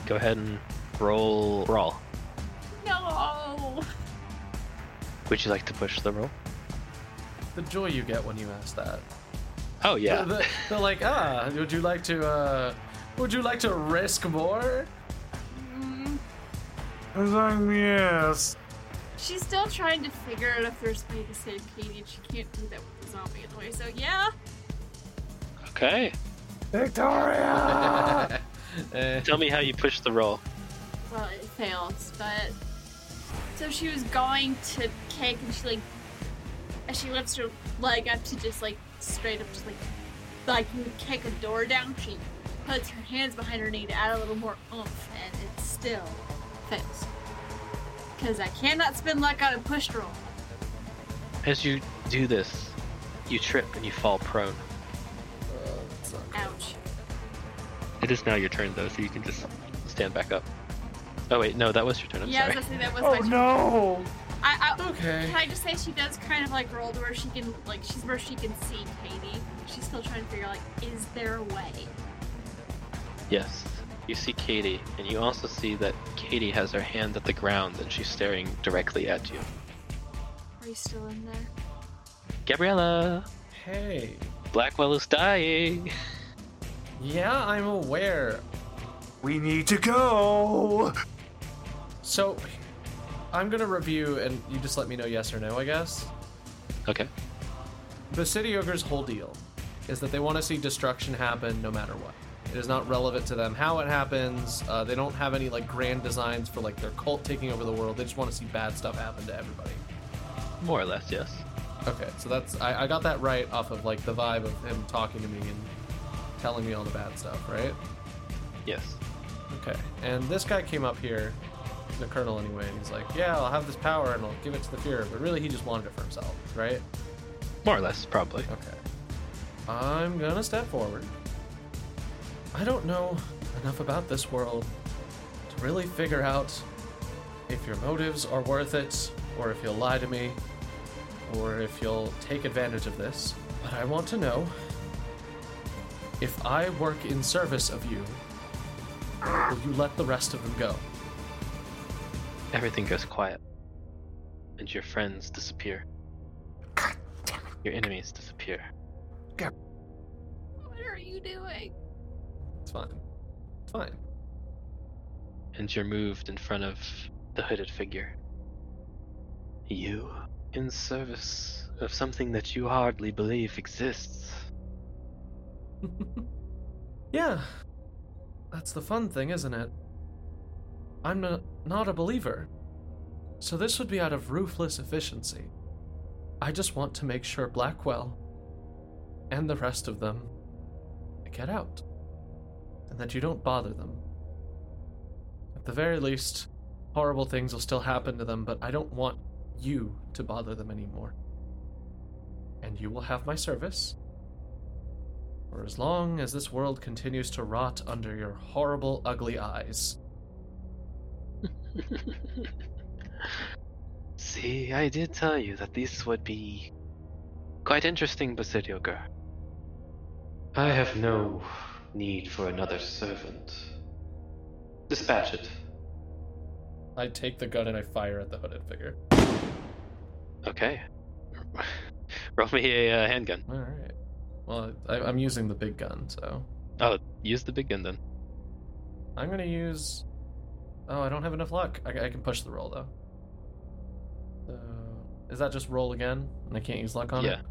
S1: Go ahead and roll brawl.
S3: No.
S1: Would you like to push the roll?
S2: the joy you get when you ask that.
S1: Oh yeah.
S2: They're, they're like, ah, would you like to, uh, would you like to risk more?
S3: Mm,
S4: I was like, yes.
S3: she's still trying to figure out if there's a way to save Katie and she can't do that with the zombie anyway, so yeah.
S1: okay.
S4: Victoria!
S2: Eh,
S1: Tell me how you push the roll.
S3: Well, it fails, but so she was going to kick, and she like, as she lifts her leg up to just like straight up, just like like you would kick a door down, she puts her hands behind her knee to add a little more oomph, and it still fails. Because I cannot spin luck on a push roll.
S1: As you do this, you trip and you fall prone.
S3: Ouch.
S1: It is now your turn though, so you can just stand back up. Oh wait, no, that was your turn. I'm
S3: yeah, I was
S1: sorry.
S3: gonna say that was
S4: Oh
S3: my turn.
S4: no!
S3: I, I,
S2: okay.
S3: Can I just say she does kind of like roll to where she can like she's where she can see Katie. She's still trying to figure out like is there a way?
S1: Yes. You see Katie, and you also see that Katie has her hand at the ground and she's staring directly at you.
S3: Are you still in there?
S1: Gabriella,
S2: Hey.
S1: Blackwell is dying.
S2: Yeah, I'm aware.
S4: We need to go!
S2: So, I'm gonna review, and you just let me know yes or no, I guess.
S1: Okay.
S2: The City Ogre's whole deal is that they want to see destruction happen no matter what. It is not relevant to them how it happens. Uh, they don't have any like grand designs for like their cult taking over the world. They just want to see bad stuff happen to everybody.
S1: More or less, yes.
S2: Okay, so that's I, I got that right off of like the vibe of him talking to me and telling me all the bad stuff, right?
S1: Yes.
S2: Okay. And this guy came up here, the colonel anyway, and he's like, "Yeah, I'll have this power and I'll give it to the Fuhrer," but really he just wanted it for himself, right?
S1: More or less, probably.
S2: Okay. I'm gonna step forward. I don't know enough about this world to really figure out if your motives are worth it, or if you'll lie to me, or if you'll take advantage of this. But I want to know if I work in service of you, will you let the rest of them go?
S1: Everything goes quiet, and your friends disappear. Your enemies disappear.
S3: What are you doing?
S2: It's fine. It's fine.
S1: and you're moved in front of the hooded figure. You in service of something that you hardly believe exists.
S2: yeah. That's the fun thing, isn't it? I'm not, not a believer. So this would be out of ruthless efficiency. I just want to make sure Blackwell and the rest of them get out. And that you don't bother them. At the very least, horrible things will still happen to them, but I don't want you to bother them anymore. And you will have my service. For as long as this world continues to rot under your horrible, ugly eyes.
S1: See, I did tell you that this would be quite interesting, Basidio girl. I have no need for another servant. Dispatch it.
S2: I take the gun and I fire at the hooded figure.
S1: Okay. Roll me a uh, handgun.
S2: Alright. Well, I, I'm using the big gun, so.
S1: Oh, use the big gun then.
S2: I'm gonna use. Oh, I don't have enough luck. I, I can push the roll, though. So. Is that just roll again? And I can't use luck on
S1: yeah.
S2: it?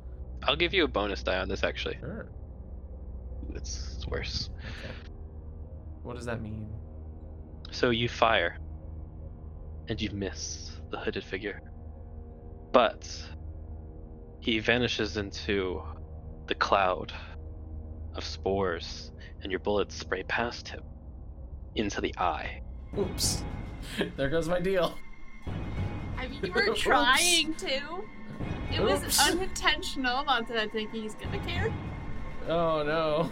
S1: I'll give you a bonus die on this actually.
S2: Sure.
S1: It's, it's worse.
S2: Okay. What does that mean?
S1: So you fire, and you miss the hooded figure. But he vanishes into the cloud of spores, and your bullets spray past him into the eye.
S2: Oops. there goes my deal.
S3: I mean, you were
S2: Oops.
S3: trying to. It was
S2: Oops.
S3: unintentional. Not that I think he's gonna care.
S2: Oh no.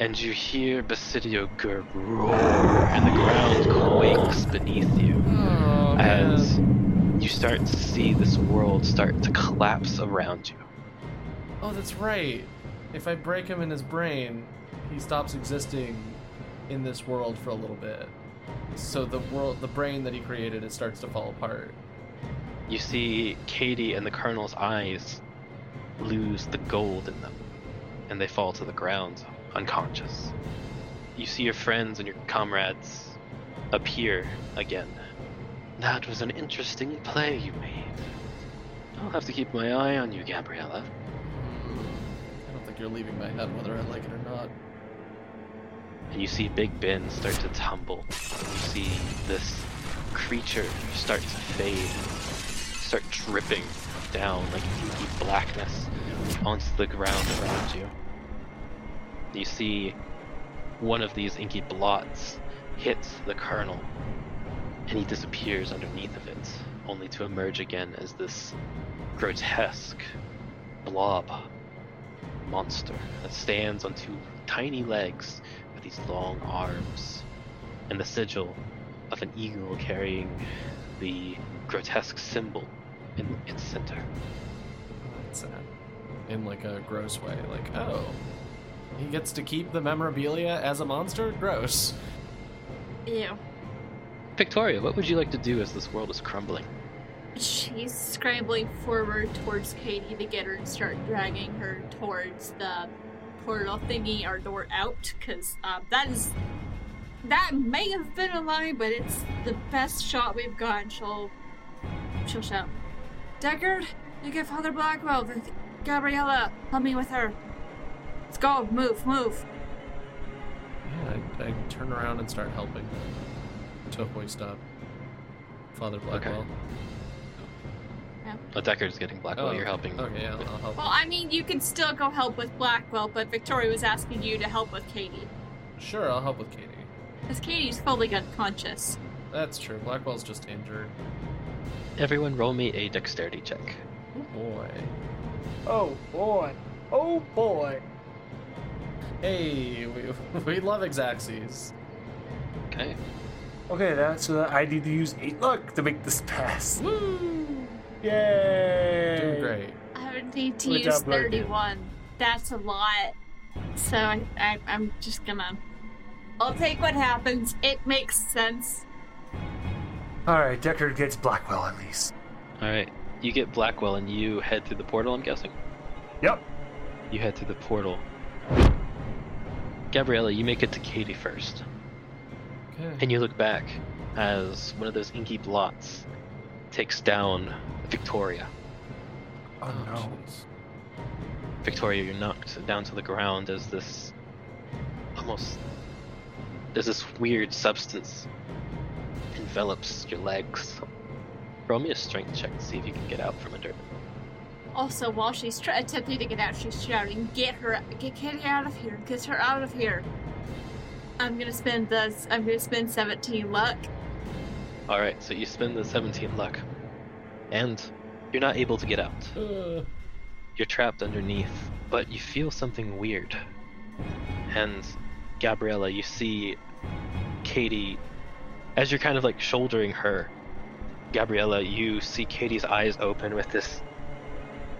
S1: And you hear Basidio Gurb roar, and the ground quakes beneath you.
S2: Oh, man.
S1: as you start to see this world start to collapse around you.
S2: Oh, that's right. If I break him in his brain, he stops existing in this world for a little bit. So the world, the brain that he created, it starts to fall apart.
S1: You see Katie and the Colonel's eyes lose the gold in them, and they fall to the ground, unconscious. You see your friends and your comrades appear again. That was an interesting play you made. I'll have to keep my eye on you, Gabriella.
S2: I don't think you're leaving my head, whether I like it or not.
S1: and you see Big Ben start to tumble. You see this creature start to fade, start dripping down like inky blackness onto the ground around you. You see one of these inky blots hits the colonel, and he disappears underneath of it, only to emerge again as this grotesque blob monster that stands on two tiny legs with these long arms and the sigil of an eagle carrying the grotesque symbol in its center.
S2: Oh, That's sad. In like a gross way, like oh, he gets to keep the memorabilia as a monster. Gross.
S3: Ew.
S1: Victoria, what would you like to do as this world is crumbling?
S3: She's scrambling forward towards Katie to get her and start dragging her towards the portal thingy or door out, because um, that is. That may have been a lie, but it's the best shot we've gotten. She'll. She'll shout.
S5: Deckard, you get Father Blackwell. with Gabriella, help me with her. Let's go. Move, move.
S2: Yeah, I, I turn around and start helping. Topoi, stop. Father Blackwell.
S1: Oh, Deckard's getting Blackwell.
S2: Oh,
S1: You're helping.
S2: Okay, yeah, I'll, I'll help.
S3: Well, I mean, you can still go help with Blackwell, but Victoria was asking you to help with Katie.
S2: Sure, I'll help with Katie.
S3: Because Katie's fully unconscious.
S2: That's true. Blackwell's just injured.
S1: Everyone, roll me a dexterity check.
S2: Oh boy.
S4: Oh boy. Oh boy.
S2: Hey, we, we love Exaxes.
S1: Okay.
S4: Okay, that's so that I need to use eight luck to make this pass.
S2: Woo!
S4: Yay!
S2: Doing great.
S3: I would need to
S4: Good
S3: use
S4: job, Lord.
S3: 31. That's a lot. So I, I, I'm just gonna. I'll take what happens. It makes sense.
S4: All right, Deckard gets Blackwell at least.
S1: All right. You get Blackwell, and you head through the portal. I'm guessing.
S4: Yep.
S1: You head through the portal. Gabriella, you make it to Katie first.
S2: Okay.
S1: And you look back as one of those inky blots takes down Victoria.
S4: Oh no.
S2: jeez.
S1: Victoria, you're knocked down to the ground as this almost there's this weird substance envelops your legs. Throw me a strength check to see if you can get out from under it.
S3: Also, while she's try- attempting to get out, she's shouting, "Get her! Get Katie out of here! Get her out of here!" I'm gonna spend this. I'm gonna spend 17 luck.
S1: All right, so you spend the 17 luck, and you're not able to get out.
S2: Uh,
S1: You're trapped underneath, but you feel something weird. And Gabriella, you see Katie as you're kind of like shouldering her. Gabriella, you see Katie's eyes open with this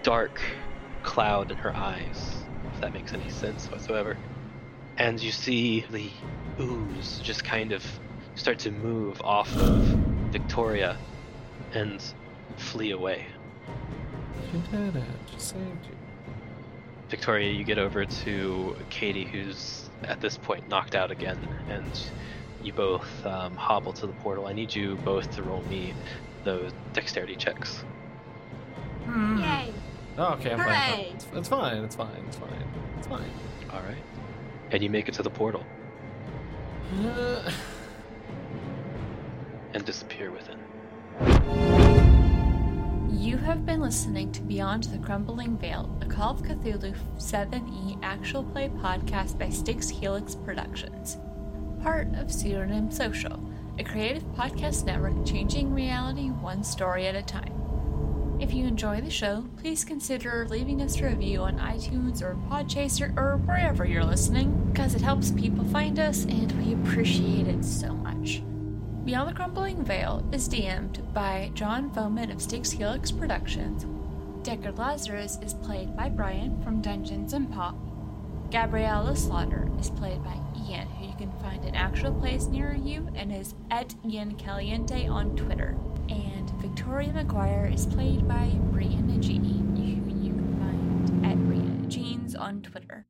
S1: dark cloud in her eyes, if that makes any sense whatsoever. And you see the ooze just kind of start to move off of Victoria and flee away.
S2: you did it. She saved you.
S1: Victoria, you get over to Katie, who's at this point knocked out again, and you both um, hobble to the portal. I need you both to roll me those dexterity checks.
S4: Hmm.
S3: Yay!
S2: Oh, okay, I'm fine.
S3: Hooray!
S2: It's, it's fine. It's fine. It's fine. It's fine.
S1: All right. And you make it to the portal
S2: Uh,
S1: and disappear within.
S7: You have been listening to Beyond the Crumbling Veil, a Call of Cthulhu 7e actual play podcast by Styx Helix Productions, part of Pseudonym Social, a creative podcast network changing reality one story at a time. If you enjoy the show, please consider leaving us a review on iTunes or Podchaser or wherever you're listening, because it helps people find us and we appreciate it so much. Beyond the Crumbling Veil is DM'd by John Foman of Styx Helix Productions. Deckard Lazarus is played by Brian from Dungeons and Pop. Gabriella Slaughter is played by Ian, who you can find in actual plays near you and is at Ian Caliente on Twitter. And Victoria McGuire is played by Brianna G, who you can find at Brianna Jeans on Twitter.